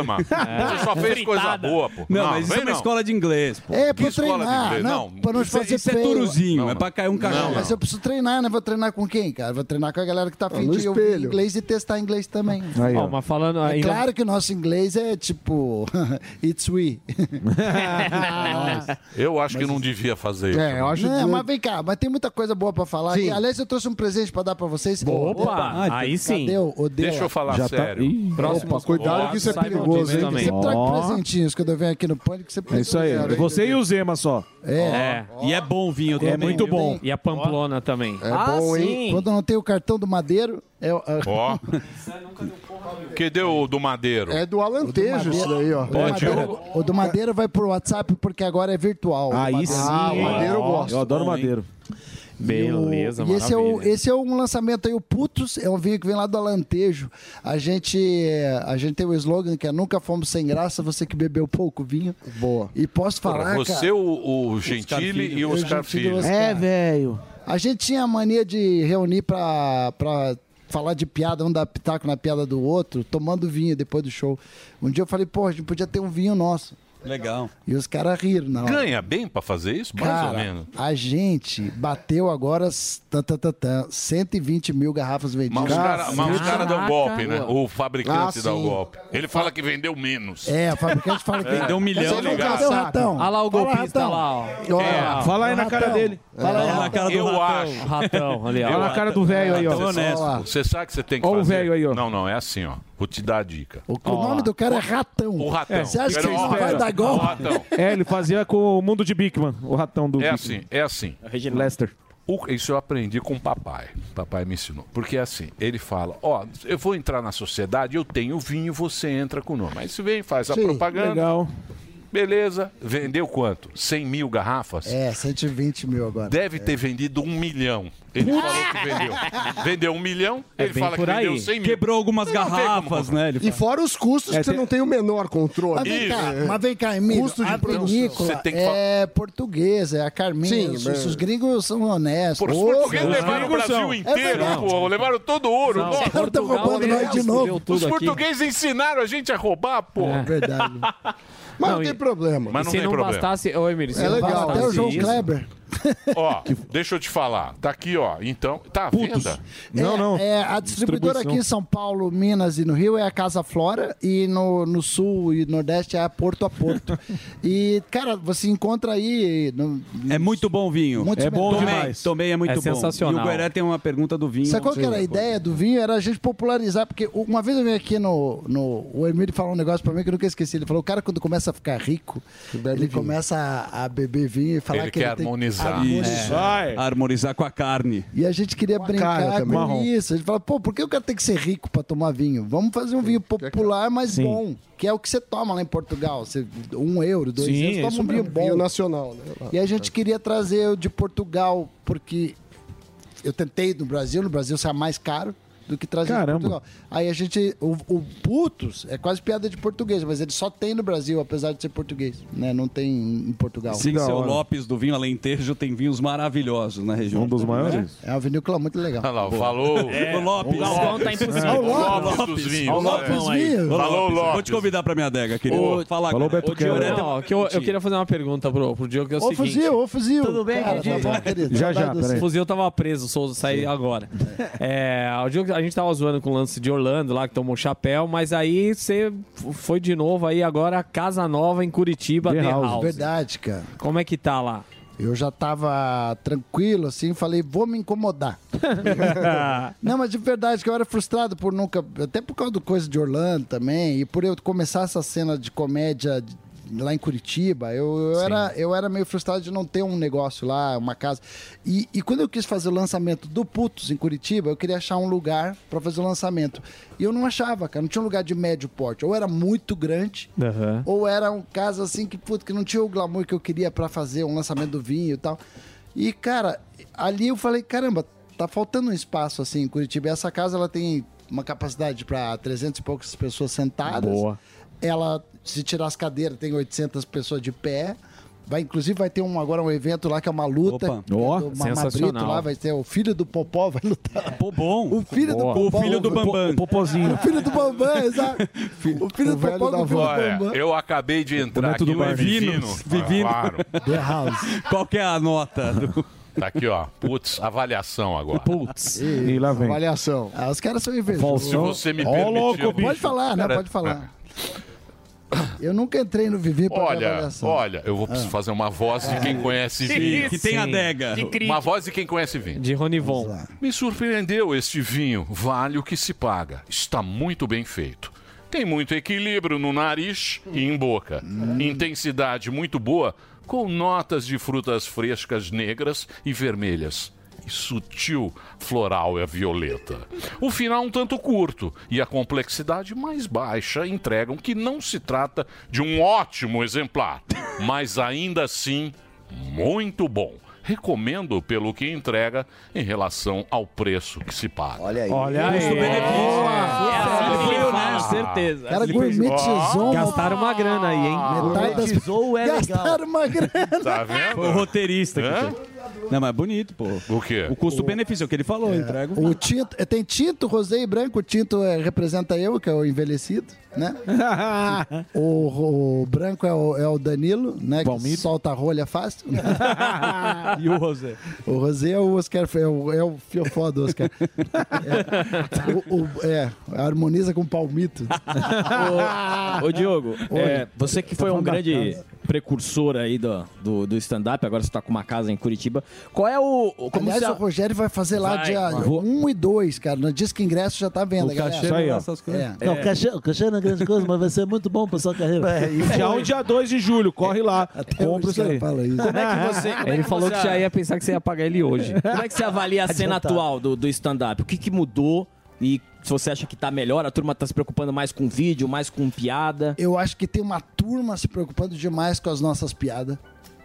[SPEAKER 10] É.
[SPEAKER 3] Você só fez coisa
[SPEAKER 10] Fritada.
[SPEAKER 3] boa, pô.
[SPEAKER 10] Não, mas isso
[SPEAKER 3] vem
[SPEAKER 10] é uma escola de inglês. Pô.
[SPEAKER 8] É,
[SPEAKER 3] Que
[SPEAKER 8] pra
[SPEAKER 3] escola de
[SPEAKER 8] treinar.
[SPEAKER 3] inglês?
[SPEAKER 8] Não,
[SPEAKER 3] Não,
[SPEAKER 8] pra não
[SPEAKER 10] isso é-
[SPEAKER 8] fazer
[SPEAKER 10] isso é
[SPEAKER 8] feio.
[SPEAKER 10] turuzinho, é pra cair um cachorro.
[SPEAKER 8] Não, mas eu preciso treinar, né? Vou treinar com quem, cara? Vou treinar com a galera que tá afim
[SPEAKER 15] no
[SPEAKER 8] de ouvir
[SPEAKER 15] espelho.
[SPEAKER 8] inglês e testar inglês também.
[SPEAKER 15] Ó, mas falando
[SPEAKER 8] É
[SPEAKER 15] ainda-
[SPEAKER 8] claro que o nosso inglês é tipo it's we.
[SPEAKER 3] Eu acho que não devia fazer isso.
[SPEAKER 14] É, eu acho
[SPEAKER 8] Não, mas vem cá, mas tem muita coisa boa pra falar.
[SPEAKER 14] Sim.
[SPEAKER 8] aqui. Aliás, eu trouxe um presente pra dar pra vocês.
[SPEAKER 14] Opa, aí sim.
[SPEAKER 8] Cadê o, o dela?
[SPEAKER 3] Deixa eu falar sério.
[SPEAKER 14] Próximo Opa, cuidado que isso é perigoso, hein?
[SPEAKER 8] Você
[SPEAKER 7] Ó.
[SPEAKER 8] sempre traga presentinhos quando eu venho aqui no Pânico. Você
[SPEAKER 7] É isso aí. Você e o Zema só.
[SPEAKER 8] É.
[SPEAKER 15] É.
[SPEAKER 10] E é bom o vinho
[SPEAKER 7] É muito bom.
[SPEAKER 15] E a Pamplona também.
[SPEAKER 7] É Ah, bom, sim, hein?
[SPEAKER 8] tem, quando não tem o cartão do Madeiro, é, o-
[SPEAKER 3] Ó. Que deu o do Madeiro?
[SPEAKER 8] é do Alantejo isso daí, ó.
[SPEAKER 3] Pode,
[SPEAKER 8] o, do Madeira,
[SPEAKER 3] eu-
[SPEAKER 8] o do Madeira vai pro WhatsApp porque agora é virtual. O
[SPEAKER 7] Aí
[SPEAKER 8] Madeira-
[SPEAKER 7] sim.
[SPEAKER 8] Ah, o Madeira eu
[SPEAKER 7] Ó,
[SPEAKER 8] gosto.
[SPEAKER 7] Eu adoro
[SPEAKER 8] Bom, hein?
[SPEAKER 7] madeiro.
[SPEAKER 8] E o- e esse é, o, esse é um lançamento aí, o Putos, é um vinho que vem lá do Alantejo. A gente, é, a gente tem o slogan que é Nunca Fomos Sem Graça, você que bebeu pouco vinho. Boa. E posso falar, cara...
[SPEAKER 7] é
[SPEAKER 3] Você, o, o Gentili e o Oscar Filho.
[SPEAKER 8] É, velho. A gente tinha a mania de reunir pra, pra falar de piada, um dar pitaco na piada do outro, tomando vinho depois do show. Um dia eu falei, pô, a gente podia ter um vinho nosso.
[SPEAKER 3] Legal.
[SPEAKER 8] E os caras riram na hora.
[SPEAKER 3] Ganha bem pra fazer isso? Mais ou
[SPEAKER 8] Cara,
[SPEAKER 3] menos.
[SPEAKER 8] a gente bateu agora s- tan, tan, tan, tan, 120 mil garrafas vendidas.
[SPEAKER 3] Mas os caras cara dão golpe, né? O fabricante
[SPEAKER 8] Ah,
[SPEAKER 3] dá o
[SPEAKER 8] sim.
[SPEAKER 3] golpe. Ele fala que vendeu menos.
[SPEAKER 8] É, o fabricante fala que
[SPEAKER 3] É. Deu um milhão,
[SPEAKER 8] Você não
[SPEAKER 3] legal.
[SPEAKER 8] cadê o ratão?
[SPEAKER 3] Olha lá o
[SPEAKER 8] Fala,
[SPEAKER 3] golpista
[SPEAKER 8] ratão.
[SPEAKER 3] lá, ó.
[SPEAKER 8] Olha
[SPEAKER 3] É.
[SPEAKER 8] lá.
[SPEAKER 3] Fala aí
[SPEAKER 8] O
[SPEAKER 3] na cara
[SPEAKER 8] ratão.
[SPEAKER 3] dele.
[SPEAKER 8] Fala aí,
[SPEAKER 3] Fala na
[SPEAKER 8] ratão.
[SPEAKER 3] cara do Eu ratão. acho.
[SPEAKER 15] Ratão, ali, ó.
[SPEAKER 3] Eu
[SPEAKER 15] Olha a cara do velho aí, ó.
[SPEAKER 3] Ratão
[SPEAKER 15] Honesto.
[SPEAKER 3] Olha lá. Você sabe que você tem que
[SPEAKER 15] Ó o
[SPEAKER 3] fazer.
[SPEAKER 15] velho aí, ó.
[SPEAKER 3] Não, não, é assim, ó. Vou te dar a dica.
[SPEAKER 8] O nome do cara é Ratão.
[SPEAKER 3] O ratão.
[SPEAKER 8] Você acha que
[SPEAKER 3] Espera,
[SPEAKER 8] ele
[SPEAKER 3] ó,
[SPEAKER 8] vai
[SPEAKER 3] ó,
[SPEAKER 8] dar golpe?
[SPEAKER 3] ó, um ratão.
[SPEAKER 7] É, ele fazia com o mundo de Bigman, o ratão do
[SPEAKER 3] É
[SPEAKER 7] Bigman.
[SPEAKER 3] assim, é assim.
[SPEAKER 7] Lester.
[SPEAKER 3] O- isso eu aprendi com o papai. Papai me ensinou. Porque é assim, ele fala: Ó, eu vou entrar na sociedade, eu tenho vinho, você entra com o nome. Aí você vem, faz a
[SPEAKER 8] Sim,
[SPEAKER 3] propaganda.
[SPEAKER 8] legal.
[SPEAKER 3] Beleza. Vendeu quanto? 100 mil garrafas?
[SPEAKER 8] É, 120 mil agora.
[SPEAKER 3] Deve ter vendido um milhão. Ele falou que vendeu. Vendeu um milhão,
[SPEAKER 8] É
[SPEAKER 3] ele
[SPEAKER 8] bem
[SPEAKER 3] fala que
[SPEAKER 8] por aí.
[SPEAKER 3] vendeu 100 mil.
[SPEAKER 8] Quebrou algumas
[SPEAKER 3] Não tem como
[SPEAKER 8] garrafas,
[SPEAKER 3] comprar.
[SPEAKER 8] né, ele E
[SPEAKER 3] fora
[SPEAKER 8] os custos
[SPEAKER 3] É,
[SPEAKER 8] que você
[SPEAKER 3] tem-
[SPEAKER 8] não tem o menor controle. É. Mas vem
[SPEAKER 3] Isso.
[SPEAKER 8] cá, mas vem cá Emílio,
[SPEAKER 3] Custo de
[SPEAKER 8] a
[SPEAKER 3] produção. Você
[SPEAKER 8] vinícola
[SPEAKER 3] tem que
[SPEAKER 8] é portuguesa, é a Carminha,
[SPEAKER 3] Sim,
[SPEAKER 8] os,
[SPEAKER 3] mas-
[SPEAKER 8] os gringos são honestos.
[SPEAKER 3] Por- Os
[SPEAKER 8] Ô,
[SPEAKER 3] portugueses
[SPEAKER 8] os
[SPEAKER 3] levaram o
[SPEAKER 8] gringos
[SPEAKER 3] Brasil
[SPEAKER 8] são. É
[SPEAKER 3] inteiro,
[SPEAKER 8] verdade.
[SPEAKER 3] pô, levaram todo o ouro.
[SPEAKER 8] Não,
[SPEAKER 3] Nossa.
[SPEAKER 8] os caras tão roubando
[SPEAKER 3] Portugal,
[SPEAKER 8] nós de novo.
[SPEAKER 3] aliás, Os
[SPEAKER 8] tudo aqui.
[SPEAKER 3] portugueses ensinaram a gente a roubar, pô.
[SPEAKER 8] É verdade. Mas não, tem problema.
[SPEAKER 3] Mas não
[SPEAKER 15] se
[SPEAKER 3] tem
[SPEAKER 15] não
[SPEAKER 3] problema.
[SPEAKER 15] bastasse. Ô, Emílio, Tá, se
[SPEAKER 8] É
[SPEAKER 15] não
[SPEAKER 8] legal.
[SPEAKER 15] bastasse
[SPEAKER 8] Até o João
[SPEAKER 15] isso-
[SPEAKER 8] Kleber.
[SPEAKER 3] Ó, deixa eu te falar. Tá aqui, ó. Então, tá à venda?
[SPEAKER 8] é, é, a distribuidora aqui em São Paulo, Minas e no Rio é a Casa Flora e no, no Sul e Nordeste é a Porto a Porto. e, cara, você encontra aí... no-
[SPEAKER 4] É muito bom o vinho.
[SPEAKER 8] Muito
[SPEAKER 4] é bom
[SPEAKER 8] bom.
[SPEAKER 4] demais. Tomei é muito
[SPEAKER 8] É
[SPEAKER 4] bom.
[SPEAKER 8] sensacional.
[SPEAKER 4] E o Gueré tem uma pergunta do vinho. né,
[SPEAKER 8] Sabe qual que era a ideia do vinho? Era a gente popularizar, porque uma vez eu vim aqui no. no o Emílio falou um negócio pra mim que eu nunca esqueci. Ele falou: o cara, quando começa a ficar rico, ele começa a, a beber vinho e falar
[SPEAKER 4] Ele
[SPEAKER 8] que
[SPEAKER 4] quer
[SPEAKER 8] ele tem-
[SPEAKER 4] harmonizar. Isso.
[SPEAKER 8] harmonizar.
[SPEAKER 4] Harmonizar com a carne.
[SPEAKER 8] E a gente queria
[SPEAKER 4] cara
[SPEAKER 8] brincar
[SPEAKER 4] também.
[SPEAKER 8] com
[SPEAKER 4] Marrom.
[SPEAKER 8] isso. A gente fala, pô, por que o cara tem que ser rico pra tomar vinho? Vamos fazer um vinho popular, mas
[SPEAKER 7] Sim.
[SPEAKER 8] bom. Que é o que você toma lá em Portugal. Você, um euro, dois
[SPEAKER 7] Sim,
[SPEAKER 8] euros,
[SPEAKER 7] isso
[SPEAKER 8] toma um vinho
[SPEAKER 7] mesmo.
[SPEAKER 8] bom.
[SPEAKER 7] Vinho
[SPEAKER 8] nacional, né? E a gente queria trazer o de Portugal, porque eu tentei no Brasil, no Brasil sai mais caro do que trazer de Portugal. Aí a gente. O, o putos é quase piada de português, mas ele só tem no Brasil, apesar de ser português. Né? Não tem em Portugal.
[SPEAKER 4] Sim, seu Lopes do vinho Alentejo tem vinhos maravilhosos na região. Um dos
[SPEAKER 8] maiores? É uma vinícola muito legal.
[SPEAKER 3] Olha lá, falou.
[SPEAKER 4] É, o Lopes.
[SPEAKER 3] o Lopes. Tá impossível.
[SPEAKER 4] O
[SPEAKER 3] Lopes dos vinhos.
[SPEAKER 4] O Lopes, Então
[SPEAKER 3] Lopes
[SPEAKER 4] aí. é
[SPEAKER 3] vinhos.
[SPEAKER 4] Ô,
[SPEAKER 3] Falou, Lopes.
[SPEAKER 4] Vou te convidar pra minha adega, querido.
[SPEAKER 15] Ô,
[SPEAKER 4] Fala,
[SPEAKER 15] Falou,
[SPEAKER 4] cara.
[SPEAKER 15] Beto
[SPEAKER 4] Ô, Diogo,
[SPEAKER 15] Quero.
[SPEAKER 4] tem-
[SPEAKER 15] Não, que eu, eu queria fazer uma pergunta pro, pro Diogo, que é o
[SPEAKER 8] Ô,
[SPEAKER 15] seguinte.
[SPEAKER 8] fuzil, ô, fuzil.
[SPEAKER 15] Tudo bem,
[SPEAKER 8] Cara, tá
[SPEAKER 15] querido?
[SPEAKER 8] bom, querido? Saudade do
[SPEAKER 15] O
[SPEAKER 8] seu.
[SPEAKER 15] fuzil tava preso, sou saí agora. É, o Diogo- a gente tava zoando com o lance de Orlando lá, que tomou chapéu, mas aí você f- foi de novo aí agora Casa Nova em Curitiba, The, House.
[SPEAKER 8] Verdade, cara.
[SPEAKER 15] Como é que tá lá?
[SPEAKER 8] Eu já tava tranquilo, assim, falei, vou me incomodar. não, mas de verdade, que eu era frustrado por nunca. Até por causa do coisa de Orlando também, e por eu começar essa cena de comédia de- lá em Curitiba, eu, eu, era, eu era meio frustrado de não ter um negócio lá, uma casa. E, e quando eu quis fazer o lançamento do Putos em Curitiba, eu queria achar um lugar pra fazer o lançamento. E eu não achava, cara, não tinha um lugar de médio porte. Ou era muito grande,
[SPEAKER 15] Aham.
[SPEAKER 8] ou era um caso assim que, puto, que não tinha o glamour que eu queria pra fazer um lançamento do vinho e tal. E, cara, ali eu falei, caramba, tá faltando um espaço assim em Curitiba. E Essa casa ela tem uma capacidade pra 300 e poucas pessoas sentadas.
[SPEAKER 15] Boa.
[SPEAKER 8] Ela, se tirar as cadeiras, tem 800 pessoas de pé. Vai, inclusive vai ter um, agora um evento lá que é uma luta.
[SPEAKER 4] Opa.
[SPEAKER 8] que é do
[SPEAKER 4] Ó,
[SPEAKER 8] Mamabrito
[SPEAKER 4] sensacional.
[SPEAKER 8] lá vai ter o filho do Popó vai lutar.
[SPEAKER 4] bom.
[SPEAKER 8] O filho
[SPEAKER 4] Boa.
[SPEAKER 8] do Popó.
[SPEAKER 4] O filho do Bambam.
[SPEAKER 8] O Popozinho. O filho do Bambam, é, exato. O filho do Popó com o filho do
[SPEAKER 3] Olha,
[SPEAKER 8] Bambam.
[SPEAKER 3] eu acabei
[SPEAKER 8] é
[SPEAKER 3] de entrar
[SPEAKER 4] Neto
[SPEAKER 3] aqui
[SPEAKER 4] do
[SPEAKER 3] no
[SPEAKER 4] Bar.
[SPEAKER 3] Vivino.
[SPEAKER 4] Vivinos. Vivino.
[SPEAKER 3] Claro.
[SPEAKER 8] The House.
[SPEAKER 4] Qual que é a nota? do-
[SPEAKER 3] Tá aqui, ó. Putz, avaliação agora.
[SPEAKER 15] Putz.
[SPEAKER 7] E lá vem.
[SPEAKER 8] Avaliação. Ah, os caras são invejosos.
[SPEAKER 3] Se você me
[SPEAKER 8] Ó,
[SPEAKER 3] permitir,
[SPEAKER 8] louco,
[SPEAKER 3] eu vou-
[SPEAKER 8] Pode falar, né?
[SPEAKER 3] Cara, é.
[SPEAKER 8] Pode falar. Eu nunca entrei no Vivi pra ter
[SPEAKER 3] Olha,
[SPEAKER 8] avaliação. Ah.
[SPEAKER 3] olha, eu vou precisar fazer uma voz de quem conhece
[SPEAKER 8] Que
[SPEAKER 3] vinho.
[SPEAKER 8] isso, Que tem hein? adega. De crítica.
[SPEAKER 3] Uma voz de quem conhece vinho.
[SPEAKER 15] De Ronivon.
[SPEAKER 3] Me surpreendeu este vinho. Vale o que se paga. Está muito bem feito. Tem muito equilíbrio no nariz Hum. e em boca.
[SPEAKER 8] Hum.
[SPEAKER 3] Intensidade muito boa, com notas de frutas frescas negras e vermelhas. e sutil floral é violeta. O final um tanto curto e a complexidade mais baixa entregam que não se trata de um ótimo exemplar, mas ainda assim muito bom. Recomendo pelo que entrega em relação ao preço que se paga. Olha aí.
[SPEAKER 15] Olha aí. certeza.
[SPEAKER 3] Cara,
[SPEAKER 4] Assim
[SPEAKER 3] gourmetizou uma-
[SPEAKER 15] Gastaram uma grana aí,
[SPEAKER 4] Ah.
[SPEAKER 15] hein?
[SPEAKER 4] Metade das-
[SPEAKER 15] Gourmetizou é legal.
[SPEAKER 4] Gastaram
[SPEAKER 15] uma grana.
[SPEAKER 3] Tá vendo?
[SPEAKER 4] Foi o roteirista que
[SPEAKER 3] Hã?
[SPEAKER 4] fez. Não, mas é bonito, pô.
[SPEAKER 3] O quê?
[SPEAKER 4] O custo-benefício, é o que ele falou, entrega.
[SPEAKER 8] O tinto, eh, tem tinto, rosé e branco. O tinto eh, representa eu, que é o envelhecido, né? o, o branco é o, é o Danilo, né? Que solta a rolha fácil.
[SPEAKER 4] e o Rosé?
[SPEAKER 8] O Rosé é o Oscar, é o, é o fiofó do Oscar. É, o- o- é, harmoniza com palmito.
[SPEAKER 9] ô, ô, Diogo,
[SPEAKER 8] Oi.
[SPEAKER 9] é, você que
[SPEAKER 8] Tá
[SPEAKER 9] foi um
[SPEAKER 8] falando da
[SPEAKER 9] grande
[SPEAKER 8] casa.
[SPEAKER 9] precursor aí do, do, do stand-up, agora você tá com uma casa em Curitiba. Qual é o. o- Como
[SPEAKER 8] Aliás,
[SPEAKER 9] se a-
[SPEAKER 8] o Rogério vai fazer lá
[SPEAKER 9] Vai,
[SPEAKER 8] dia
[SPEAKER 9] vai.
[SPEAKER 8] 1 e 2, cara. No Disque Ingresso já tá vendo, galera. É.
[SPEAKER 16] Não, cachê, cachê não é grande coisa, mas vai ser muito bom pra sua carreira.
[SPEAKER 8] É,
[SPEAKER 7] Dia 1 É, e dia 2 de julho, corre lá. compra isso aí. Ah,
[SPEAKER 9] Como é que você. como é
[SPEAKER 15] Ele
[SPEAKER 9] que
[SPEAKER 15] falou
[SPEAKER 9] você
[SPEAKER 15] que já
[SPEAKER 9] a-
[SPEAKER 15] ia pensar que você ia pagar ele hoje.
[SPEAKER 9] Como é que você avalia a cena
[SPEAKER 15] Adiantado.
[SPEAKER 9] atual do, do stand-up? O que, que mudou? E se você acha que tá melhor, a turma tá se preocupando mais com vídeo, mais com piada.
[SPEAKER 8] Eu acho que tem uma turma se preocupando demais com as nossas piadas.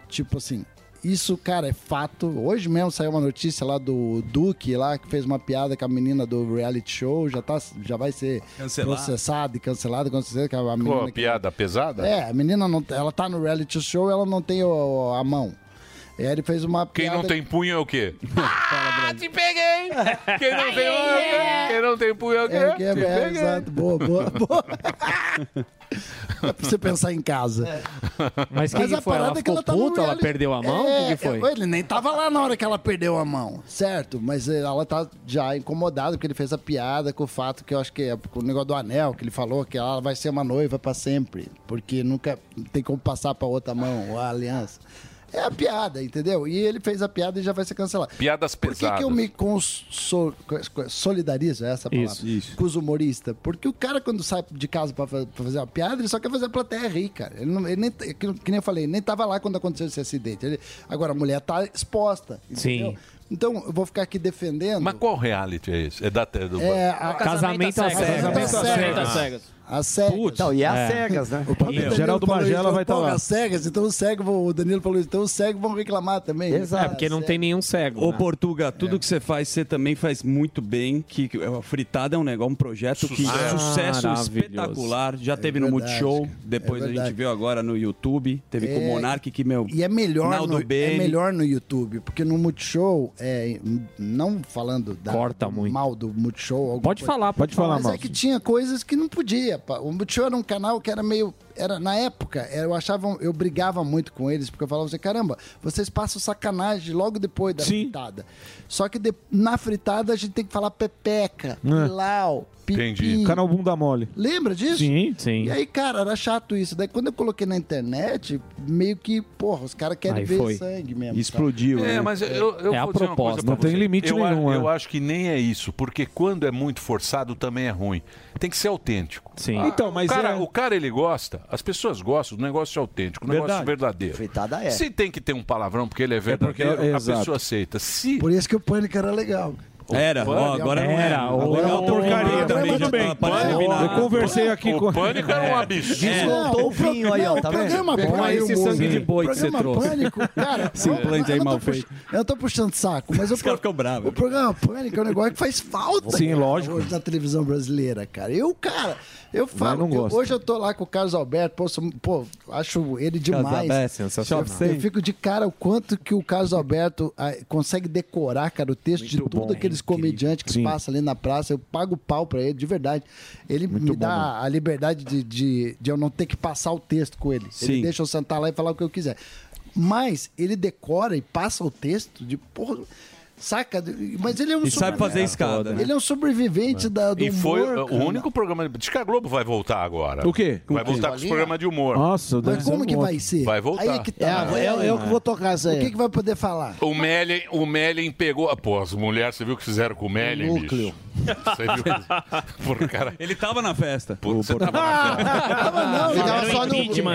[SPEAKER 8] Tipo assim, isso, cara, é fato. Hoje mesmo saiu uma notícia lá do Duque, lá, que fez uma piada com a menina do reality show. Já, tá, já vai ser
[SPEAKER 3] Cancelado.
[SPEAKER 8] processada e cancelada. Com certeza, que a menina
[SPEAKER 3] Pô,
[SPEAKER 8] que-
[SPEAKER 3] piada pesada?
[SPEAKER 8] É, a menina, não, ela tá no reality show, ela não tem o- a mão. E aí ele fez uma
[SPEAKER 3] Quem
[SPEAKER 8] piada...
[SPEAKER 3] não tem punho é o quê?
[SPEAKER 8] Ah,
[SPEAKER 3] te peguei! Quem não tem um,
[SPEAKER 8] é.
[SPEAKER 3] Quem não tem né? punho é o quê?
[SPEAKER 8] É, que é,
[SPEAKER 3] Te
[SPEAKER 8] é,
[SPEAKER 3] peguei.
[SPEAKER 8] exato. Boa, boa, boa. é pra você pensar em casa.
[SPEAKER 15] Mas quem que foi? Ela ficou
[SPEAKER 8] tá no
[SPEAKER 15] puta? Ela perdeu a mão?
[SPEAKER 8] É,
[SPEAKER 15] O que que foi?
[SPEAKER 8] é, Ele nem tava lá na hora que ela perdeu a mão, certo? Mas ela tá já incomodada porque ele fez a piada com o fato que eu acho que é com o negócio do anel que ele falou que ela vai ser uma noiva pra sempre, porque nunca tem como passar pra outra mão a aliança. É a piada, entendeu? E ele fez a piada e já vai ser cancelado.
[SPEAKER 3] Piadas
[SPEAKER 8] Por que,
[SPEAKER 3] pesadas.
[SPEAKER 8] que eu me conso- co- solidarizo, é essa a palavra,
[SPEAKER 3] Isso, isso.
[SPEAKER 8] com os humoristas? Porque o cara, quando sai de casa pra, fa- pra fazer uma piada, ele só quer fazer a plateia rir, cara. Ele não, ele nem, que, que nem eu falei, ele nem tava lá quando aconteceu esse acidente. Ele- agora, a mulher tá exposta, entendeu?
[SPEAKER 3] Sim.
[SPEAKER 8] Então, eu vou ficar aqui defendendo...
[SPEAKER 3] Mas qual reality é esse? É da do
[SPEAKER 8] É, a- Casamento às cegas. Casamento às cegas. As cegas.
[SPEAKER 3] Então, e as É. cegas, né?
[SPEAKER 8] O próprio
[SPEAKER 3] Meu.
[SPEAKER 8] Danilo
[SPEAKER 3] Geraldo
[SPEAKER 8] falou isso,
[SPEAKER 3] Magela vai tá
[SPEAKER 8] "Porra,
[SPEAKER 3] lá."
[SPEAKER 8] As cegas, então os cegos vão... O Danilo falou isso, então os cegos vão reclamar também. né?
[SPEAKER 15] É, porque não tem nenhum cego.
[SPEAKER 3] né?
[SPEAKER 4] Ô, Portuga,
[SPEAKER 8] É.
[SPEAKER 4] tudo que você faz, você também faz muito bem. Que que- a fritada é um negócio, um projeto que
[SPEAKER 15] Sucesso.
[SPEAKER 4] sucesso
[SPEAKER 15] Maravilhoso.
[SPEAKER 4] espetacular. Já
[SPEAKER 15] É
[SPEAKER 4] teve no
[SPEAKER 15] verdade,
[SPEAKER 4] Multishow,
[SPEAKER 15] cara.
[SPEAKER 4] depois
[SPEAKER 8] É
[SPEAKER 4] a
[SPEAKER 8] verdade.
[SPEAKER 4] gente viu agora no YouTube. Teve com
[SPEAKER 8] É,
[SPEAKER 4] o Monark que, meu.
[SPEAKER 8] E é melhor,
[SPEAKER 4] Naldo
[SPEAKER 8] no, é
[SPEAKER 4] Bene.
[SPEAKER 8] melhor no YouTube, porque no Multishow, é, não falando da-
[SPEAKER 15] Corta
[SPEAKER 8] mal do Multishow. alguma
[SPEAKER 15] Pode
[SPEAKER 8] coisa.
[SPEAKER 15] falar, pode falar
[SPEAKER 8] Mas
[SPEAKER 15] mal.
[SPEAKER 8] é que tinha coisas que não podia. pá. O Multishow era um canal que era meio... Era, na época, eu achava, eu brigava muito com eles, porque eu falava assim, caramba, vocês passam sacanagem logo depois da fritada. Só que de- na fritada a gente tem que falar pepeca,
[SPEAKER 7] É.
[SPEAKER 8] pilau, pipi.
[SPEAKER 7] Canal Bunda Mole.
[SPEAKER 8] Lembra disso?
[SPEAKER 7] Sim, sim.
[SPEAKER 8] E aí, cara, era chato isso. Daí quando eu coloquei na internet, meio que, porra, os caras querem ver sangue mesmo. sabe?
[SPEAKER 4] né?
[SPEAKER 3] É, mas eu, eu vou dizer uma coisa pra você. eu, a- Eu acho que nem é isso, porque quando é muito forçado também é ruim. Tem que ser autêntico. Sim.
[SPEAKER 7] Então, mas
[SPEAKER 3] o cara,
[SPEAKER 7] é-
[SPEAKER 3] o cara ele gosta, as pessoas gostam do negócio é autêntico, do negócio
[SPEAKER 7] Verdade.
[SPEAKER 3] verdadeiro. Fritada
[SPEAKER 7] é.
[SPEAKER 3] Se tem que ter um palavrão porque ele é
[SPEAKER 7] porque-
[SPEAKER 3] verdadeiro, a
[SPEAKER 7] exato.
[SPEAKER 3] pessoa aceita. Se
[SPEAKER 8] Por isso que o pânico era legal.
[SPEAKER 4] Era, ó, agora não era. Agora é uma porcaria também. já
[SPEAKER 3] Ah,
[SPEAKER 4] tá aparecendo
[SPEAKER 7] Pânico-
[SPEAKER 4] na-
[SPEAKER 7] Eu conversei aqui com. O
[SPEAKER 3] pânico
[SPEAKER 8] É.
[SPEAKER 7] era um
[SPEAKER 3] absurdo.
[SPEAKER 13] É.
[SPEAKER 8] Desmontou o vinho aí, ó. Tá vendo? Pega esse sangue de boi que você trouxe. Cara,
[SPEAKER 4] Esse implante aí mal feito.
[SPEAKER 8] Eu tô puxando saco, mas eu.
[SPEAKER 4] Os caras ficam bravos.
[SPEAKER 8] O programa Pânico é um negócio que faz falta.
[SPEAKER 4] Sim,
[SPEAKER 8] cara,
[SPEAKER 4] lógico.
[SPEAKER 8] Hoje na televisão brasileira, cara. Eu, cara, eu falo.
[SPEAKER 7] não
[SPEAKER 8] eu-
[SPEAKER 7] gosta.
[SPEAKER 8] hoje eu tô lá com o Carlos Alberto, pô, sou- pô, acho ele demais.
[SPEAKER 7] Alberto é sensacional.
[SPEAKER 8] Eu, eu fico de cara o quanto que o Carlos Alberto ah, consegue decorar, cara, o texto de tudo aqueles comediantes que passam ali na praça. Eu pago pau pra ele, de verdade. Ele me dá a liberdade de, de, de eu não ter que passar o texto com ele. Ele
[SPEAKER 4] Sim.
[SPEAKER 8] deixa eu sentar lá e falar o que eu quiser. Mas ele decora e passa o texto de porra. Saca? Mas ele é um
[SPEAKER 4] E sabe
[SPEAKER 8] sobre-
[SPEAKER 4] fazer escada, né?
[SPEAKER 8] Ele é um sobrevivente da, do
[SPEAKER 3] E foi
[SPEAKER 8] humor,
[SPEAKER 3] uh,
[SPEAKER 8] cara.
[SPEAKER 3] o único programa. Diz que a Globo vai voltar agora.
[SPEAKER 7] O quê?
[SPEAKER 3] Vai
[SPEAKER 7] O quê?
[SPEAKER 3] voltar com os programas de humor.
[SPEAKER 7] Nossa,
[SPEAKER 8] Mas como que vai ser?
[SPEAKER 3] Vai voltar.
[SPEAKER 8] Aí é que tá.
[SPEAKER 3] um É, eu- eu que vou
[SPEAKER 8] tocar isso aí. O que, que vai poder falar?
[SPEAKER 3] O Mellen, o Mellen pegou. Pô, as mulheres, você viu o que fizeram com o Mellen? bicho? Você viu? Por cara.
[SPEAKER 4] Ele tava na festa.
[SPEAKER 3] Putz, você tava
[SPEAKER 8] não, ele tava Ah, só no- ele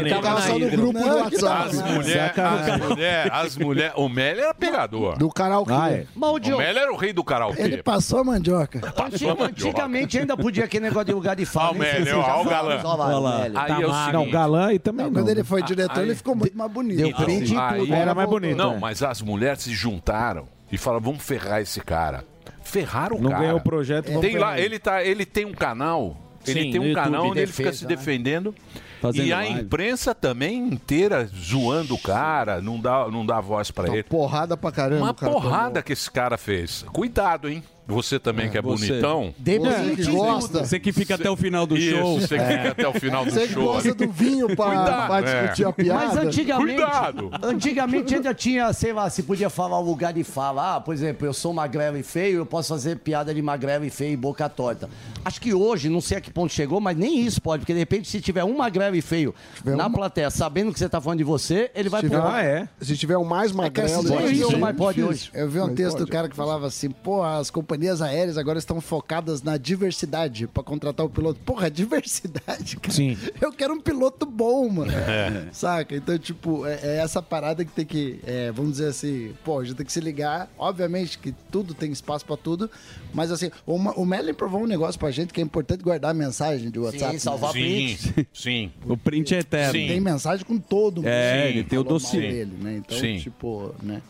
[SPEAKER 8] tava só no grupo do WhatsApp.
[SPEAKER 3] As mulheres, as
[SPEAKER 8] Sacanagem.
[SPEAKER 3] mulheres, as mulher, o Meller era pegador. Do
[SPEAKER 8] karaokê.
[SPEAKER 3] Ah, é.
[SPEAKER 8] Maldio.
[SPEAKER 3] O Meller era o rei do karaokê.
[SPEAKER 8] Ele passou a mandioca.
[SPEAKER 3] Passou a mandioca.
[SPEAKER 13] Antigamente ainda podia aquele negócio de lugar de fala.
[SPEAKER 3] Olha o Meller, olha o galã.
[SPEAKER 13] Olha lá.
[SPEAKER 3] Aí é o seguinte-
[SPEAKER 7] Não, galã e também não.
[SPEAKER 8] Quando ele foi diretor,
[SPEAKER 3] Ah, aí-
[SPEAKER 8] ele ficou muito mais bonito.
[SPEAKER 3] Então,
[SPEAKER 8] assim,
[SPEAKER 3] aí-
[SPEAKER 7] Era mais bonito.
[SPEAKER 3] Não,
[SPEAKER 8] né?
[SPEAKER 7] é.
[SPEAKER 3] mas as mulheres se juntaram e falaram, vamos ferrar esse cara. Ferraram o
[SPEAKER 7] Não
[SPEAKER 3] cara. É,
[SPEAKER 7] ganhou o projeto, É. vamos
[SPEAKER 3] Tem lá,
[SPEAKER 7] ferrar
[SPEAKER 3] ele, tá, ele tem um canal... Ele
[SPEAKER 7] Sim,
[SPEAKER 3] tem
[SPEAKER 7] no
[SPEAKER 3] um
[SPEAKER 7] YouTube,
[SPEAKER 3] canal onde ele
[SPEAKER 7] defesa,
[SPEAKER 3] fica se
[SPEAKER 7] né?
[SPEAKER 3] defendendo
[SPEAKER 7] Fazendo
[SPEAKER 3] e a
[SPEAKER 7] live.
[SPEAKER 3] imprensa também inteira zoando o cara, não dá, não dá voz pra ele.
[SPEAKER 8] Então, Porrada pra caramba.
[SPEAKER 3] Uma
[SPEAKER 8] cara,
[SPEAKER 3] porrada que esse cara fez. Cuidado, hein? Você também que é
[SPEAKER 4] você.
[SPEAKER 3] bonitão.
[SPEAKER 8] Dê pra
[SPEAKER 3] Você
[SPEAKER 8] ele que gosta. É.
[SPEAKER 4] Você que fica até o final do
[SPEAKER 3] Isso,
[SPEAKER 4] show.
[SPEAKER 3] você que fica até o final do
[SPEAKER 8] Você que
[SPEAKER 3] show.
[SPEAKER 8] gosta do vinho pra,
[SPEAKER 3] Cuidado,
[SPEAKER 8] pra
[SPEAKER 3] é.
[SPEAKER 8] discutir a piada.
[SPEAKER 13] Mas antigamente,
[SPEAKER 3] Cuidado.
[SPEAKER 13] antigamente ainda tinha, sei lá, se podia falar o lugar de falar. Ah, por exemplo, eu sou magrelo e feio, eu posso fazer piada de magrelo e feio e boca torta. Acho que hoje, não sei a que ponto chegou, mas nem isso pode, porque de repente se tiver um magrelo e feio na plateia, sabendo que você tá falando de você, ele vai
[SPEAKER 8] Se tiver-
[SPEAKER 13] pro-
[SPEAKER 7] Ah, é.
[SPEAKER 8] É. Se tiver o mais magrelo...
[SPEAKER 13] esses dias
[SPEAKER 8] hoje-
[SPEAKER 13] não mais pode hoje.
[SPEAKER 8] Eu vi um
[SPEAKER 13] Mas
[SPEAKER 8] texto do
[SPEAKER 13] pode.
[SPEAKER 8] cara que falava assim, pô, as companhias aéreas agora estão focadas na diversidade pra contratar o piloto. Porra, é diversidade, cara.
[SPEAKER 7] Sim.
[SPEAKER 8] Eu quero um piloto bom, mano.
[SPEAKER 7] É.
[SPEAKER 8] Saca? Então, tipo, é, é essa parada que tem que, é, vamos dizer assim, pô, a gente tem que se ligar. Obviamente que tudo tem espaço pra tudo, mas assim, uma- o Melin provou um negócio pra gente que é importante guardar a mensagem de WhatsApp. né?
[SPEAKER 3] sim, sim.
[SPEAKER 4] O print é eterno.
[SPEAKER 8] Tem mensagem com todo mundo.
[SPEAKER 4] É,
[SPEAKER 8] Sim.
[SPEAKER 4] ele tem o
[SPEAKER 8] Falou mal
[SPEAKER 4] dossiê.
[SPEAKER 8] dele, né? Então,
[SPEAKER 4] Sim.
[SPEAKER 8] tipo, né?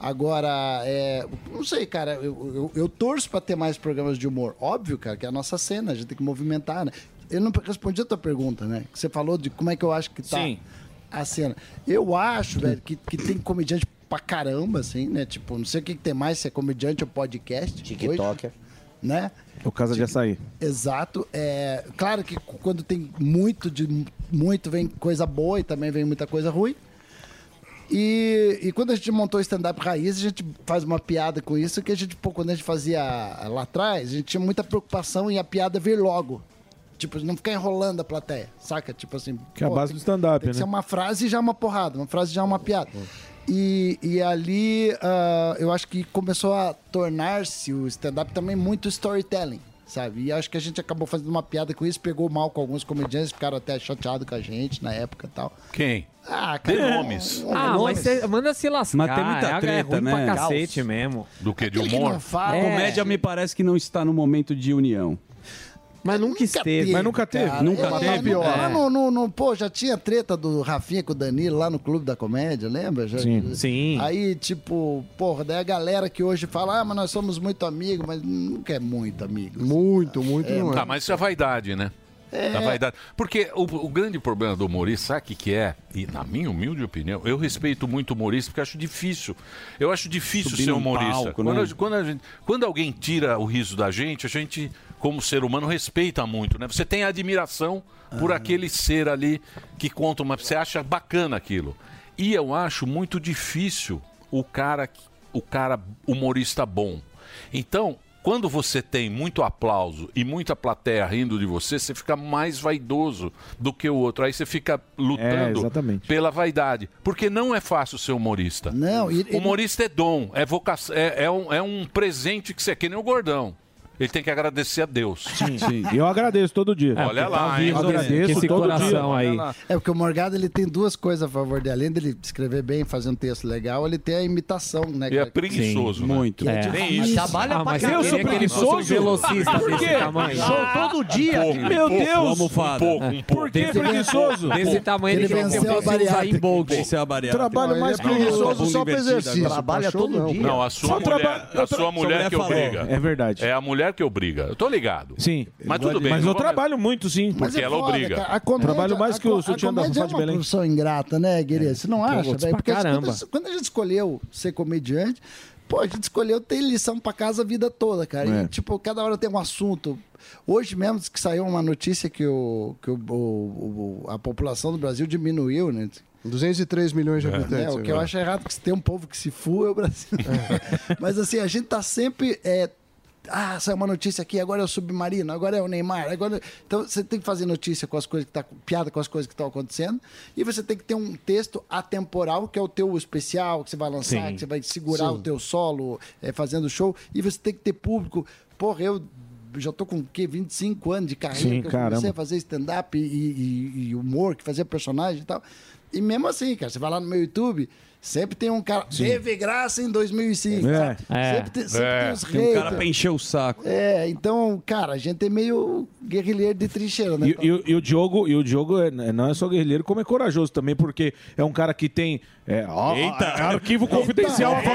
[SPEAKER 8] Agora, é, não sei, cara, eu, eu- eu torço pra ter mais programas de humor. Óbvio, cara, que é a nossa cena, a gente tem que movimentar, né? Eu não respondi a tua pergunta, né? Que você falou de como é que eu acho que tá
[SPEAKER 14] Sim.
[SPEAKER 8] a cena. Eu acho, velho, que, que tem comediante pra caramba, assim, né? Tipo, não sei o que, que tem mais, se é comediante ou podcast. TikToker. Né?
[SPEAKER 7] É O caso de açaí.
[SPEAKER 8] Exato. É, claro que c- quando tem muito de muito vem coisa boa e também vem muita coisa ruim. E, e quando a gente montou o stand-up raiz, a gente faz uma piada com isso, que a gente, pô, quando a gente fazia eh, lá atrás, a gente tinha muita preocupação em a piada vir logo. Tipo, não ficar enrolando a plateia, saca? Tipo assim.
[SPEAKER 7] Que é a
[SPEAKER 8] pô,
[SPEAKER 7] base
[SPEAKER 8] tem-
[SPEAKER 7] do stand-up,
[SPEAKER 8] tem que
[SPEAKER 7] né?
[SPEAKER 8] ser uma frase e já uma porrada, uma frase e já uma piada. E, e ali ah, eu acho que começou a tornar-se o stand-up também muito storytelling, sabe? E acho que a gente acabou fazendo uma piada com isso, pegou mal com alguns comediantes, ficaram até chateados com a gente na época e tal.
[SPEAKER 3] Quem?
[SPEAKER 8] Ah,
[SPEAKER 3] Dê
[SPEAKER 8] cara,
[SPEAKER 3] nomes.
[SPEAKER 8] um- um
[SPEAKER 15] Ah,
[SPEAKER 8] nome.
[SPEAKER 15] mas cê- manda se lascar.
[SPEAKER 4] Mas tem muita
[SPEAKER 15] é, é
[SPEAKER 4] treta,
[SPEAKER 15] ruim
[SPEAKER 4] né?
[SPEAKER 15] pra cacete mesmo.
[SPEAKER 3] Do que? De
[SPEAKER 4] Aquele
[SPEAKER 15] que
[SPEAKER 3] humor?
[SPEAKER 15] não fala.
[SPEAKER 4] A comédia me parece que não está no momento de união.
[SPEAKER 8] Mas nunca,
[SPEAKER 4] esteve.
[SPEAKER 8] teve,
[SPEAKER 4] Mas nunca teve.
[SPEAKER 8] cara.
[SPEAKER 4] Nunca
[SPEAKER 8] Eu um- Ah, lá
[SPEAKER 4] teve?
[SPEAKER 8] no- Pior.
[SPEAKER 4] É.
[SPEAKER 8] Lá no, no- no- pô, já tinha treta do Rafinha com o Danilo lá no Clube da Comédia, lembra? Já-
[SPEAKER 7] Sim. Sim.
[SPEAKER 8] Aí, tipo, porra, daí a galera que hoje fala, ah, mas nós somos muito amigos, mas nunca é muito amigo. tá Muito, muito
[SPEAKER 3] Ah, mas isso é vaidade, né? É. A vaidade. Porque o, o grande problema do humorista, sabe o que, que é? E na minha humilde opinião, eu respeito muito o humorista porque eu acho difícil. Eu acho difícil
[SPEAKER 4] Subir
[SPEAKER 3] ser
[SPEAKER 4] num
[SPEAKER 3] humorista.
[SPEAKER 4] palco,
[SPEAKER 3] quando,
[SPEAKER 4] né?
[SPEAKER 3] a- quando a gente- quando alguém tira o riso da gente, a gente, como ser humano, respeita muito, né? Você tem admiração por aquele ser ali que conta uma. Você acha bacana aquilo. E eu acho muito difícil o cara, o cara humorista bom. Então, quando você tem muito aplauso e muita plateia rindo de você, você fica mais vaidoso do que o outro. Aí você fica lutando
[SPEAKER 7] exatamente.
[SPEAKER 3] pela vaidade. Porque não é fácil ser humorista.
[SPEAKER 8] Não, e-
[SPEAKER 3] humorista é dom, é, voca... é, é um, é um presente que você quer, nem o gordão. Ele tem que agradecer a Deus.
[SPEAKER 7] Sim, sim. E eu agradeço todo dia.
[SPEAKER 3] Olha lá, hein?
[SPEAKER 7] Eu agradeço
[SPEAKER 3] tá Esse
[SPEAKER 7] todo
[SPEAKER 3] coração
[SPEAKER 7] dia.
[SPEAKER 3] aí.
[SPEAKER 7] Olha lá.
[SPEAKER 8] É porque o Morgado ele tem duas coisas a favor dele. Além dele escrever bem, fazer um texto legal, ele tem a imitação, né?
[SPEAKER 3] E é preguiçoso, né?
[SPEAKER 4] Muito.
[SPEAKER 3] É.
[SPEAKER 8] Tem
[SPEAKER 3] Nem
[SPEAKER 8] isso.
[SPEAKER 3] isso.
[SPEAKER 5] Ah,
[SPEAKER 8] Trabalha pra
[SPEAKER 3] mas
[SPEAKER 5] é
[SPEAKER 8] caralho.
[SPEAKER 3] eu sou
[SPEAKER 8] Aquele
[SPEAKER 3] preguiçoso?
[SPEAKER 8] que eu sou velocista
[SPEAKER 3] Por
[SPEAKER 8] desse
[SPEAKER 3] quê?
[SPEAKER 8] tamanho.
[SPEAKER 3] Sou
[SPEAKER 8] todo dia,
[SPEAKER 3] pouco,
[SPEAKER 8] cara. Meu
[SPEAKER 3] pouco,
[SPEAKER 8] Deus.
[SPEAKER 3] Um pouco, um pouco.
[SPEAKER 4] Por que Desse- preguiçoso? desse tamanho ele
[SPEAKER 3] Ele
[SPEAKER 4] tem que
[SPEAKER 3] venceu
[SPEAKER 4] ter
[SPEAKER 3] a
[SPEAKER 4] um pouco de
[SPEAKER 3] bariátrica.
[SPEAKER 4] Usain Bolt. Esse é a bariátrica.
[SPEAKER 3] Trabalho mais
[SPEAKER 4] Olha,
[SPEAKER 3] preguiçoso
[SPEAKER 4] bunda
[SPEAKER 3] só pra
[SPEAKER 4] invertida
[SPEAKER 3] exercício.
[SPEAKER 4] agora.
[SPEAKER 3] Trabalha
[SPEAKER 4] Paixão
[SPEAKER 3] todo
[SPEAKER 4] não,
[SPEAKER 3] dia.
[SPEAKER 4] cara.
[SPEAKER 3] Não, a sua mulher- a sua mulher que
[SPEAKER 4] falou.
[SPEAKER 3] obriga.
[SPEAKER 7] É verdade.
[SPEAKER 3] É a mulher que obriga. Eu tô ligado.
[SPEAKER 7] Sim.
[SPEAKER 3] Mas tudo bem. é
[SPEAKER 7] Mas eu
[SPEAKER 3] não vou-
[SPEAKER 7] trabalho muito, sim.
[SPEAKER 3] Porque ela obriga.
[SPEAKER 8] cara. É, A comédia-
[SPEAKER 7] trabalho mais que
[SPEAKER 8] a
[SPEAKER 7] o
[SPEAKER 8] co-
[SPEAKER 7] sutiã da
[SPEAKER 8] A comédia
[SPEAKER 7] Fafá
[SPEAKER 8] é
[SPEAKER 7] de
[SPEAKER 8] uma
[SPEAKER 7] Belém.
[SPEAKER 8] profissão ingrata, né, Guerreiro? Você não acha,
[SPEAKER 7] Putz,
[SPEAKER 8] velho?
[SPEAKER 7] pra
[SPEAKER 8] Porque quando-
[SPEAKER 7] caramba.
[SPEAKER 8] quando a gente escolheu ser comediante, pô, a gente escolheu ter lição pra casa a vida toda, cara.
[SPEAKER 7] É.
[SPEAKER 8] E, tipo, cada hora tem um assunto. Hoje mesmo que saiu uma notícia que, o, que o, o- o- a população do Brasil diminuiu, né?
[SPEAKER 14] 203 milhões de habitantes.
[SPEAKER 8] É, o que eu
[SPEAKER 14] agora.
[SPEAKER 8] acho errado, que se tem um povo que se fua, é o Brasil. Mas assim, a gente tá sempre. é, ah, saiu uma notícia aqui, agora é o submarino, agora é o Neymar. Agora... Então você tem que fazer notícia com as coisas que tá. piada com as coisas que estão acontecendo. E você tem que ter um texto atemporal, que é o teu especial, que você vai lançar,
[SPEAKER 14] Sim.
[SPEAKER 8] que você vai segurar
[SPEAKER 14] Sim.
[SPEAKER 8] o teu solo, é, fazendo show. E você tem que ter público. Porra, eu já tô com o quê? 25 anos de carreira.
[SPEAKER 11] Sim,
[SPEAKER 8] que eu comecei
[SPEAKER 11] caramba.
[SPEAKER 8] a fazer stand-up e, e- e humor, que fazia personagem e tal. E mesmo assim, cara, você vai lá no meu YouTube, sempre tem um cara.
[SPEAKER 23] Sim.
[SPEAKER 8] Teve graça em 2005. sabe?
[SPEAKER 14] É.
[SPEAKER 8] Sempre, tem, sempre tem uns
[SPEAKER 4] Tem um cara
[SPEAKER 8] haters.
[SPEAKER 4] pra encher o saco.
[SPEAKER 8] É, então, cara, a gente é meio guerrilheiro de trincheira, né?
[SPEAKER 7] E, e o- e o Diogo, e o Diogo é- não é só guerrilheiro, como é corajoso também, porque é um cara que tem é, ó,
[SPEAKER 3] Eita!
[SPEAKER 7] é arquivo confidencial
[SPEAKER 3] Eita!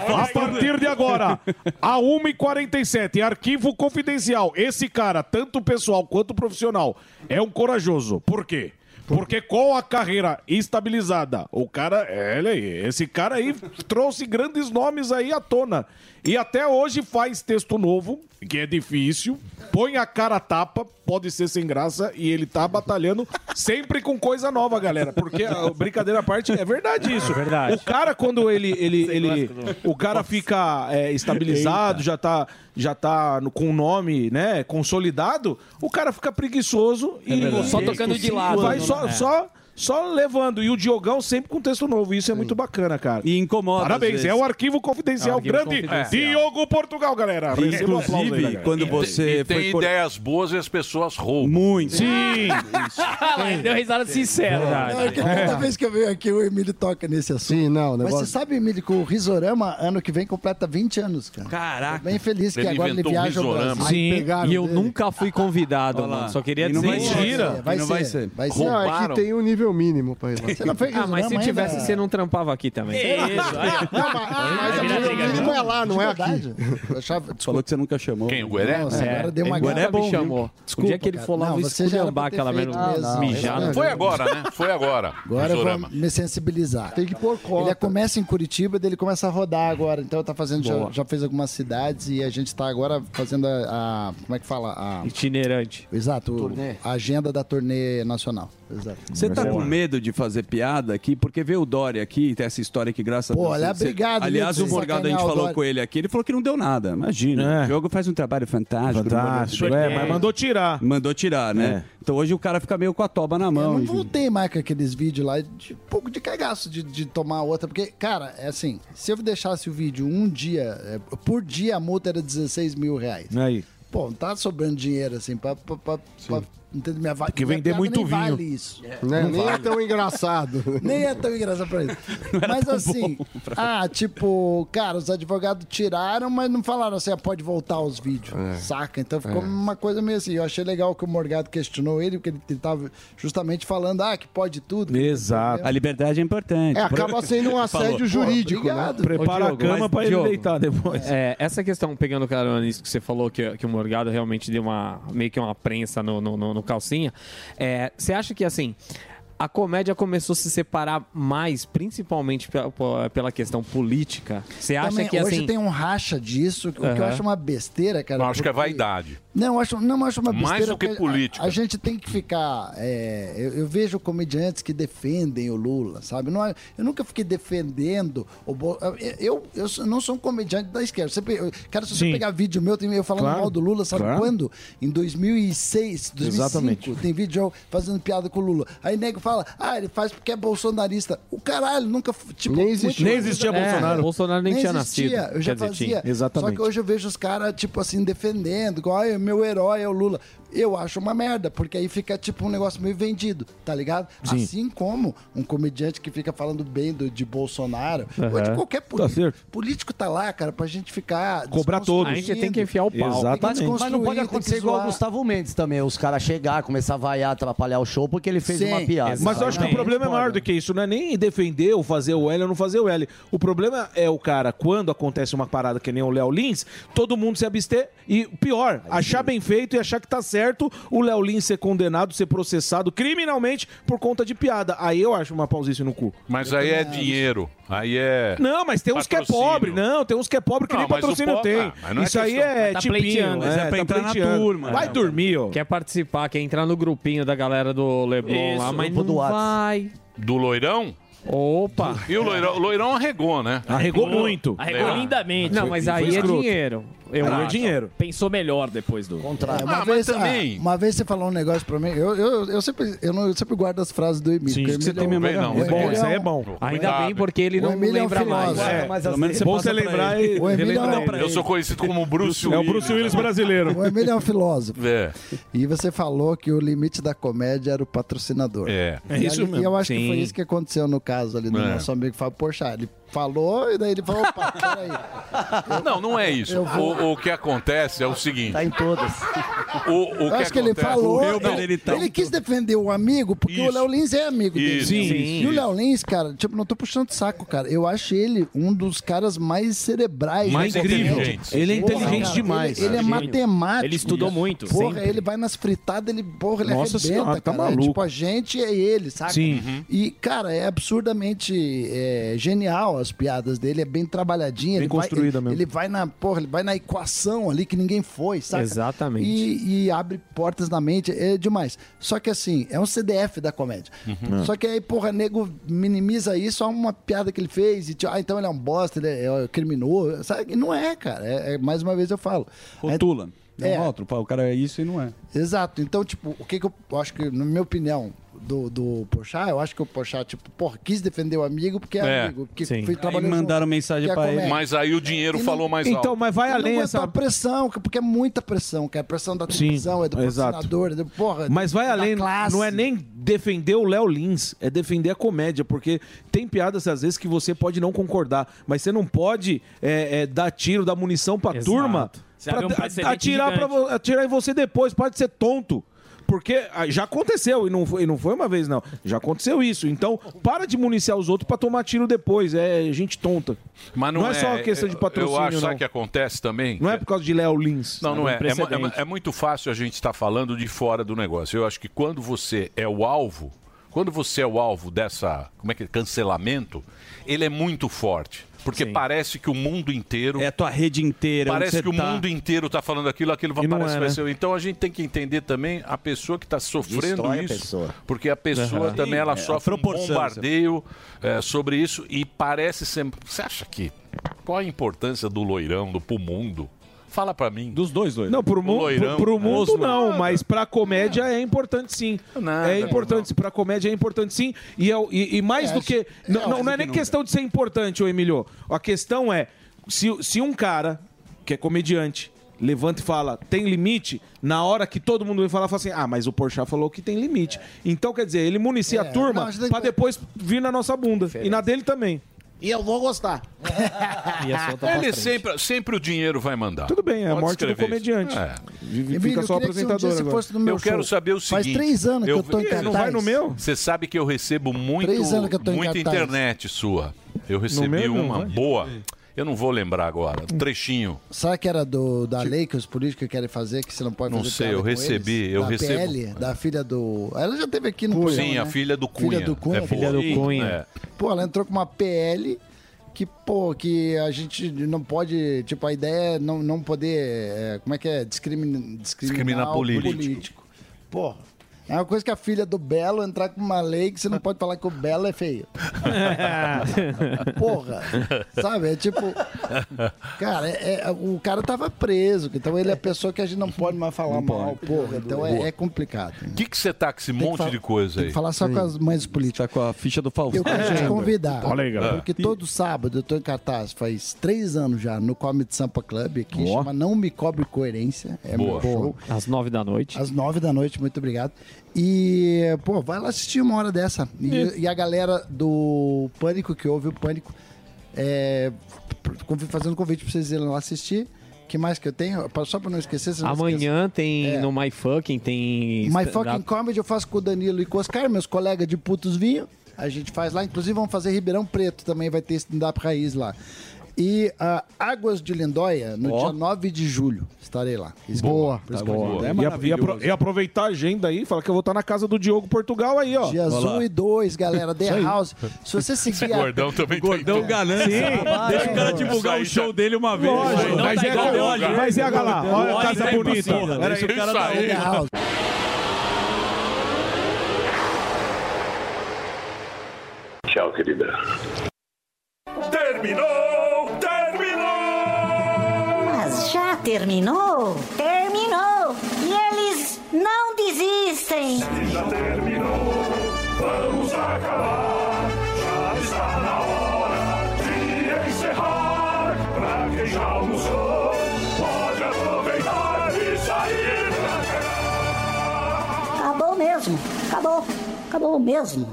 [SPEAKER 7] Fausto. A partir de agora, a 1h47, arquivo confidencial. Esse cara, tanto pessoal quanto profissional, é um corajoso. Por quê? Porque com a carreira estabilizada, o cara, é, olha aí, esse cara aí trouxe grandes nomes aí à tona. E até hoje faz texto novo, que é difícil, põe a cara a tapa, pode ser sem graça, e ele tá batalhando sempre com coisa nova, galera. Porque, a- brincadeira à parte, é verdade isso. É verdade. O cara, quando ele. ele, ele o cara fica é, estabilizado, já tá, já tá no- com o nome, né, consolidado, o cara fica preguiçoso
[SPEAKER 9] É
[SPEAKER 7] e.
[SPEAKER 9] verdade. Só tocando de lado,
[SPEAKER 7] Vai
[SPEAKER 9] né?
[SPEAKER 7] só.
[SPEAKER 9] É.
[SPEAKER 7] só só levando. E o Diogão sempre com texto novo. Isso é muito bacana, cara. E
[SPEAKER 4] incomoda. às
[SPEAKER 7] Parabéns.
[SPEAKER 4] vezes.
[SPEAKER 7] É o arquivo confidencial
[SPEAKER 4] É o arquivo
[SPEAKER 7] grande.
[SPEAKER 4] confidencial.
[SPEAKER 7] Diogo Portugal, galera. Receba um aplauso aí,
[SPEAKER 4] Inclusive,
[SPEAKER 7] galera.
[SPEAKER 4] quando você
[SPEAKER 3] E tem
[SPEAKER 4] foi cor-
[SPEAKER 3] ideias boas e as pessoas roubam.
[SPEAKER 4] Muito.
[SPEAKER 7] Sim.
[SPEAKER 15] Deu risada sincera.
[SPEAKER 8] Não, é que toda vez que eu venho aqui, o Emílio toca nesse assunto. Sim, não, Mas
[SPEAKER 14] negócio-
[SPEAKER 8] você sabe, Emílio, que o Risorama, ano que vem, completa 20 anos, cara.
[SPEAKER 4] Caraca.
[SPEAKER 8] Tô bem feliz que agora ele um viaja ao Brasil. Aí
[SPEAKER 15] Sim,
[SPEAKER 8] pegaram
[SPEAKER 15] e eu
[SPEAKER 8] dele.
[SPEAKER 15] nunca fui convidado,
[SPEAKER 4] Olha lá.
[SPEAKER 15] mano. Só queria
[SPEAKER 4] E não
[SPEAKER 15] dizer
[SPEAKER 4] vai
[SPEAKER 15] isso.
[SPEAKER 4] ser. Mentira. Vai E não ser. vai ser. Vai ser.
[SPEAKER 14] Não, é que
[SPEAKER 15] Roubaram.
[SPEAKER 14] tem um nível mínimo pra ir lá.
[SPEAKER 15] Você não fez Ah, mas se
[SPEAKER 14] ainda?
[SPEAKER 15] tivesse,
[SPEAKER 8] é.
[SPEAKER 15] você não trampava aqui também.
[SPEAKER 14] Não, mas- mas o nível mínimo é lá, não é aqui.
[SPEAKER 8] Eu achava-
[SPEAKER 4] Falou que você nunca chamou. Quem, o
[SPEAKER 14] Gueré?
[SPEAKER 8] Nossa, agora deu uma
[SPEAKER 4] o Gueré é
[SPEAKER 8] gata,
[SPEAKER 4] bom,
[SPEAKER 8] me
[SPEAKER 4] viu?
[SPEAKER 8] chamou.
[SPEAKER 4] Desculpa,
[SPEAKER 8] O dia que ele
[SPEAKER 4] cara.
[SPEAKER 8] for lá, eu vou esculhambar aquela merda, mijar no-
[SPEAKER 3] Foi agora, né? Foi agora.
[SPEAKER 8] Agora eu
[SPEAKER 3] Zorama.
[SPEAKER 8] vou me sensibilizar. Tem que pôr
[SPEAKER 14] cota.
[SPEAKER 8] Ele começa em Curitiba, daí ele começa a rodar agora. Então tá fazendo, já,
[SPEAKER 15] Boa.
[SPEAKER 8] já fez algumas cidades e a gente tá agora fazendo a, a- como é que fala? A,
[SPEAKER 15] Itinerante.
[SPEAKER 8] exato, o- a agenda da turnê nacional. Exato.
[SPEAKER 4] Você tá com medo de fazer piada aqui? Porque veio o Dória aqui, tem essa história que graças
[SPEAKER 8] Pô,
[SPEAKER 4] a Deus...
[SPEAKER 8] olha,
[SPEAKER 4] você-
[SPEAKER 8] obrigado,
[SPEAKER 4] Aliás,
[SPEAKER 8] viu,
[SPEAKER 4] o
[SPEAKER 8] por
[SPEAKER 4] Morgado, a gente
[SPEAKER 8] sacanear o
[SPEAKER 4] falou
[SPEAKER 8] Dória.
[SPEAKER 4] com ele aqui, ele falou que não deu nada. Imagina, o jogo faz um trabalho fantástico.
[SPEAKER 7] Fantástico, é, mas mandou tirar.
[SPEAKER 4] Mandou tirar, né? Então hoje o cara fica meio com a toba na mão.
[SPEAKER 8] Não voltei mais com aqueles vídeos lá de um pouco de cagaço de, de tomar outra, porque, cara, é assim, se eu deixasse o vídeo um dia, é, por dia a multa era 16 mil reais.
[SPEAKER 7] Aí.
[SPEAKER 8] Pô, não tá sobrando dinheiro assim pra. pra, pra, pra entende? minha va-
[SPEAKER 14] Porque
[SPEAKER 8] minha
[SPEAKER 14] vender
[SPEAKER 8] piada
[SPEAKER 14] muito
[SPEAKER 8] nem
[SPEAKER 14] vinho.
[SPEAKER 8] Vale isso.
[SPEAKER 14] Né?
[SPEAKER 8] Não
[SPEAKER 14] Nem é
[SPEAKER 8] vale.
[SPEAKER 14] tão engraçado.
[SPEAKER 8] Nem é tão engraçado pra isso. Mas assim, ah, tipo, cara, os advogados tiraram, mas não falaram assim, ah, pode voltar os vídeos, saca? Então ficou
[SPEAKER 14] É.
[SPEAKER 8] uma coisa meio assim. Eu achei legal que o Morgado questionou ele, porque ele ele tava justamente falando, ah, que pode tudo. que-
[SPEAKER 7] Exato.
[SPEAKER 4] A liberdade é importante.
[SPEAKER 8] É, acaba sendo um assédio
[SPEAKER 4] Falou.
[SPEAKER 8] jurídico, né?
[SPEAKER 4] obrigado.
[SPEAKER 7] Prepara a cama pra ele deitar depois.
[SPEAKER 15] É, essa questão, pegando carona nisso que você falou, que, que o Morgado realmente deu uma meio que uma prensa no, no, no- no calcinha, é, você acha que assim. A comédia começou a se separar mais, principalmente pe- po- pela questão política. Você acha
[SPEAKER 8] Também,
[SPEAKER 15] que
[SPEAKER 8] hoje
[SPEAKER 15] assim.
[SPEAKER 8] tem um racha disso, o que eu
[SPEAKER 15] Aham.
[SPEAKER 8] acho uma besteira, cara.
[SPEAKER 3] Acho que é vaidade.
[SPEAKER 8] Não, eu acho, não eu acho uma
[SPEAKER 3] Mais
[SPEAKER 8] besteira.
[SPEAKER 3] do que
[SPEAKER 8] porque a-
[SPEAKER 3] política.
[SPEAKER 8] A, gente tem que ficar. é, eu, eu vejo comediantes que defendem o Lula, sabe? Não, é- eu nunca fiquei defendendo o Bo- eu, eu, eu não sou um comediante da esquerda. Você, pe- eu- cara, se você
[SPEAKER 7] Sim.
[SPEAKER 8] pegar vídeo meu, tem eu falando
[SPEAKER 7] Claro,
[SPEAKER 8] mal do Lula, sabe
[SPEAKER 7] claro.
[SPEAKER 8] quando? Em 2006, 2005.
[SPEAKER 7] Exatamente.
[SPEAKER 8] Tem vídeo eu fazendo piada com o Lula. Aí nego fala, ah, ele faz porque é bolsonarista. O caralho, nunca. f- Tipo,
[SPEAKER 7] Nem existia.
[SPEAKER 8] muito- É,
[SPEAKER 7] Nem existia Bolsonaro. Bolsonaro nem tinha nascido.
[SPEAKER 8] Eu já
[SPEAKER 7] Quer dizer,
[SPEAKER 8] fazia.
[SPEAKER 7] tinha. Exatamente.
[SPEAKER 8] Só que hoje eu vejo os caras, tipo assim, defendendo, igual, "Ai, meu herói é o Lula. Eu acho uma merda, porque aí fica tipo um negócio meio vendido, tá ligado?
[SPEAKER 7] Sim.
[SPEAKER 8] Assim como um comediante que fica falando bem do, de Bolsonaro, ou de
[SPEAKER 7] Aham.
[SPEAKER 8] qualquer
[SPEAKER 7] Tá
[SPEAKER 8] político.
[SPEAKER 7] certo.
[SPEAKER 8] político tá lá, cara, pra gente ficar.
[SPEAKER 7] Cobrar todos.
[SPEAKER 8] desconstruindo.
[SPEAKER 7] A gente tem que enfiar o pau. Exatamente.
[SPEAKER 8] Tem que
[SPEAKER 7] Mas não pode
[SPEAKER 8] desconstruir, tem
[SPEAKER 7] acontecer
[SPEAKER 8] que
[SPEAKER 7] igual
[SPEAKER 8] zoar.
[SPEAKER 7] o
[SPEAKER 6] Gustavo Mendes também, os caras chegar, começar a vaiar, atrapalhar o show porque ele fez uma piada.
[SPEAKER 7] Mas eu acho que o problema é maior do que isso. Não é nem defender ou fazer o L ou não fazer o L. O problema é o cara, quando acontece uma parada que nem o Léo Lins, todo mundo se abster e, pior, achar bem feito e achar que tá certo o Léo Lins ser condenado, ser processado criminalmente por conta de piada. Aí eu acho uma pausice no cu.
[SPEAKER 3] Mas aí é dinheiro. Aí é.
[SPEAKER 7] Não, mas tem uns que é pobre. Não, tem uns que é pobre que
[SPEAKER 3] Não,
[SPEAKER 7] nem
[SPEAKER 3] mas o
[SPEAKER 7] patrocínio
[SPEAKER 3] pobre-
[SPEAKER 7] tem.
[SPEAKER 3] Ah, mas não é
[SPEAKER 7] Isso aí
[SPEAKER 3] questão-
[SPEAKER 7] é
[SPEAKER 3] Tá
[SPEAKER 7] tipinho.
[SPEAKER 3] pleiteando,
[SPEAKER 7] é,
[SPEAKER 3] isso é pra
[SPEAKER 7] tá
[SPEAKER 3] entrar na
[SPEAKER 7] pleiteando.
[SPEAKER 3] turma. né?
[SPEAKER 7] Vai
[SPEAKER 8] né?
[SPEAKER 3] Não.
[SPEAKER 7] dormir, ó.
[SPEAKER 15] Quer participar, quer entrar no grupinho da galera do Leblon
[SPEAKER 3] Isso,
[SPEAKER 15] lá, mas
[SPEAKER 3] grupo
[SPEAKER 15] não
[SPEAKER 3] do Whats.
[SPEAKER 15] vai.
[SPEAKER 3] Do loirão?
[SPEAKER 15] Opa!
[SPEAKER 3] E o Loirão, o Loirão arregou, né?
[SPEAKER 15] Arregou muito. Arregou lindamente. Não, mas aí é dinheiro. Eu
[SPEAKER 8] Aí é
[SPEAKER 15] acho.
[SPEAKER 8] dinheiro.
[SPEAKER 15] Pensou melhor depois do
[SPEAKER 8] É,
[SPEAKER 15] contrato.
[SPEAKER 8] uma vez, ah, uma vez você falou um negócio pra mim. Eu, eu, eu, sempre, eu, não, eu sempre guardo as frases do Emílio.
[SPEAKER 15] Sim,
[SPEAKER 8] porque o
[SPEAKER 15] você
[SPEAKER 8] Emílio
[SPEAKER 15] tem
[SPEAKER 8] um-
[SPEAKER 15] memória
[SPEAKER 8] o
[SPEAKER 15] ruim. É bom,
[SPEAKER 8] Emílio
[SPEAKER 15] isso aí
[SPEAKER 8] um-
[SPEAKER 15] é bom. Ainda
[SPEAKER 8] Cuidado.
[SPEAKER 15] bem, porque ele
[SPEAKER 8] O
[SPEAKER 15] não
[SPEAKER 8] Emílio é um
[SPEAKER 15] lembra mais.
[SPEAKER 8] filósofo.
[SPEAKER 15] É,
[SPEAKER 8] Mas
[SPEAKER 15] pelo
[SPEAKER 8] assim-
[SPEAKER 15] menos você
[SPEAKER 8] Bom
[SPEAKER 15] passa
[SPEAKER 8] você
[SPEAKER 15] pra
[SPEAKER 8] lembrar
[SPEAKER 15] ele.
[SPEAKER 8] e- O Emílio é um-
[SPEAKER 15] Relembrar pra
[SPEAKER 3] Eu
[SPEAKER 15] ele.
[SPEAKER 3] sou conhecido como Bruce
[SPEAKER 15] É o
[SPEAKER 3] Willis.
[SPEAKER 15] Bruce Willis brasileiro.
[SPEAKER 8] O Emílio é um filósofo.
[SPEAKER 3] É.
[SPEAKER 8] E você falou que o limite da comédia era o patrocinador.
[SPEAKER 3] É.
[SPEAKER 8] E
[SPEAKER 3] É isso
[SPEAKER 8] ali-
[SPEAKER 3] mesmo.
[SPEAKER 8] E eu acho
[SPEAKER 3] Sim.
[SPEAKER 8] que foi isso que aconteceu no caso ali do
[SPEAKER 3] É.
[SPEAKER 8] nosso amigo Fábio Porchat. Ele falou e daí ele falou, opa, peraí.
[SPEAKER 3] Não, não é isso.
[SPEAKER 8] Eu vou-
[SPEAKER 3] O, o que acontece é o seguinte.
[SPEAKER 8] Tá em todas.
[SPEAKER 3] O, o que
[SPEAKER 8] Eu acho que ele
[SPEAKER 3] acontece-
[SPEAKER 8] falou. ele, ele quis defender o amigo, porque o Léo Lins é amigo dele.
[SPEAKER 3] tá Isso, Sim, isso,
[SPEAKER 8] E o
[SPEAKER 3] isso.
[SPEAKER 8] Léo Lins, cara, tipo, não tô puxando saco, cara. Eu acho ele um dos caras mais cerebrais.
[SPEAKER 15] Mais
[SPEAKER 8] do
[SPEAKER 15] incrível.
[SPEAKER 8] internet.
[SPEAKER 15] Ele é
[SPEAKER 8] Porra,
[SPEAKER 15] inteligente
[SPEAKER 8] cara,
[SPEAKER 15] demais.
[SPEAKER 8] Ele, ele é
[SPEAKER 15] Gênio.
[SPEAKER 8] matemático.
[SPEAKER 15] Ele estudou
[SPEAKER 8] Isso.
[SPEAKER 15] muito,
[SPEAKER 8] Porra,
[SPEAKER 15] sempre.
[SPEAKER 8] ele vai nas fritadas, ele, porra, ele
[SPEAKER 15] Nossa
[SPEAKER 8] arrebenta,
[SPEAKER 15] senhora, tá
[SPEAKER 8] cara.
[SPEAKER 15] maluco.
[SPEAKER 8] É, tipo, a gente é ele, saca?
[SPEAKER 15] Sim. Uhum.
[SPEAKER 8] E, cara, é absurdamente é, genial as piadas dele. É bem trabalhadinha.
[SPEAKER 15] Bem
[SPEAKER 8] ele vai-
[SPEAKER 15] construída
[SPEAKER 8] ele-
[SPEAKER 15] mesmo.
[SPEAKER 8] Ele vai na, porra, ele vai na equação ali que ninguém foi, saca?
[SPEAKER 15] Exatamente.
[SPEAKER 8] E, e abre portas na mente, é demais. Só que assim, é um CDF da comédia.
[SPEAKER 15] Uhum.
[SPEAKER 8] Só que aí, porra, nego minimiza isso a uma piada que ele fez e tipo, ah, então ele é um bosta, ele é, é criminoso. Sabe? E Não é, cara. É, é- mais uma vez eu falo.
[SPEAKER 4] Rotula.
[SPEAKER 8] É.
[SPEAKER 4] É um rótulo, pá, o cara é isso e não é.
[SPEAKER 8] Exato. Então, tipo, o que que eu eu acho que, na minha opinião, do, do Porchat, eu acho que o Porchat, tipo, porra, quis defender o amigo porque é,
[SPEAKER 3] É,
[SPEAKER 8] amigo. Porque
[SPEAKER 3] sim.
[SPEAKER 8] foi
[SPEAKER 3] Aí
[SPEAKER 8] trabalhando
[SPEAKER 4] mandaram
[SPEAKER 8] junto,
[SPEAKER 4] mensagem
[SPEAKER 8] que é
[SPEAKER 4] pra ele. Então,
[SPEAKER 8] comédia.
[SPEAKER 3] Mas aí o dinheiro falou mais alto.
[SPEAKER 8] Ele não aguentou a pressão, porque é muita pressão, cara. Pressão da
[SPEAKER 7] Sim,
[SPEAKER 8] televisão, é do
[SPEAKER 7] exato.
[SPEAKER 8] patrocinador, é do, porra,
[SPEAKER 7] Mas vai
[SPEAKER 8] da
[SPEAKER 7] além,
[SPEAKER 8] classe.
[SPEAKER 7] não é nem defender o Léo Lins, é defender a comédia, porque tem piadas às vezes que você pode não concordar, mas você não pode é, é, dar tiro, dar munição pra
[SPEAKER 15] Exato.
[SPEAKER 7] turma
[SPEAKER 15] Você abre
[SPEAKER 7] pra
[SPEAKER 15] um precedente
[SPEAKER 7] atirar, pra, vo- atirar em você depois, pode ser tonto. Porque ah, já aconteceu, e não, foi, e não foi uma vez, não. Já aconteceu isso. Então, para de municiar os outros pra tomar tiro depois. É gente tonta.
[SPEAKER 3] Mas não,
[SPEAKER 7] é, só uma questão de patrocínio,
[SPEAKER 3] Eu acho sabe
[SPEAKER 7] não.
[SPEAKER 3] o que acontece também.
[SPEAKER 7] Não é por causa de Léo Lins. um
[SPEAKER 3] Não, não é. É, mu- é mu-
[SPEAKER 7] precedente.
[SPEAKER 3] é muito fácil a gente estar falando de fora do negócio. Eu acho que quando você é o alvo, quando você é o alvo dessa, como é que é, cancelamento, ele é muito forte. Porque parece que o mundo inteiro. É a
[SPEAKER 4] tua rede inteira. onde
[SPEAKER 3] Parece
[SPEAKER 4] você
[SPEAKER 3] que o
[SPEAKER 4] tá.
[SPEAKER 3] mundo inteiro está falando aquilo, aquilo
[SPEAKER 4] E não
[SPEAKER 3] parece
[SPEAKER 4] é,
[SPEAKER 3] que vai
[SPEAKER 4] né?
[SPEAKER 3] ser. Então a gente tem que entender também a pessoa que está sofrendo
[SPEAKER 4] Destrói a
[SPEAKER 3] isso.
[SPEAKER 4] pessoa.
[SPEAKER 3] Porque a pessoa
[SPEAKER 4] Aham.
[SPEAKER 3] também ela
[SPEAKER 4] Sim, é, a
[SPEAKER 3] sofre um
[SPEAKER 4] proporção,
[SPEAKER 3] bombardeio é, sobre isso e parece sempre. Você acha que. Qual a importância do loirão, do pro mundo? Fala pra mim.
[SPEAKER 4] Dos dois loirão.
[SPEAKER 7] Não, pro, mu pro,
[SPEAKER 3] né?
[SPEAKER 7] pro mundo não, mas pra comédia é importante sim.
[SPEAKER 3] Nada,
[SPEAKER 7] é importante, pra comédia é importante sim. E, é o- e- e mais
[SPEAKER 4] É,
[SPEAKER 7] do
[SPEAKER 4] acho-
[SPEAKER 7] que.
[SPEAKER 4] é,
[SPEAKER 7] Não,
[SPEAKER 4] mais
[SPEAKER 7] não,
[SPEAKER 4] do
[SPEAKER 7] não é
[SPEAKER 4] que
[SPEAKER 7] nem
[SPEAKER 4] nunca.
[SPEAKER 7] questão de ser importante, ô Emilio. A questão é: se, se um cara que é comediante levanta e fala, tem limite, na hora que todo mundo vem falar, fala assim: ah, mas o Porchat falou que tem limite. Então, quer dizer, ele municia a turma
[SPEAKER 8] não, acho que-
[SPEAKER 7] pra depois vir na nossa bunda. E na dele também.
[SPEAKER 8] E eu vou gostar.
[SPEAKER 3] Ele sempre, sempre o dinheiro vai mandar.
[SPEAKER 7] Tudo bem, é a
[SPEAKER 3] Pode
[SPEAKER 7] morte do
[SPEAKER 3] escrever isso.
[SPEAKER 7] comediante.
[SPEAKER 3] É.
[SPEAKER 7] Vive- Fica só apresentador agora.
[SPEAKER 3] eu quero saber o seguinte.
[SPEAKER 8] Faz três anos que eu tô em
[SPEAKER 3] Você não vai
[SPEAKER 8] cartaz.
[SPEAKER 3] no meu? Você sabe que eu recebo muito,
[SPEAKER 8] Três anos que eu tô em
[SPEAKER 3] muita
[SPEAKER 8] cartaz.
[SPEAKER 3] internet sua. Eu recebi
[SPEAKER 8] meu não,
[SPEAKER 3] uma
[SPEAKER 8] vai.
[SPEAKER 3] boa. Eu não vou lembrar agora. Um trechinho.
[SPEAKER 8] Será que era do, da lei que os políticos querem fazer, que você não pode
[SPEAKER 3] Tipo- Não
[SPEAKER 8] fazer
[SPEAKER 3] sei,
[SPEAKER 8] piada
[SPEAKER 3] eu
[SPEAKER 8] com
[SPEAKER 3] recebi,
[SPEAKER 8] eles?
[SPEAKER 3] eu
[SPEAKER 8] da
[SPEAKER 3] recebo.
[SPEAKER 8] PL, da filha do... Ela já teve aqui no programa,
[SPEAKER 3] Sim, a
[SPEAKER 8] né?
[SPEAKER 3] filha do Cunha.
[SPEAKER 8] Filha do Cunha.
[SPEAKER 3] É boa.
[SPEAKER 8] Pô, ela entrou com uma PL que, pô, que a gente não pode... Tipo, a ideia é não, não poder... é, como é que é? Discrimin, discriminar
[SPEAKER 3] Discriminar
[SPEAKER 8] o
[SPEAKER 3] político.
[SPEAKER 8] Pô... É uma coisa que a filha do Belo entrar com uma lei que você não pode falar que o Belo é feio. Porra. Sabe? É tipo. Cara, é- é- o cara tava preso, então ele é a pessoa que a gente não pode mais falar mal, porra. Então é,
[SPEAKER 3] Boa.
[SPEAKER 8] é complicado.
[SPEAKER 3] O que que você tá com esse
[SPEAKER 8] que
[SPEAKER 3] monte
[SPEAKER 8] fal-
[SPEAKER 3] de coisa
[SPEAKER 8] tem
[SPEAKER 3] aí?
[SPEAKER 8] que falar só com as mães políticas.
[SPEAKER 4] Tá com a ficha do Faustão.
[SPEAKER 8] Eu quero te convidar.
[SPEAKER 3] Alegre.
[SPEAKER 8] Porque todo sábado eu tô em cartaz, faz três anos já, no Comedy Sampa Club aqui, chama Não Me Cobre Coerência. É
[SPEAKER 15] Boa.
[SPEAKER 8] muito bom.
[SPEAKER 15] Às nove da noite.
[SPEAKER 8] Às nove da noite, muito obrigado. E, pô, vai lá assistir uma hora dessa. E, e a galera do Pânico, que ouve o Pânico, é, convi- fazendo convite pra vocês irem lá assistir. que mais que eu tenho? Pa- Só pra não esquecer. senão eu
[SPEAKER 15] Amanhã tem
[SPEAKER 8] É.
[SPEAKER 15] no My Fucking, tem.
[SPEAKER 8] esqueço. My
[SPEAKER 7] tá
[SPEAKER 15] stand-up.
[SPEAKER 8] Fucking Comedy eu faço com o Danilo e com o Oscar, meus colegas de putos vinho. A gente faz lá. Inclusive, vamos fazer Ribeirão Preto também, vai ter stand-up raiz lá. E ah, Águas de Lindóia, no
[SPEAKER 7] Ó.
[SPEAKER 8] dia 9 de julho. Estarei lá.
[SPEAKER 7] Boa, Tá
[SPEAKER 8] Por isso que eu é digo.
[SPEAKER 7] boa. É E, a- e apro- e aproveitar a agenda aí, fala que eu vou estar na casa do Diogo Portugal aí, ó.
[SPEAKER 8] Dia azul e 2, galera. The
[SPEAKER 7] Isso aí.
[SPEAKER 8] House. Se você seguir. a-
[SPEAKER 3] Gordão também
[SPEAKER 4] Gordão ganância. Deixa o cara divulgar o show dele uma vez.
[SPEAKER 7] tá- Lógico,
[SPEAKER 4] Não
[SPEAKER 7] mas
[SPEAKER 4] tá
[SPEAKER 7] é
[SPEAKER 4] igual
[SPEAKER 7] com-
[SPEAKER 4] o Roger.
[SPEAKER 7] mas é, olha lá, olha a
[SPEAKER 4] Roger
[SPEAKER 7] casa
[SPEAKER 4] é
[SPEAKER 7] bonita.
[SPEAKER 4] impossível,
[SPEAKER 7] Era
[SPEAKER 4] Deixa o
[SPEAKER 7] isso
[SPEAKER 4] cara dar
[SPEAKER 7] aí.
[SPEAKER 4] uma-
[SPEAKER 19] Tchau,
[SPEAKER 16] Tchau, querida.
[SPEAKER 5] Terminou! Terminou!
[SPEAKER 8] Mas já terminou? Terminou! E eles não desistem!
[SPEAKER 5] Já terminou! Vamos acabar! Já está na hora de encerrar! Pra quem já almoçou, pode aproveitar e sair pra
[SPEAKER 8] Acabou mesmo! Acabou! Acabou mesmo!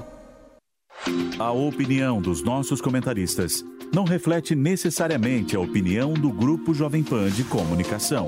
[SPEAKER 3] A opinião dos nossos comentaristas não reflete necessariamente a opinião do Grupo Jovem Pan de Comunicação.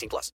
[SPEAKER 25] plus.